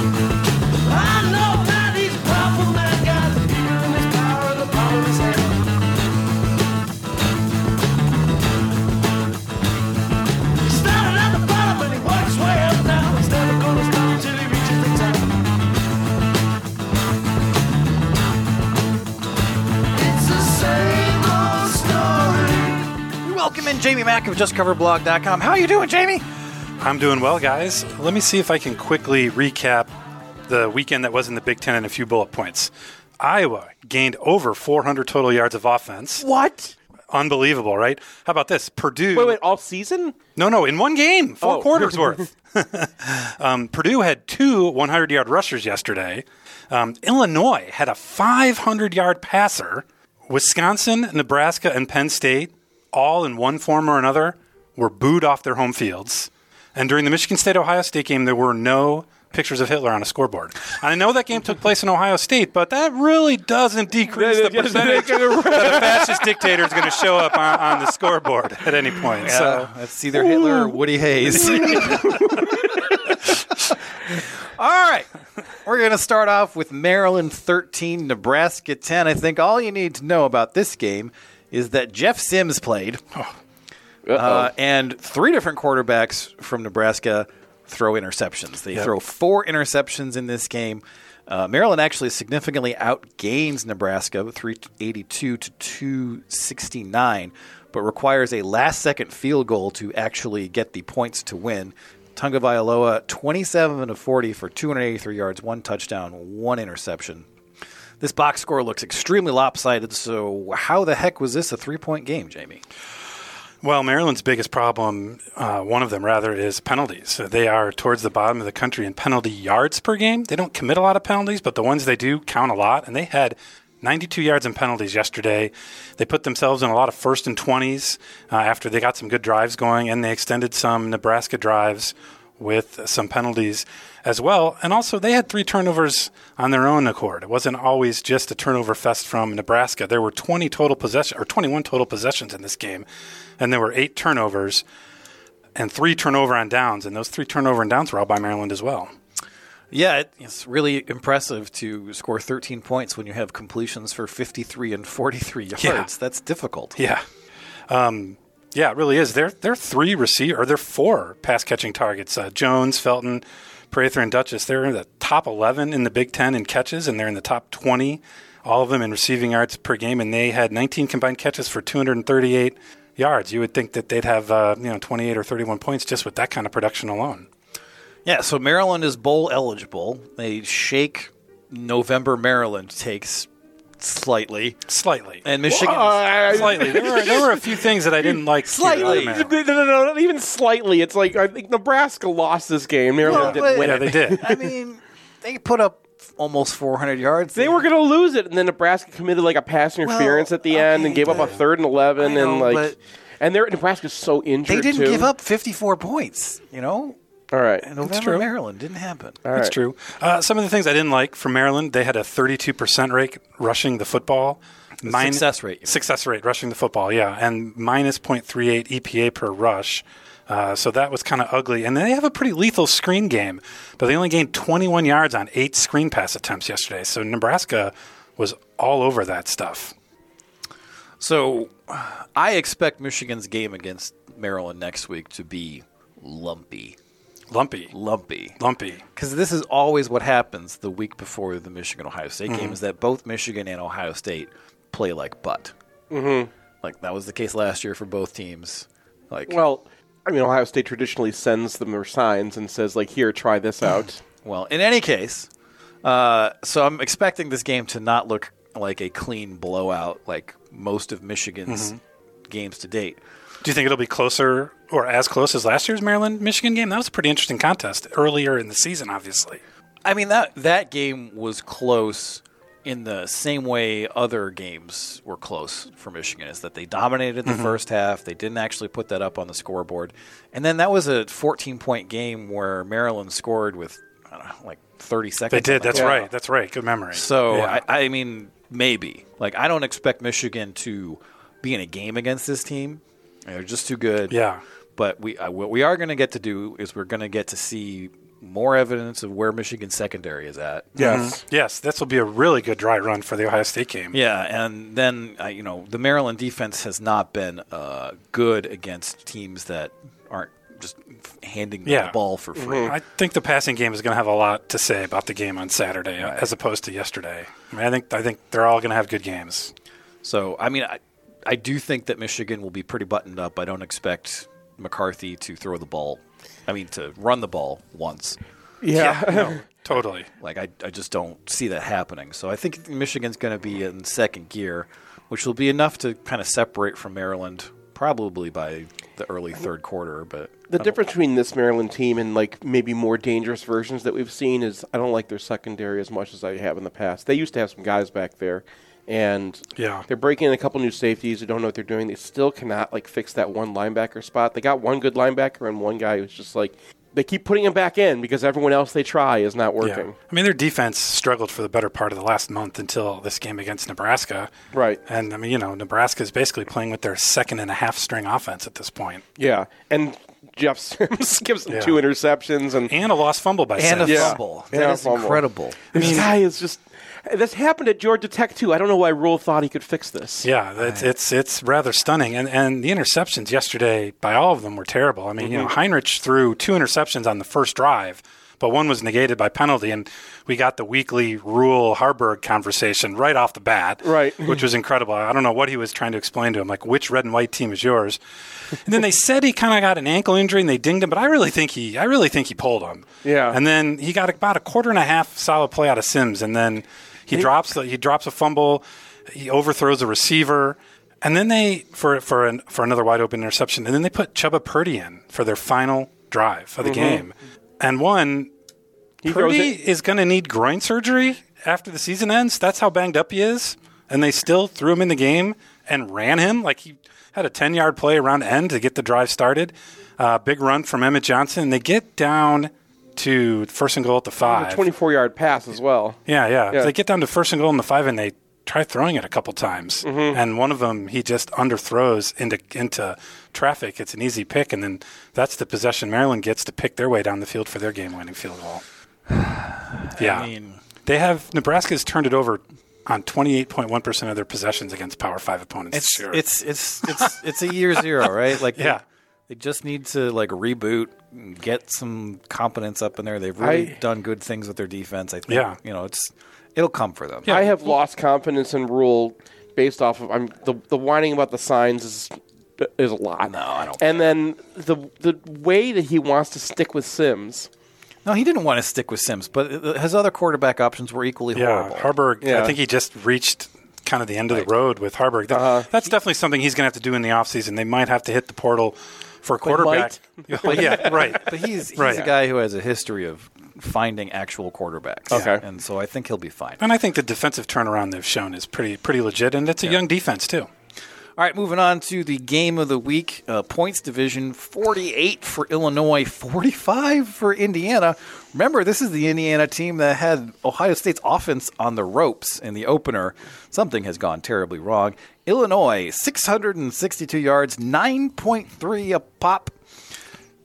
S8: I know that he's a powerful man, got the fear in his power, the power in his hand. He started at the bottom and he worked his way up now. He's never gonna stop until he reaches the top. It's the same old story.
S2: We welcome in Jamie Mack of JustCoverBlog.com. How you doing, Jamie?
S18: I'm doing well, guys. Let me see if I can quickly recap the weekend that was in the Big Ten in a few bullet points. Iowa gained over 400 total yards of offense.
S19: What?
S18: Unbelievable, right? How about this? Purdue.
S19: Wait, wait, all season?
S18: No, no, in one game, four
S19: Oh.
S18: quarters worth. um, Purdue had two 100 yard rushers yesterday. Um, Illinois had a 500 yard passer. Wisconsin, Nebraska, and Penn State, all in one form or another, were booed off their home fields. And during the Michigan State Ohio State game, there were no pictures of Hitler on a scoreboard. I know that game took place in Ohio State, but that really doesn't decrease the percentage that a fascist dictator is going to show up on, on the scoreboard at any point. so
S2: it's either Hitler or Woody Hayes. All right. We're going to start off with Maryland 13, Nebraska 10. I think all you need to know about this game is that Jeff Sims played. Uh, and three different quarterbacks from Nebraska throw interceptions. They
S18: Yep.
S2: throw four interceptions in this game. Uh, Maryland actually significantly outgains Nebraska with 382 to 269, but requires a last second field goal to actually get the points to win. Tunga Vailoa, 27 to 40 for 283 yards, one touchdown, one interception. This box score looks extremely lopsided, so how the heck was this a three point game, Jamie?
S18: Well, Maryland's biggest problem, uh, one of them rather, is penalties. So They are towards the bottom of the country in penalty yards per game. They don't commit a lot of penalties, but the ones they do count a lot. And they had 92 yards in penalties yesterday. They put themselves in a lot of first and 20s uh, after they got some good drives going, and they extended some Nebraska drives with some penalties as well. And also, they had three turnovers on their own accord. It wasn't always just a turnover fest from Nebraska. There were 20 total possessions, or 21 total possessions in this game, and there were eight turnovers and three turnover on downs. And those three turnover and downs were all by Maryland as well.
S2: Yeah, it- it's really impressive to score 13 points when you have completions for 53 and 43 yards.
S18: Yeah.
S2: That's difficult.
S18: Yeah. Um, yeah, it really is. They're, they're three receiver, or they're four pass catching targets uh, Jones, Felton, Prather, and Duchess. They're in the top 11 in the Big Ten in catches, and they're in the top 20, all of them in receiving yards per game. And they had 19 combined catches for 238 yards. You would think that they'd have uh, you know 28 or 31 points just with that kind of production alone.
S2: Yeah, so Maryland is bowl eligible. They shake November Maryland takes slightly.
S18: Slightly.
S2: And Michigan
S3: Why?
S18: Slightly. There were, there were a few things that I didn't like. here about
S3: Slightly. No,
S18: Maryland.
S3: no, no, not even slightly. It's like I think Nebraska lost this game. Maryland
S2: Well, but-
S3: didn't win
S2: Yeah,
S3: it.
S2: they did. I mean, they put up almost 400 yards.
S3: They were going to lose it, and then Nebraska committed like a pass interference at the end and gave up a third and eleven,
S2: I know,
S3: and like,
S2: but-
S3: and they're Nebraska's so injured.
S2: They didn't
S3: too.
S2: give up 54 points, you know?
S3: All right.
S2: November,
S18: true.
S2: Maryland didn't happen.
S18: That's true. Uh, some of the things I didn't like from Maryland, they had a 32% rate rushing the football.
S2: The success rate, you mean.
S18: Success rate rushing the football, yeah. And minus 0.38 EPA E per rush. Uh, so that was kind of ugly. And they have a pretty lethal screen game, but they only gained 21 yards on eight screen pass attempts yesterday. So Nebraska was all over that stuff.
S2: So I expect Michigan's game against Maryland next week to be lumpy.
S18: Lumpy.
S2: Lumpy.
S18: Lumpy.
S2: Because this is always what happens the week before the Michigan Ohio State game
S18: Mhm.
S2: is that both Michigan and Ohio State play like butt.
S3: Mm-hmm.
S2: Like that was the case last year for both teams. Like
S3: well, I mean, Ohio State traditionally sends them their signs and says like, "Here, try this out."
S2: well, in any case, uh, so I'm expecting this game to not look like a clean blowout like most of Michigan's
S18: Mhm.
S2: games to date.
S18: Do you think it'll be closer or as close as last year's Maryland Michigan game? That was a pretty interesting contest earlier in the season, obviously.
S2: I mean that that game was close in the same way other games were close for Michigan is that they dominated the
S18: Mhm.
S2: first half. They didn't actually put that up on the scoreboard. And then that was a 14 point game where Maryland scored with I don't know, like 30 seconds.
S18: They
S2: on
S18: did.
S2: the
S18: That's
S2: clock.
S18: right. That's right. Good memory.
S2: So
S18: Yeah.
S2: I, I mean, maybe. Like I don't expect Michigan to be in a game against this team. They're just too good.
S18: Yeah.
S2: But we uh, what we are going to get to do is we're going to get to see more evidence of where Michigan's secondary is at.
S18: Mhm. Yes, this will be a really good dry run for the Ohio State game.
S2: Yeah, and then uh, you know the Maryland defense has not been uh, good against teams that aren't just f- handing them the ball for free.
S3: Mm-hmm.
S18: Mhm. I think the passing game is going to have a lot to say about the game on Saturday uh, as opposed to yesterday. I mean, I think I think they're all going to have good games.
S2: So, I mean, I, I do think that Michigan will be pretty buttoned up. I don't expect McCarthy to throw the ball. I mean, to run the ball once.
S3: Yeah.
S2: no,
S18: totally.
S2: Like, I, I just don't see that happening. So, I think Michigan's going to be in second gear, which will be enough to kind of separate from Maryland probably by the early third quarter. But
S3: The difference between this Maryland team and like maybe more dangerous versions that we've seen is I don't like their secondary as much as I have in the past. They used to have some guys back there, and
S18: Yeah.
S3: they're breaking in a couple new safeties who don't know what they're doing. They still cannot like fix that one linebacker spot. They got one good linebacker and one guy who's just like they keep putting him back in because everyone else they try is not working.
S18: I mean, their defense struggled for the better part of the last month until this game against Nebraska.
S3: Right.
S18: And I mean, you know, Nebraska is basically playing with their second and a half string offense at this point.
S3: Yeah, and Jeff Sims gives them
S18: Yeah.
S3: two interceptions and
S18: and a lost fumble by
S3: Sims.
S18: Sims.
S3: yeah.
S2: That
S3: Yeah,
S2: is
S3: fumble.
S2: incredible.
S3: This guy is just. This happened at Georgia Tech too. I don't know why Rule thought he could fix this.
S18: Yeah, it's it's, it's rather stunning. And and the interceptions yesterday by all of them were terrible. I mean, you know,
S3: Mhm.
S18: Heinrich threw two interceptions on the first drive, but one was negated by penalty, and we got the weekly Rule Harburg conversation right off the bat, right? Which was incredible. I don't know what he was trying to explain to him, like which red and white team is yours. And then they said he kind of got an ankle injury and they dinged him, but I really think he I really think he pulled him.
S3: Yeah.
S18: And then he got about a quarter and a half solid play out of Sims, and then he drops the, he drops a fumble, he overthrows a receiver, and then they for for an, for another wide open interception, and then they put Chuba Purdy in for their final drive of the
S3: Mhm.
S18: game, and one
S3: He throws
S18: Purdy
S3: it-
S18: is going to need groin surgery after the season ends. That's how banged up he is, and they still threw him in the game and ran him like he had a ten yard play around end to get the drive started. Uh, big run from Emmett Johnson, and they get down to first and goal at the
S3: A
S18: five.
S3: twenty-four yard pass as well.
S18: Yeah, yeah.
S3: Yeah.
S18: They get down to first and goal in the five, and they try throwing it a couple times. And one of them, he just underthrows into into traffic. It's an easy pick, and then that's the possession Maryland gets to pick their way down the field for their game-winning field goal. Yeah, they have Nebraska's turned it over on twenty-eight point one percent of their possessions against Power Five opponents.
S2: It's
S18: this year.
S2: it's it's it's it's a year zero, right? Like
S18: Yeah.
S2: they, they just need to like reboot, and get some competence up in there. They've really
S3: I-
S2: done good things with their defense. I think.
S3: Yeah.
S2: you know it's it'll come for them.
S3: I have lost confidence in Rule based off of I'm the the whining about the signs is is a lot. No, I don't. And then the the way that he wants to stick with Sims.
S2: No, he didn't want to stick with Sims, but his other quarterback options were equally
S18: yeah,
S2: horrible.
S18: Harburg. I
S2: Yeah.
S18: think he just reached kind of the end of the road with Harburg. That-
S2: Uh-huh.
S18: that's definitely something he's going to have to do in the offseason. They might have to hit the portal for a quarterback.
S2: But-
S18: yeah, right.
S2: But he's he's
S18: right.
S2: a guy who has a history of finding actual quarterbacks.
S18: Okay.
S2: and so I think he'll be fine.
S18: And I think the defensive turnaround they've shown is pretty pretty legit, and it's a young defense too.
S2: All right, moving on to the game of the week. Uh, points division 48 for Illinois, 45 for Indiana. Remember, this is the Indiana team that had Ohio State's offense on the ropes in the opener. Something has gone terribly wrong. Illinois, 662 yards, 9.3 a pop.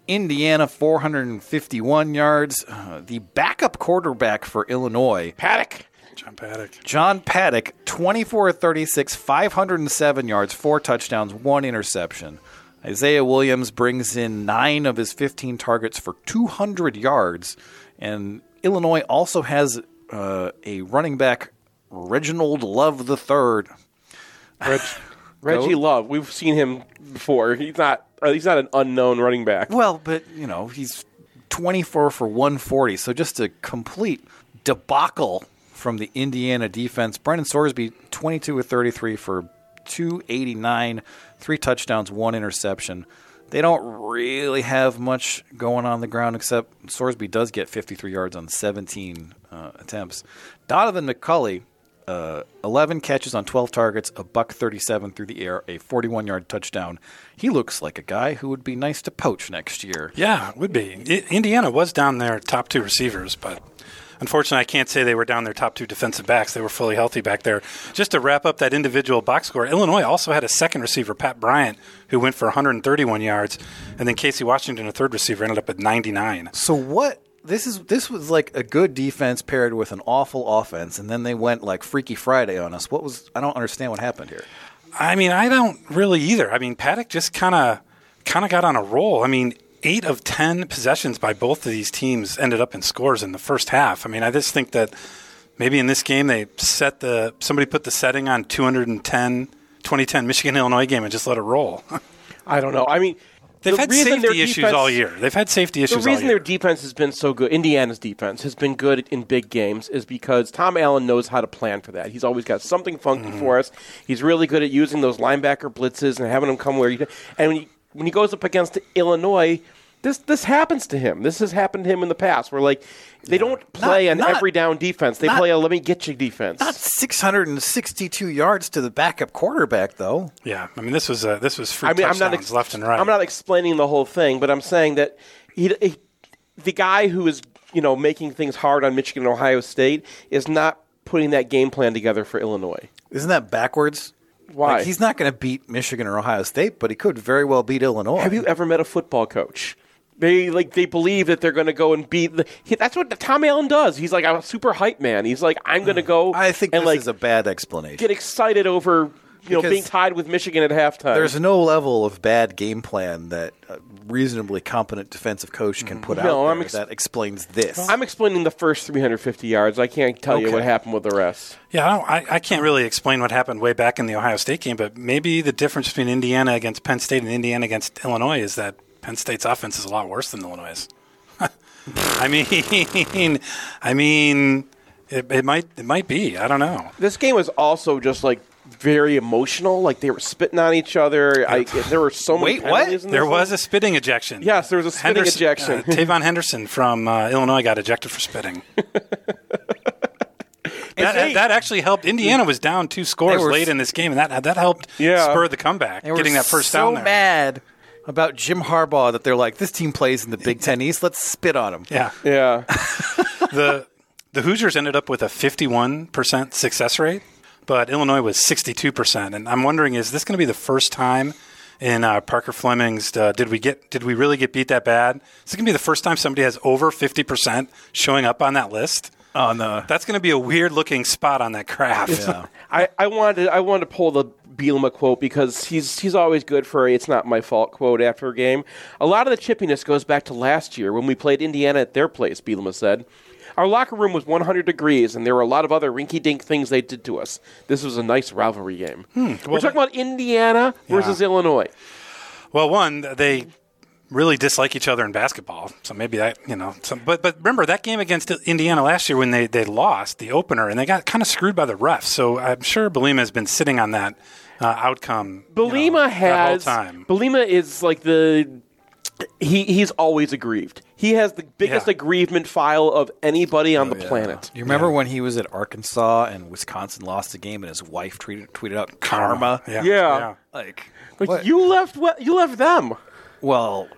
S2: Indiana, 451 yards. Uh, the backup quarterback for Illinois, Paddock.
S18: John Paddock.
S2: John Paddock, 24 36, 507 yards, four touchdowns, one interception. Isaiah Williams brings in nine of his 15 targets for 200 yards. And Illinois also has uh, a running back, Reginald Love III.
S3: Reg- Reggie Love, we've seen him before. He's not or he's not an unknown running back.
S2: Well, but you know he's 24 for 140, so just a complete debacle from the Indiana defense. Brendan Sorsby 22 of 33 for 289, three touchdowns, one interception. They don't really have much going on the ground except Sorsby does get 53 yards on 17 uh, attempts. Donovan McCulley uh, 11 catches on 12 targets, a buck 37 through the air, a 41 yard touchdown. He looks like a guy who would be nice to poach next year.
S18: Yeah, it would be. I- Indiana was down their top two receivers, but unfortunately, I can't say they were down their top two defensive backs. They were fully healthy back there. Just to wrap up that individual box score, Illinois also had a second receiver, Pat Bryant, who went for 131 yards, and then Casey Washington, a third receiver, ended up at 99.
S2: So what? This is this was like a good defense paired with an awful offense, and then they went like Freaky Friday on us. What was I don't understand what happened here.
S18: I mean, I don't really either. I mean, Paddock just kind of kind of got on a roll. I mean, eight of ten possessions by both of these teams ended up in scores in the first half. I mean, I just think that maybe in this game they set the somebody put the setting on 210 2010 Michigan Illinois game and just let it roll.
S3: I don't know. I mean,
S18: They've
S3: the
S18: had
S3: reason their
S18: safety issues
S3: defense-
S18: all year. They've had safety issues
S3: The
S18: all
S3: reason
S18: year.
S3: their defense has been so good, Indiana's defense has been good in big games, is because Tom Allen knows how to plan for that. He's always got something funky
S18: Mm-hmm.
S3: for us. He's really good at using those linebacker blitzes and having them come where you. And when he, when he goes up against Illinois, this this happens to him. This has happened to him in the past. Where like they don't play an
S2: not-
S3: every down defense. They
S2: not-
S3: play a let me get you defense.
S2: Not 662 yards to the backup quarterback though.
S18: yeah, I mean, this was uh, this was free
S3: I mean, I'm
S18: touchdowns
S3: not ex-
S18: left and right.
S3: I'm not explaining the whole thing, but I'm saying that he, he- the guy who is you know making things hard on Michigan and Ohio State is not putting that game plan together for Illinois.
S2: Isn't that backwards?
S3: Why?
S2: Like, he's not going to beat Michigan or Ohio State, but he could very well beat Illinois.
S3: Have you ever met a football coach? They like they believe that they're going to go and beat. The, he, that's what Tom Allen does. He's like a super hype man. He's like I'm going to go. I think and
S2: this
S3: like
S2: is a bad explanation.
S3: get excited over you know
S2: Because
S3: being tied with Michigan at halftime.
S2: There's no level of bad game plan that a reasonably competent defensive coach can
S18: Mm-hmm.
S2: put
S3: No,
S2: out
S3: I'm
S2: there
S3: ex-
S2: that explains this.
S3: I'm explaining the first 350 yards. I can't tell you
S18: Okay.
S3: what happened with the rest.
S18: Yeah, I, don't, I, I can't really explain what happened way back in the Ohio State game, but maybe the difference between Indiana against Penn State and Indiana against Illinois is that Penn State's offense is a lot worse than Illinois'. I mean, I mean, it, it might it might be. I don't know.
S3: This game was also just like very emotional. Like they were spitting on each other. I, there were so many. penalties in this
S18: There was
S3: thing.
S18: a spitting ejection.
S3: Yes, there was a spitting ejection.
S18: uh, Tavon Henderson from uh, Illinois got ejected for spitting. that, that actually helped. Indiana was down two scores
S2: They were
S18: late
S2: s-
S18: in this game, and that that helped
S2: Yeah.
S18: spur the comeback,
S2: They were
S18: getting that first
S2: so
S18: down there.
S2: mad about Jim Harbaugh that they're like, this team plays in the Big Ten East. Let's spit on him.
S18: Yeah.
S3: Yeah.
S18: the the Hoosiers ended up with a 51% success rate, but Illinois was 62%. And I'm wondering, is this going to be the first time in uh, Parker Fleming's? Uh, did we get? Did we really get beat that bad? Is this going to be the first time somebody has over 50% showing up on that list?
S2: On the
S18: that's going to be a weird looking spot on that graph.
S3: I, I wanted I wanted to pull the Bielema quote because he's he's always good for a "it's not my fault" quote after a game. A lot of the chippiness goes back to last year when we played Indiana at their place. Bielema said, "Our locker room was 100 degrees, and there were a lot of other rinky-dink things they did to us. This was a nice rivalry game.
S18: well,
S3: we're talking about Indiana versus Illinois.
S18: Well, one, they really dislike each other in basketball, so maybe that you know. Some, but but remember that game against Indiana last year when they they lost the opener and they got kind of screwed by the refs. So I'm sure Belima has been sitting on that uh, outcome.
S3: Belima
S18: that whole
S3: has
S18: time.
S3: Belima is like the he he's always aggrieved. He has the biggest aggrievement file of anybody
S18: Oh,
S3: on the planet.
S2: You remember when he was at Arkansas and Wisconsin lost the game, and his wife tweeted tweeted out karma.
S3: Yeah.
S2: Like,
S3: Like, you left we- you left them.
S2: Well,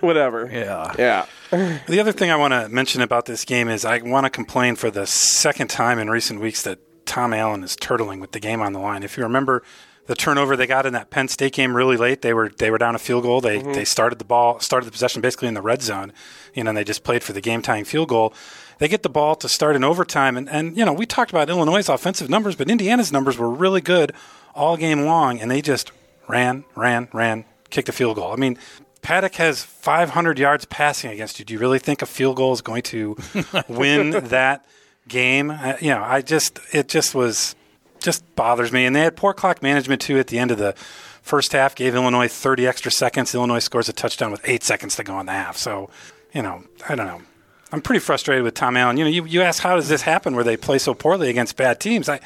S3: whatever.
S2: Yeah.
S3: Yeah.
S18: The other thing I want to mention about this game is I want to complain for the second time in recent weeks that Tom Allen is turtling with the game on the line. If you remember the turnover they got in that Penn State game really late, they were they were down a field goal. They
S20: Mhm.
S18: they started the ball, started the possession basically in the red zone, you know, and they just played for the game tying field goal. They get the ball to start in overtime and and you know, we talked about Illinois' offensive numbers, but Indiana's numbers were really good all game long and they just ran, ran, ran, kicked a field goal. I mean, Paddock has 500 yards passing against you. Do you really think a field goal is going to win that game? I, you know, I just it just was just bothers me. And they had poor clock management too at the end of the first half. Gave Illinois 30 extra seconds. Illinois scores a touchdown with eight seconds to go in the half. So, you know, I don't know. I'm pretty frustrated with Tom Allen. You know, you, you ask how does this happen where they play so poorly against bad teams? I,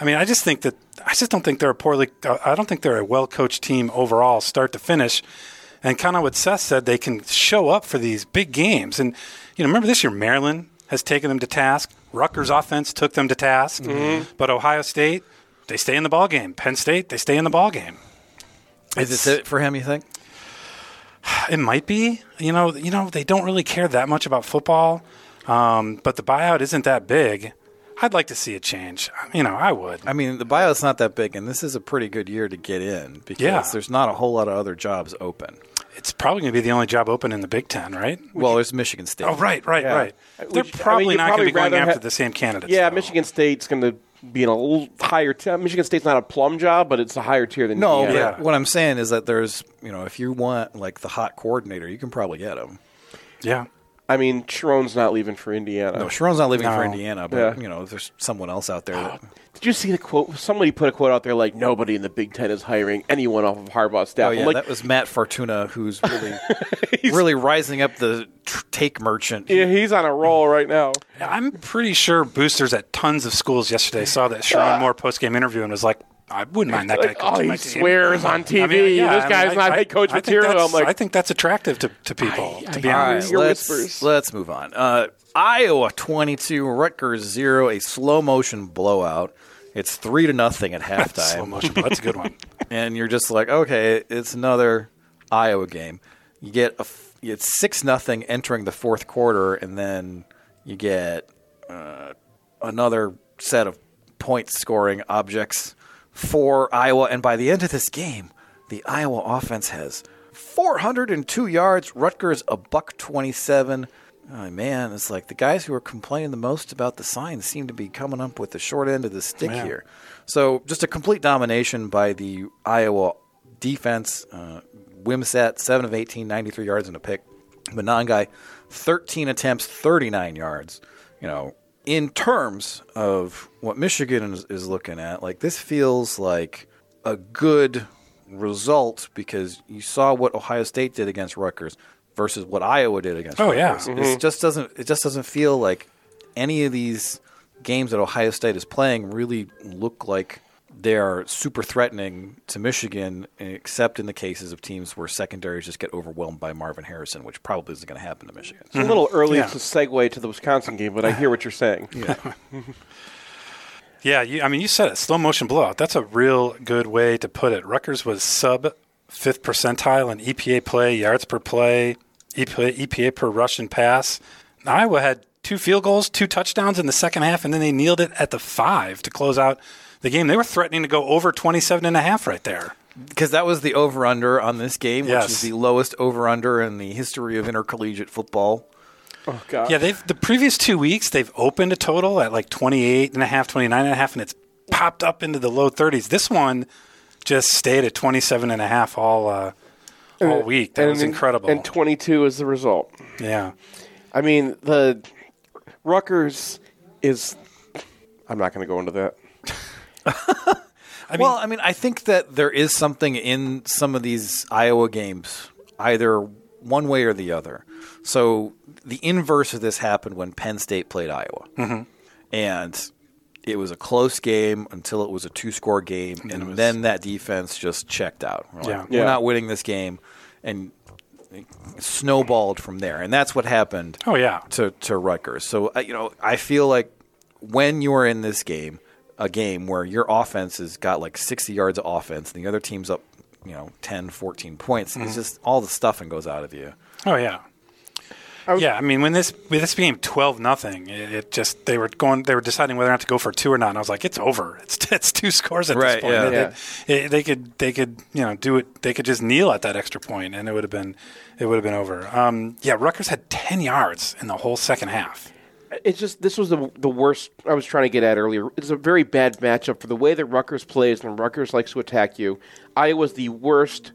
S18: I mean, I just think that I just don't think they're a poorly. I don't think they're a well coached team overall, start to finish. And kind of what Seth said, they can show up for these big games. And you know, remember this year, Maryland has taken them to task. Rutgers offense took them to task.
S20: Mhm.
S18: But Ohio State, they stay in the ball game. Penn State, they stay in the ball game.
S2: is this it for him? You think?
S18: It might be. You know, you know, they don't really care that much about football. Um, but the buyout isn't that big. I'd like to see it change. You know, I would.
S2: I mean, the buyout's not that big, and this is a pretty good year to get in because
S18: Yeah.
S2: there's not a whole lot of other jobs open.
S18: It's probably going to be the only job open in the Big Ten, right?
S2: well, there's Michigan State.
S18: Oh, right, right,
S3: Yeah.
S18: right.
S3: Uh,
S18: They're
S3: would you- I mean,
S18: probably
S3: you'd
S18: not going to be going
S3: rather
S18: after
S3: ha-
S18: the same candidates.
S3: Yeah, Michigan State's going to be in a little higher tier. Michigan State's not a plum job, but it's a higher tier than
S2: No,
S3: Indiana.
S2: but what I'm saying is that there's, you know, if you want like the hot coordinator, you can probably get him.
S18: Yeah.
S3: I mean, Sharon's not leaving for Indiana.
S2: No, Sharon's not leaving for
S3: No.
S2: Indiana, but
S3: Oh. Yeah.
S2: you know, there's someone else out there.
S18: Oh,
S2: Oh, That,
S3: Did you see the quote? Somebody put a quote out there like, "Nobody in the Big Ten is hiring anyone off of Harbaugh's staff."
S2: oh yeah,
S3: I'm like,
S2: that was Matt Fortuna, who's really, really rising up the tr- take merchant.
S3: yeah, he's on a roll right now.
S18: I'm pretty sure boosters at tons of schools yesterday saw that Sharon Moore post game interview and was like, I wouldn't mind that guy
S3: Ah. Like,
S18: coaching
S3: oh,
S18: my
S3: he
S18: team."
S3: swears on TV. This guy's not head coach
S18: think
S3: material.
S18: that's-
S3: I'm like-
S18: I think that's attractive to, to people. to be honest,
S2: let's, let's move on. Uh, Iowa 22, Rutgers 0, a slow motion blowout. It's 3 to nothing at halftime.
S18: Slow motion blowout, that's a good one.
S2: and you're just like, okay, it's another Iowa game. You get a f- you get 6 nothing entering the fourth quarter and then you get uh, another set of point scoring objects for Iowa and by the end of this game, the Iowa offense has 402 yards. Rutgers a buck 27. Oh, man, it's like the guys who are complaining the most about the signs seem to be coming up with the short end of the stick
S18: Yeah.
S2: here. So just a complete domination by the Iowa defense. Uh, Wimsett, 7 of 18, 93 yards and a pick. Monongai, 13 attempts, 39 yards. You know, in terms of what Michigan is, is looking at, like this feels like a good result because you saw what Ohio State did against Rutgers versus what Iowa did against.
S18: Oh, yeah.
S2: Rutgers.
S18: Mhm.
S3: Mm-hmm.
S2: it just doesn't it just doesn't feel like any of these games that Ohio State is playing really look like they are super threatening to Michigan, except in the cases of teams where secondaries just get overwhelmed by Marvin Harrison, which probably isn't going to happen to Michigan.
S3: It's a little
S18: Mm-hmm.
S3: early
S2: Yeah.
S3: to segue to the Wisconsin game, but I hear what you're saying.
S18: Yeah, you, I mean, you said it. Slow motion blowout. That's a real good way to put it. Rutgers was sub fifth percentile in EPA play, yards per play, E EPA, EPA per rush and pass. Iowa had two field goals, two touchdowns in the second half, and then they kneeled it at the five to close out the game. They were threatening to go over 27 and a half right there.
S2: Because that was the over under on this game,
S18: Yes.
S2: which is the lowest over under in the history of intercollegiate football.
S3: Oh God!
S18: Yeah, they've the previous two weeks they've opened a total at like 28 and a half, 29 and a half and it's popped up into the low 30s. This one just stayed at 27 and a half all uh, all
S3: And-
S18: week. That
S3: and-
S18: was incredible.
S3: And 22 is the result.
S18: Yeah.
S3: I mean, the Rutgers is. I'm not going to go into that.
S2: well, I mean, I think that there is something in some of these Iowa games, either one way or the other. So the inverse of this happened when Penn State played Iowa.
S18: Mhm.
S2: And it was a close game until it was a two score game. And,
S18: it was-
S2: then that defense just checked out. We're like,
S18: Yeah.
S2: We're
S18: Yeah.
S2: not winning this game. And snowballed from there, and that's what happened.
S18: Oh yeah,
S2: to to Rutgers. So uh, you know, I feel like when you are in this game, a game where your offense has got like 60 yards of offense, and the other team's up, you know, 10, 14 points,
S18: Mhm.
S2: it's just all the stuffing goes out of you.
S18: Oh yeah. yeah, I mean when this when this became twelve nothing, it, it just they were going they were deciding whether or not to go for two or not. And I was like, it's over. It's it's two scores at this
S2: Right,
S18: point.
S2: yeah.
S18: They- they, they could they could you know do it. They could just kneel at that extra point, and it would have been it would have been over. Um, yeah, Rutgers had ten yards in the whole second half.
S3: It's just this was the the worst I was trying to get at earlier. It's a very bad matchup for the way that Rutgers plays and Rutgers likes to attack you. Iowa's the worst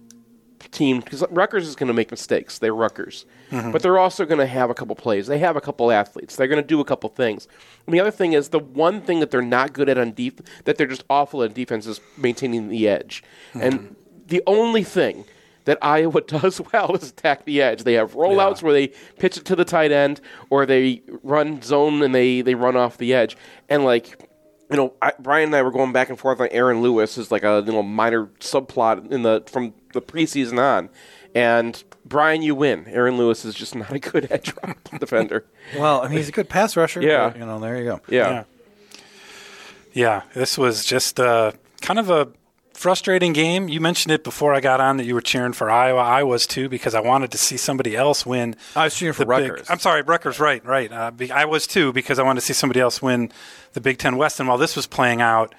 S3: team because Rutgers is going to make mistakes. They're Rutgers,
S9: Mhm.
S3: but they're also going to have a couple plays. They have a couple athletes. They're going to do a couple things. And the other thing is the one thing that they're not good at on def- that they're just awful at defense is maintaining the edge. And the only thing that Iowa does well is attack the edge. They have rollouts where they pitch it to the tight end or they run zone and they, they run off the edge. And like you know, I, Brian and I were going back and forth on Aaron Lewis is like a little minor subplot in the from the preseason on. And Brian, you win. Aaron Lewis is just not a good edge defender.
S2: Well, and he's a good pass rusher.
S3: Yeah.
S2: but, you know, there you go.
S3: Yeah.
S18: Yeah, this was just uh, kind of a frustrating game. You mentioned it before I got on that you were cheering for Iowa. I was too because I wanted to see somebody else win.
S2: I was cheering for Rutgers.
S18: I'm sorry, Rutgers. Right, right. Uh, be, I was too because I wanted to see somebody else win the Big Ten West. And while this was playing out,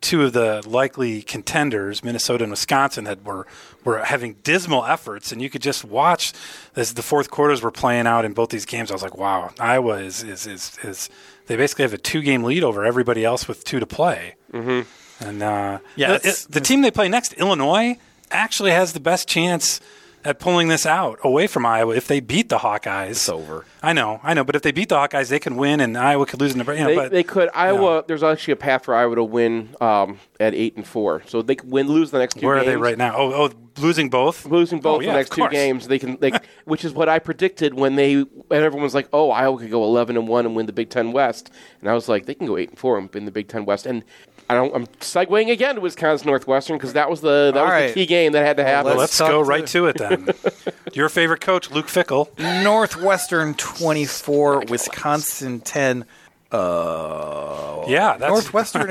S18: two of the likely contenders, Minnesota and Wisconsin, had were were having dismal efforts, and you could just watch as the fourth quarters were playing out in both these games. I was like, wow, Iowa is is is, is they basically have a two game lead over everybody else with two to play. Mm-hmm. And uh,
S2: Yeah,
S18: the-
S2: it's-
S18: the team they play next, Illinois, actually has the best chance. At pulling this out away from Iowa, if they beat the Hawkeyes, it's
S2: over.
S18: I know, I know, but if they beat the Hawkeyes, they can win, and Iowa could lose in Nebraska. You know,
S3: they,
S18: but
S3: they could Iowa. There's actually a path for Iowa to win um, at eight and four, so they could win lose the next two.
S18: Where are they
S3: games.
S18: right now? Oh, oh losing both, Oh,
S3: losing both the next two games. They can, they, which is what I predicted when they and everyone was like, "Oh, Iowa could go eleven and one and win the Big Ten West," and I was like, "They can go eight and four and win the Big Ten West." And I don't, I'm segueing again to Wisconsin Northwestern because that was the that
S18: All
S3: was
S18: right.
S3: the key game that had to happen.
S18: Well, let's go right to it then. Your favorite coach, Luke Fickle.
S2: Northwestern 24, Wisconsin 10. Uh,
S18: Yeah, that's-
S2: Northwestern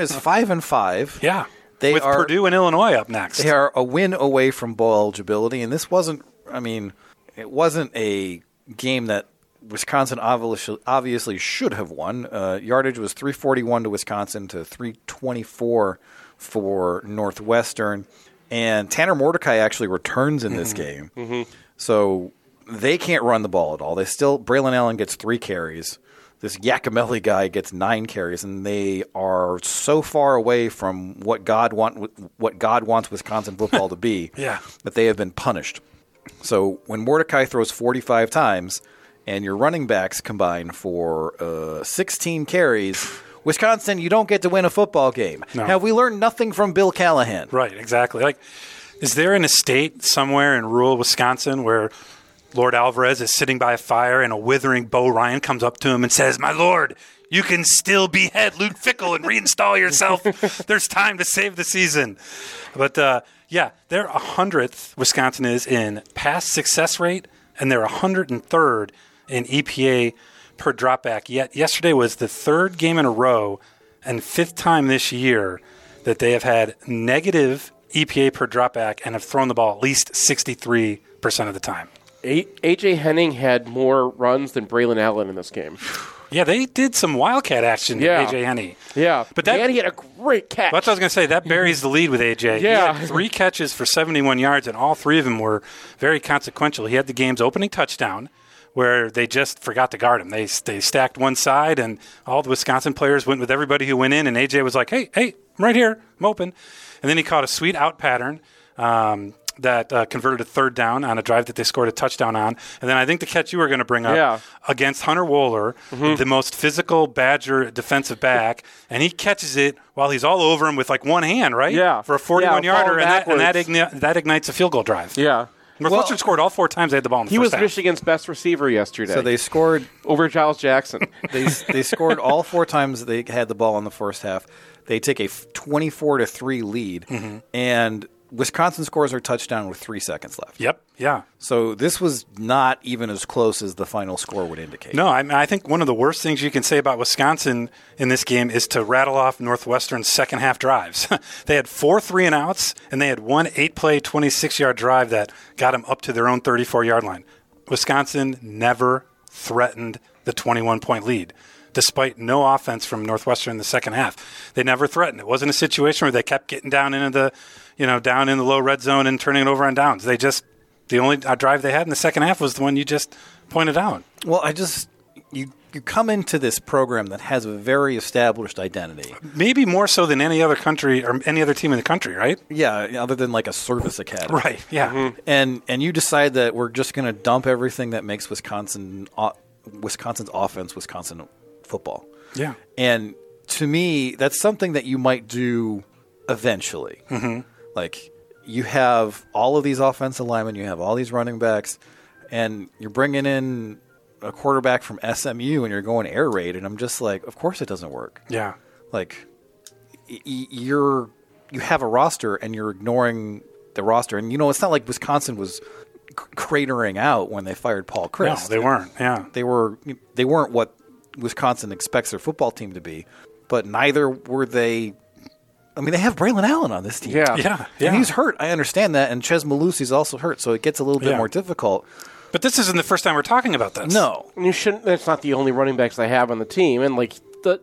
S2: is 5 and 5.
S18: Yeah.
S2: They
S18: With
S2: are
S18: Purdue and Illinois up next.
S2: They are a win away from bowl eligibility and this wasn't I mean, it wasn't a game that Wisconsin obviously obviously should have won. Uh, yardage was 341 to Wisconsin to 324 for Northwestern. And Tanner Mordecai actually returns in this
S9: Mhm.
S2: game. So they can't run the ball at all. They still Braylon Allen gets three carries. This Yakimelli guy gets nine carries, and they are so far away from what God want what God wants Wisconsin football to be.
S18: Yeah.
S2: that they have been punished. So when Mordecai throws forty five times, and your running backs combine for uh, sixteen carries. Wisconsin, you don't get to win a football game.
S18: No.
S2: Have we learned nothing from Bill Callahan?
S18: Right, exactly. Like, is there an estate somewhere in rural Wisconsin where Lord Alvarez is sitting by a fire and a withering Bo Ryan comes up to him and says, My lord, you can still behead Luke Fickle and reinstall yourself. There's time to save the season. But uh, yeah, they're 100th, Wisconsin is, in pass success rate, and they're 103rd in EPA per dropback. Yet yesterday was the third game in a row and fifth time this year that they have had negative EPA per dropback and have thrown the ball at least 63% of the time.
S3: A- AJ Henning had more runs than Braylon Allen in this game.
S18: Yeah, they did some wildcat action to
S3: Yeah.
S18: AJ Henney.
S3: Yeah,
S18: But that-
S3: and he had a great catch.
S18: That's what I was going to say. That buries the lead with AJ.
S3: Yeah.
S18: He had three catches for 71 yards, and all three of them were very consequential. He had the game's opening touchdown where they just forgot to guard him. They, they stacked one side, and all the Wisconsin players went with everybody who went in, and AJ was like, hey, hey, I'm right here. I'm open. And then he caught a sweet out pattern. Um, that uh, converted a third down on a drive that they scored a touchdown on. And then I think the catch you were going to bring up
S3: Yeah.
S18: against Hunter Wohler,
S3: Mm-hmm.
S18: the most physical Badger defensive back, and he catches it while he's all over him with like one hand, right? Yeah. For a 41
S3: Yeah,
S18: yarder,
S3: falling
S18: and, that, and that,
S3: backwards.
S18: igni- that ignites a field goal drive.
S3: Yeah.
S18: Northwestern scored all four times they had the ball in the
S3: He
S18: first
S3: was
S18: half.
S3: Michigan's best receiver yesterday.
S2: So they scored
S3: over Giles Jackson.
S2: they they scored all four times
S18: Mm-hmm.
S2: they had the ball in the first half. They take a f- 24 to 3 lead and Wisconsin scores their touchdown with three seconds left.
S18: Yep. Yeah.
S2: So this was not even as close as the final score would indicate.
S18: No, I, mean, I think one of the worst things you can say about Wisconsin in this game is to rattle off Northwestern's second half drives. they had four three and outs, and they had one eight play, 26 yard drive that got them up to their own 34 yard line. Wisconsin never threatened the 21 point lead. Despite no offense from Northwestern in the second half, they never threatened. It wasn't a situation where they kept getting down into the, you know, down in the low red zone and turning it over on downs. They just the only uh, drive they had in the second half was the one you just pointed out.
S2: Well, I just you you come into this program that has a very established identity.
S18: Maybe more so than any other country or any other team in the country, right?
S2: Yeah, other than like a service academy.
S18: Right. Yeah.
S2: And and you decide that we're just going to dump everything that makes Wisconsin o- Wisconsin's offense Wisconsin football.
S18: Yeah.
S2: And to me, that's something that you might do eventually.
S18: Mhm.
S2: Like you have all of these offensive linemen, you have all these running backs, and you're bringing in a quarterback from SMU and you're going air raid, and I'm just like, of course it doesn't work.
S18: Yeah.
S2: Like y- y- you're you have a roster and you're ignoring the roster, and you know it's not like Wisconsin was c- cratering out when they fired Paul Chris.
S18: they weren't, Yeah,
S2: they were. They weren't what Wisconsin expects their football team to be, but neither were they. I mean, they have Braylon Allen on this team.
S18: Yeah. Yeah, yeah.
S2: And he's hurt. I understand that. And Ches Malusi's also hurt, so it gets a little bit
S18: Yeah.
S2: more difficult.
S18: But this isn't the first time we're talking about this.
S2: No,
S3: you shouldn't. That's not the only running backs they have on the team, and like the,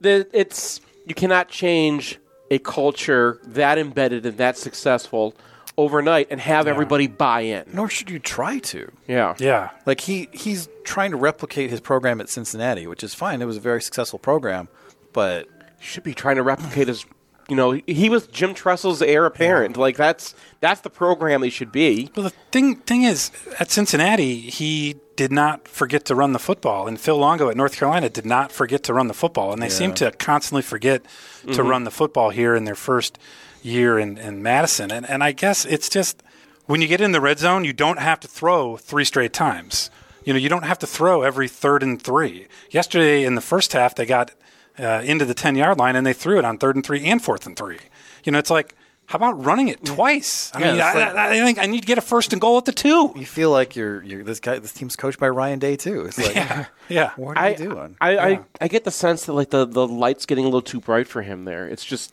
S3: the it's you cannot change a culture that embedded and that successful overnight and have everybody buy in.
S2: Nor should you try to.
S3: Yeah.
S18: Yeah.
S2: Like he he's trying to replicate his program at Cincinnati, which is fine. It was a very successful program, but
S3: should be trying to replicate his. You know, he was Jim Tressel's heir apparent. Like that's that's the program he should be.
S18: Well, the thing thing is, at Cincinnati, he did not forget to run the football, and Phil Longo at North Carolina did not forget to run the football, and they seem
S2: Yeah.
S18: to constantly forget to
S2: Mhm.
S18: run the football here in their first year in, in Madison, and and I guess it's just when you get in the red zone, you don't have to throw three straight times. You know, you don't have to throw every third and three. Yesterday in the first half, they got uh, into the ten yard line and they threw it on third and three and fourth and three. You know, it's like. How about running it twice? I
S2: Mm. Yeah,
S18: mean,
S2: it's
S18: I,
S2: like-
S18: I, I think I need to get a first and goal at the two.
S2: You feel like you're you're this guy. This team's coached by Ryan Day too. It's like,
S18: yeah.
S2: What are
S3: I,
S2: you doing?
S3: I,
S2: Yeah.
S3: I, I get the sense that like the, the light's getting a little too bright for him there. It's just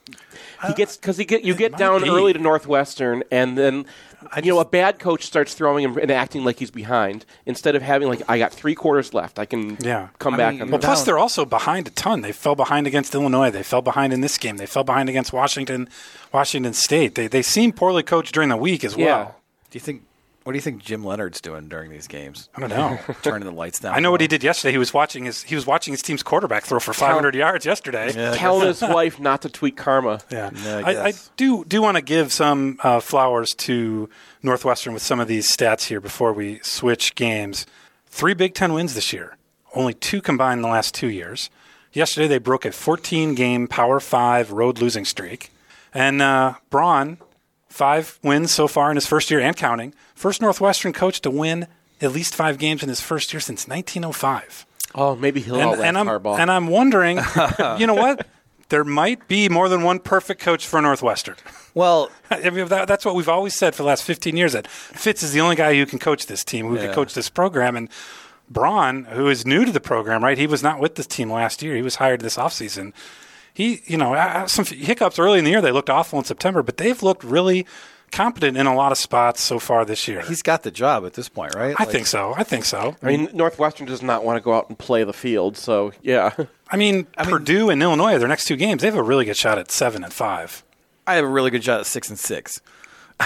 S3: he gets because he get you get down
S18: be.
S3: early to Northwestern and then you know a bad coach starts throwing him and acting like he's behind instead of having like I got three quarters left. I can
S18: Yeah,
S3: come back. on
S18: well,
S3: this.
S18: plus they're also behind a ton. They fell behind against Illinois. They fell behind in this game. They fell behind against Washington, Washington State. They they seem poorly coached during the week as well.
S2: Do you think? What do you think Jim Leonard's doing during these games?
S18: I don't know.
S2: Turning the lights down.
S18: I know what he did yesterday. He was watching his he was watching his team's quarterback throw for 500 yards yesterday.
S3: telling his wife not to tweet karma.
S18: Yeah, I, I do do want to give some uh, flowers to Northwestern with some of these stats here before we switch games. Three Big Ten wins this year, only two combined in the last two years. Yesterday they broke a 14 game Power Five road losing streak, and uh, Braun five wins so far in his first year and counting. First Northwestern coach to win at least five games in his first year since 1905
S3: oh, maybe he'll all that
S18: and I'm,
S3: Harbaugh.
S18: And I'm wondering, you know what? There might be more than one perfect coach for Northwestern.
S2: Well,
S18: I mean, that, that's what we've always said for the last 15 years that Fitz is the only guy who can coach this team, who
S2: Yeah.
S18: can coach this program. And Braun, who is new to the program, right? He was not with this team last year, he was hired this offseason. He, you know, I- I- some hiccups early in the year. They looked awful in September, but they've looked really competent in a lot of spots so far this year. He's
S2: got the job at this point, right?
S18: I
S3: Like-
S18: think so. I think so.
S3: I mean, Northwestern does not want to go out and play the field, so yeah.
S18: I mean, Purdue and Illinois, their next two games, they have a really good shot at seven and five.
S2: I have a really good shot at six and six.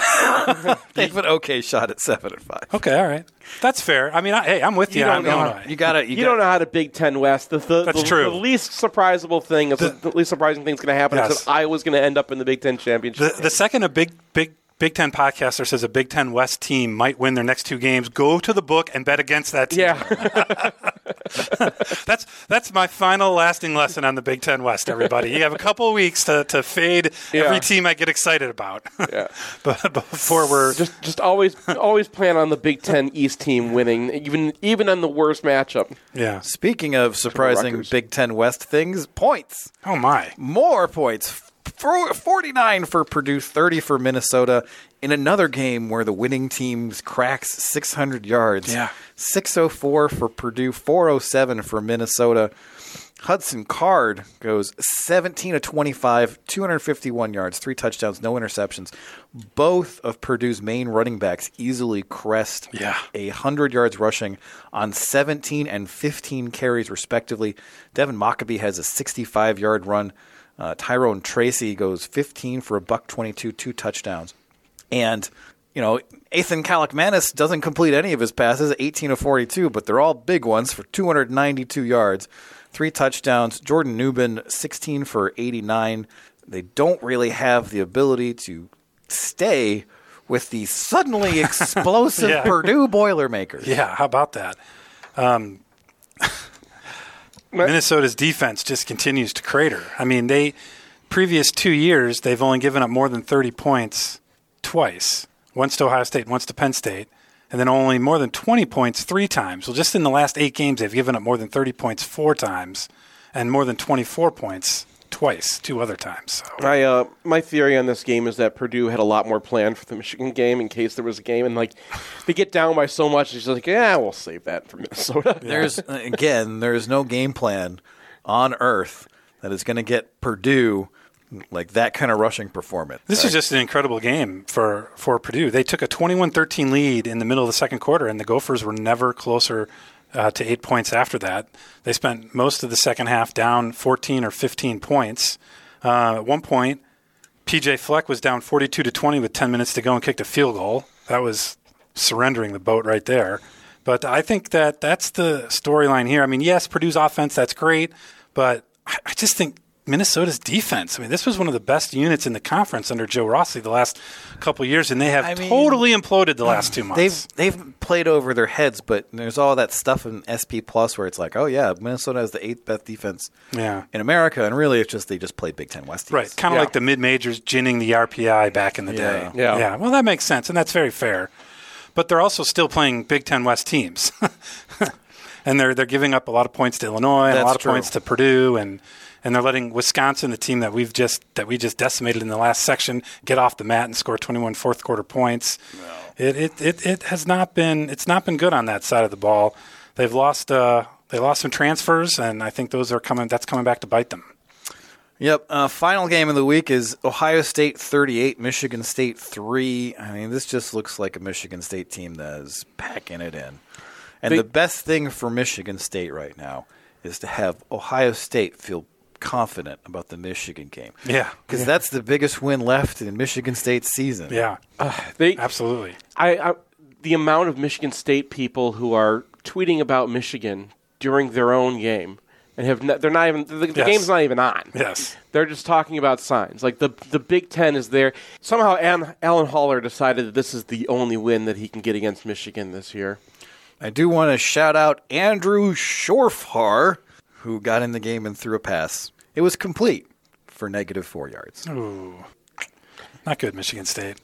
S2: they have an okay shot at seven and five.
S18: Okay, all right, that's fair. I mean, I, hey, I'm with you. on
S3: know how-
S18: Illinois.
S2: you gotta. You,
S3: You, don't know how to Big Ten West. The, the,
S18: That's
S3: the,
S18: true.
S3: The least surprisable thing, is the, least surprising thing that's going to happen
S18: Yes.
S3: is that Iowa's going to end up in the Big Ten championship.
S18: The, the second a big, big, Big Ten podcaster says a Big Ten West team might win their next two games, go to the book and bet against that team. Yeah, that's that's my final lasting lesson on the Big Ten West. Everybody, you have a couple of weeks to, to fade
S3: Yeah.
S18: every team I get excited about. yeah, but before we're
S3: just just always always plan on the Big Ten East team winning, even even on the worst matchup.
S18: Yeah.
S2: Speaking of surprising Big Ten West things, points.
S18: Oh my!
S2: More points. for- 49 for Purdue, 30 for Minnesota in another game where the winning team cracks 600 yards.
S18: Yeah.
S2: 604 for Purdue, 407 for Minnesota. Hudson Card goes 17 of 25, 251 yards, three touchdowns, no interceptions. Both of Purdue's main running backs easily crest
S18: Yeah.
S2: a 100 yards rushing on 17 and 15 carries, respectively. Devin Mockaby has a 65 yard run. Uh, Tyrone Tracy goes 15 for a buck 22, two touchdowns. And, you know, Ethan Kalikmanis doesn't complete any of his passes, 18 of 42, but they're all big ones for 292 yards, three touchdowns. Jordan Newbin, 16 for 89. They don't really have the ability to stay with the suddenly explosive
S18: Yeah.
S2: Purdue Boilermakers.
S18: Yeah, how about that? Um, Minnesota's defense just continues to crater. I mean, they previous two years they've only given up more than thirty points twice, once to Ohio State, once to Penn State, and then only more than twenty points three times. Well, just in the last eight games, they've given up more than thirty points four times, and more than twenty-four points twice, two other times. So.
S3: My uh, my theory on this game is that Purdue had a lot more planned for the Michigan game in case there was a game, and like they get down by so much, it's just like yeah, we'll save that for Minnesota.
S2: There's uh, again, there's no game plan on earth that is going to get Purdue like that kind of rushing performance.
S18: This is just an incredible game for, for Purdue. They took a 21 13 lead in the middle of the second quarter, and the Gophers were never closer uh, to eight points after that. They spent most of the second half down 14 or 15 points. Uh, at one point, PJ Fleck was down 42 to 20 with 10 minutes to go and kicked a field goal. That was surrendering the boat right there. But I think that that's the storyline here. I mean, yes, Purdue's offense, that's great, but I I just think Minnesota's defense. I mean, this was one of the best units in the conference under Joe Rossi the last couple years, and they have totally imploded the last two months.
S2: They've they've played over their heads, but there's all that stuff in SP Plus where it's like, oh yeah, Minnesota has the eighth best defense
S18: Yeah.
S2: in America, and really it's just they just played Big Ten West. Teams.
S18: Right, kind of like the mid majors ginning the RPI back in the day.
S2: Yeah. Yeah.
S18: yeah. Well, that makes sense, and that's very fair. But they're also still playing Big Ten West teams, and they're they're giving up a lot of points to Illinois, and a
S2: That's
S18: lot of
S2: true.
S18: points to Purdue, and and they're letting Wisconsin, the team that we've just that we just decimated in the last section, get off the mat and score 21 fourth quarter points. It, it it it has not been it's not been good on that side of the ball. They've lost uh, they lost some transfers, and I think those are coming. That's coming back to bite them.
S2: Yep. Uh, final game of the week is Ohio State 38, Michigan State 3. I mean, this just looks like a Michigan State team that is packing it in. And
S10: They-
S2: the best thing for Michigan State right now is to have Ohio State feel confident about the Michigan game.
S18: Yeah.
S2: Because
S18: Yeah.
S2: that's the biggest win left in Michigan State's season.
S18: Yeah.
S3: Uh, they
S18: absolutely.
S3: I, I the amount of Michigan State people who are tweeting about Michigan during their own game and have not, they're not even the, the
S18: Yes.
S3: game's not even on.
S18: Yes.
S3: They're just talking about signs. Like the the Big Ten is there. Somehow An, Alan Haller decided that this is the only win that he can get against Michigan this year.
S2: I do want to shout out Andrew Schorfhar, who got in the game and threw a pass. It was complete for negative four yards.
S18: Ooh. Not good, Michigan State.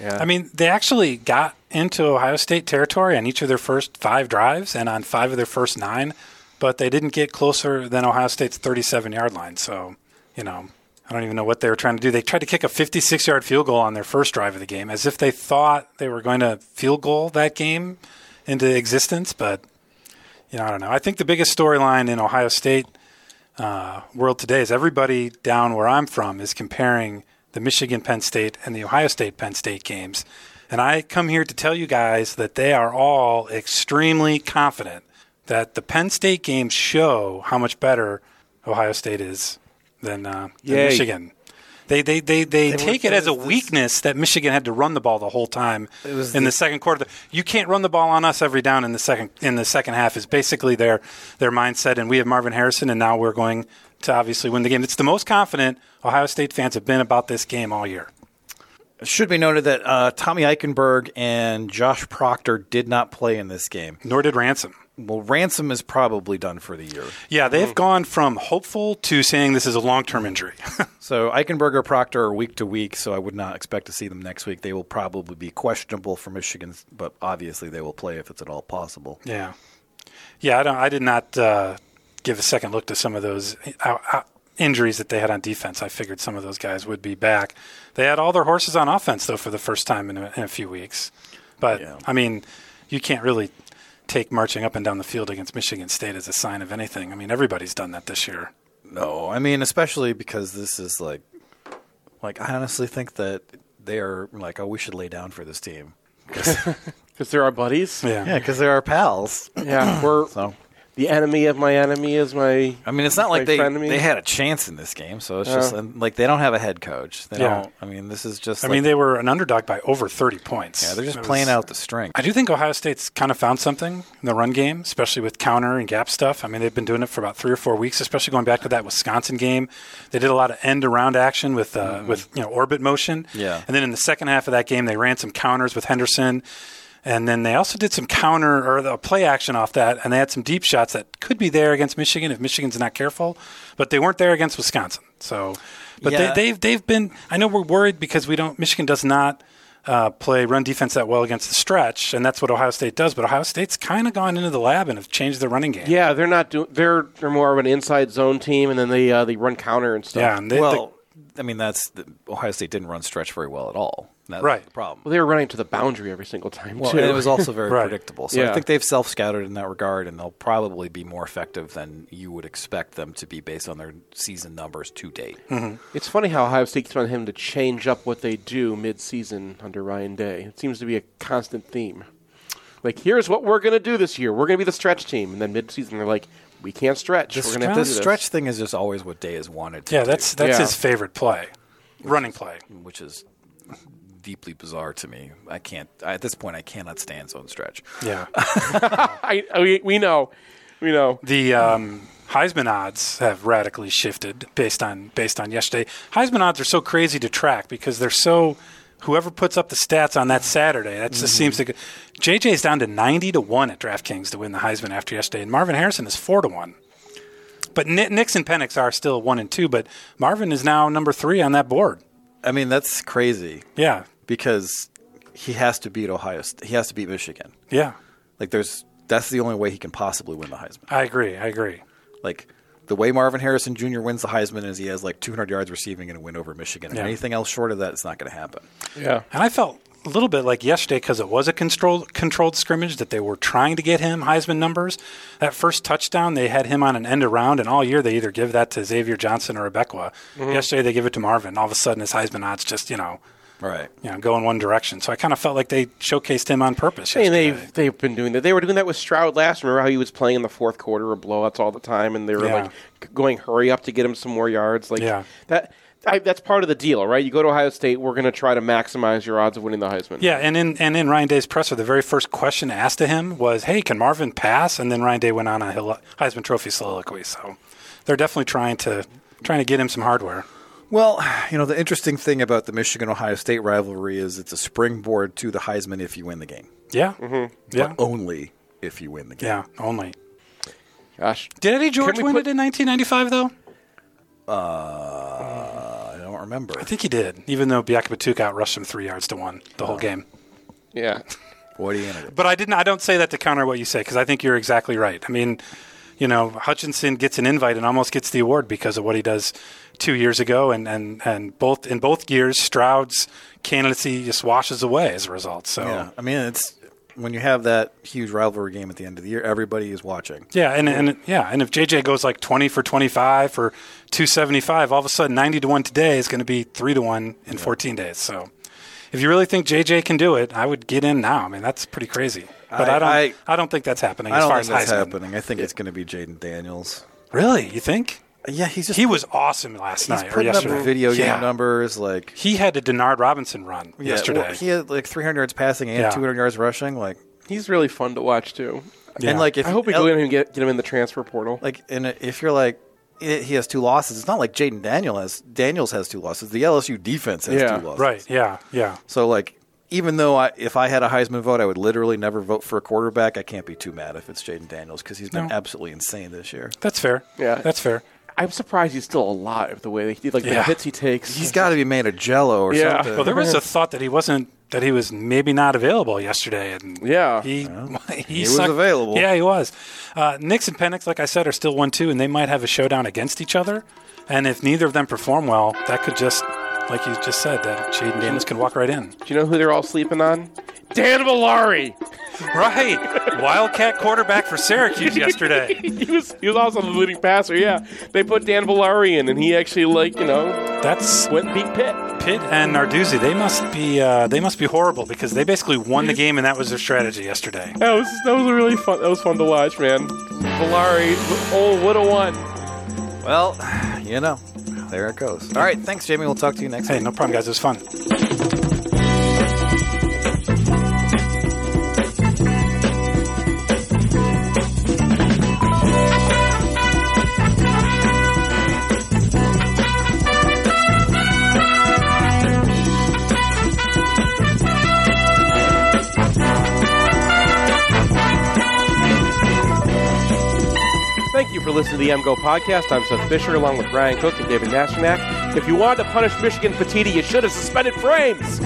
S2: Yeah.
S18: I mean, they actually got into Ohio State territory on each of their first five drives and on five of their first nine, but they didn't get closer than Ohio State's 37 yard line. So, you know, I don't even know what they were trying to do. They tried to kick a 56 yard field goal on their first drive of the game as if they thought they were going to field goal that game into existence, but, you know, I don't know. I think the biggest storyline in Ohio State uh, world today is everybody down where I'm from is comparing the Michigan Penn State and the Ohio State Penn State games. And I come here to tell you guys that they are all extremely confident that the Penn State games show how much better Ohio State is than, uh, than
S3: Yay.
S18: Michigan. They, they, they, they,
S3: They
S18: take
S3: were-
S18: it as a weakness that Michigan had to run the ball the whole time in
S3: was
S18: the,
S3: the-
S18: second quarter. You can't run the ball on us every down in the second in the second half is basically their their mindset. And we have Marvin Harrison, and now we're going to obviously win the game. It's the most confident Ohio State fans have been about this game all year.
S2: It should be noted that uh, Tommy Eichenberg and Josh Proctor did not play in this game.
S18: Nor did Ransom.
S2: Well, Ransom is probably done for the year.
S18: Yeah,
S2: Mm.
S18: they've gone from hopeful to saying this is a long term injury.
S2: So Eichenberg or Proctor are week to week, so I would not expect to see them next week. They will probably be questionable for Michigan, but obviously they will play if it's at all possible.
S18: Yeah, yeah. I don't. I did not uh, give a second look to some of those uh, uh, injuries that they had on defense, I figured some of those guys would be back. They had all their horses on offense though for the first time in a, in a few weeks. But I mean, you can't really take marching up and down the field against Michigan State as a sign of anything. I mean, everybody's done that this year.
S2: No, I mean especially because this is like, like I honestly think that they are like, oh, we should lay down for this team
S3: because they're our buddies.
S2: yeah, because they're our pals.
S3: Yeah, we're the enemy of my enemy is my.
S2: I mean, it's not like
S3: my
S2: they
S3: frenemy.
S2: they had a chance in this game, so it's
S3: Yeah.
S2: just and, like they don't have a head coach. They
S18: Yeah.
S2: don't. I mean, this is just.
S18: I
S2: like-
S18: mean, they were an underdog by over 30 points.
S2: Yeah, they're just
S18: It
S2: playing
S18: was-
S2: out the string.
S18: I do think Ohio State's kind of found something in the run game, especially with counter and gap stuff. I mean, they've been doing it for about three or four weeks, especially going back to that Wisconsin game. They did a lot of end around action with uh,
S2: Mm-hmm.
S18: with you know orbit motion.
S2: Yeah.
S18: And then in the second half of that game, they ran some counters with Henderson. And then they also did some counter or the play action off that, and they had some deep shots that could be there against Michigan if Michigan's not careful, but they weren't there against Wisconsin. So, but
S2: Yeah.
S18: they, they've they've been. I know we're worried because we don't. Michigan does not uh, play run defense that well against the stretch, and that's what Ohio State does. But Ohio State's kind of gone into the lab and have changed their running game.
S3: Yeah, they're not doing. They're they're more of an inside zone team, and then they uh, they run counter and stuff.
S2: well, I mean, that's the, Ohio State didn't run stretch very well at all. That's The problem.
S3: Well, they were running to the boundary every single time
S2: Well,
S3: too.
S2: and it was also very
S3: Right.
S2: predictable. So
S3: Yeah.
S2: I think they've self scouted in that regard, and they'll probably be more effective than you would expect them to be based on their season numbers to date.
S18: Mm-hmm.
S3: It's funny how Ohio State keeps on him to change up what they do mid-season under Ryan Day. It seems to be a constant theme. Like, here's what we're going to do this year. We're going to be the stretch team, and then mid-season they're like, we can't stretch.
S2: The
S3: we're going to
S2: stretch,
S3: have to
S2: the
S3: do this."
S2: stretch thing is just always what Day has wanted. To
S18: Yeah,
S2: do.
S18: that's that's his favorite play, running play.
S2: which is deeply bizarre to me. I can't I, at this point. I cannot stand zone stretch.
S18: Yeah.
S3: I, we, we know. We know.
S18: The um, Heisman odds have radically shifted based on based on yesterday. Heisman odds are so crazy to track because they're so whoever puts up the stats on that Saturday, that just
S3: Mm-hmm.
S18: seems
S2: Mhm.
S18: to go. JJ's down to 90 to 1 at DraftKings to win the Heisman after yesterday and Marvin Harrison is 4 to 1. But Ni- Nix and Penix are still 1 and 2, but Marvin is now number 3 on that board.
S2: I mean, that's crazy.
S18: Yeah.
S2: Because he has to beat Ohio. St- He has to beat Michigan.
S18: Yeah.
S2: Like there's that's the only way he can possibly win the Heisman.
S18: I agree. I agree.
S2: Like the way Marvin Harrison Jr. wins the Heisman is he has like 200 yards receiving and a win over Michigan. And
S18: Yeah.
S2: anything else short of that, it's not going to happen.
S3: Yeah.
S18: And I felt a little bit like yesterday because it was a controlled controlled scrimmage that they were trying to get him Heisman numbers. That first touchdown, they had him on an end around, and all year they either give that to Xavier Johnson or Rebecca.
S3: Mm-hmm.
S2: Mhm.
S18: Yesterday they give it to Marvin. All of a sudden his Heisman odds just you know
S2: right
S18: you know go in one direction. So I kind of felt like they showcased him on purpose.
S3: And they've, they've been doing that. They were doing that with Stroud last. Remember how he was playing in the fourth quarter or blowouts all the time, and they were
S18: Yeah.
S3: like g- going hurry up to get him some more yards. Like
S18: Yeah.
S3: that. I, that's part of the deal, right? You go to Ohio State, we're going to try to maximize your odds of winning the Heisman.
S18: Yeah, and in and in Ryan Day's presser, the very first question asked to him was, "Hey, can Marvin pass?" And then Ryan Day went on a Hil- Heisman Trophy soliloquy. So they're definitely trying to trying to get him some hardware.
S2: Well, you know, the interesting thing about the Michigan Ohio State rivalry is it's a springboard to the Heisman if you win the game.
S18: Yeah. Mm-hmm. Yeah.
S2: But only if you win the game.
S18: Yeah, only.
S3: Gosh.
S18: Did Eddie George
S2: we
S18: win
S2: put-
S18: it in 1995, though?
S2: Uh, I don't remember.
S18: I think he did, even though Biakabatuk outrushed him three yards to one the whole game.
S3: Yeah.
S2: What do you know?
S18: But I didn't. I don't say that to counter what you say because I think you're exactly right. I mean, you know, Hutchinson gets an invite and almost gets the award because of what he does two years ago, and and and both in both years, Stroud's candidacy just washes away as a result. So.
S2: Yeah. I mean, it's when you have that huge rivalry game at the end of the year, everybody is watching.
S18: Yeah, and, and yeah, and if JJ goes like twenty for twenty five for two seventy five, all of a sudden ninety to one today is going to be three to one in fourteen days. So, if you really think JJ can do it, I would get in now. I mean, that's pretty crazy. But I,
S2: I-
S18: don't, I,
S2: I-
S18: don't think that's happening.
S2: I
S18: as
S2: don't
S18: far
S2: think
S18: as
S2: that's
S18: Heisman.
S2: happening. I think it's going to be Jaden Daniels.
S18: Really, you think?
S2: Yeah, he's just
S18: he was awesome last
S2: He's
S18: night or
S2: putting up
S18: yesterday.
S2: video game
S18: yeah.
S2: numbers like
S18: he had a Denard Robinson run
S2: Yeah,
S18: yesterday.
S2: well, he had like 300 yards passing and
S18: Yeah.
S2: 200 yards rushing. Like
S3: he's really fun to watch too.
S2: And like if
S3: I hope we
S2: El-
S3: go in and get, get him in the transfer portal.
S2: Like, and if you're like, i- he has two losses. It's not like Jaden Daniel has Daniels has two losses. The LSU defense has
S18: Yeah,
S2: two losses.
S18: right, yeah, yeah.
S2: So like, even though I, if I had a Heisman vote, I would literally never vote for a quarterback. I can't be too mad if it's Jaden Daniels because he's been
S3: No.
S2: absolutely insane this year.
S18: That's fair.
S3: Yeah,
S18: that's fair.
S3: I'm surprised he's still alive. The way he like the
S18: Yeah.
S3: hits he takes.
S2: He's got to be made of Jello or something.
S18: Well, there was a thought that he wasn't that he was maybe not available yesterday, and
S3: yeah,
S18: he he,
S2: he was
S18: sucked.
S2: available.
S18: Yeah, he was. Uh, Knicks and Penix, like I said, are still one two, and they might have a showdown against each other. And if neither of them perform well, that could just, like you just said, that Jaden Daniels could walk right in. Do
S3: you know who they're all sleeping on? Dan Malari.
S18: Right. Wildcat quarterback for Syracuse yesterday.
S3: he was he was also the leading passer. Yeah, they put Dan Villari in, and he actually like you know
S18: that's
S3: went beat Pitt.
S18: Pitt and Narduzzi, they must be uh, they must be horrible because they basically won the game and that was their strategy yesterday.
S3: That was that was a really fun. That was fun to watch, man. Villari, oh, what a one.
S9: Well, you know, there it goes. All right, thanks, Jamie. We'll talk to you next
S18: Hey, no problem, guys. It was fun.
S3: Thank you for listening to the MGO podcast. I'm Seth Fisher, along with Brian Cook and David Nasternak. If you wanted to punish Michigan Petiti, you should have suspended frames.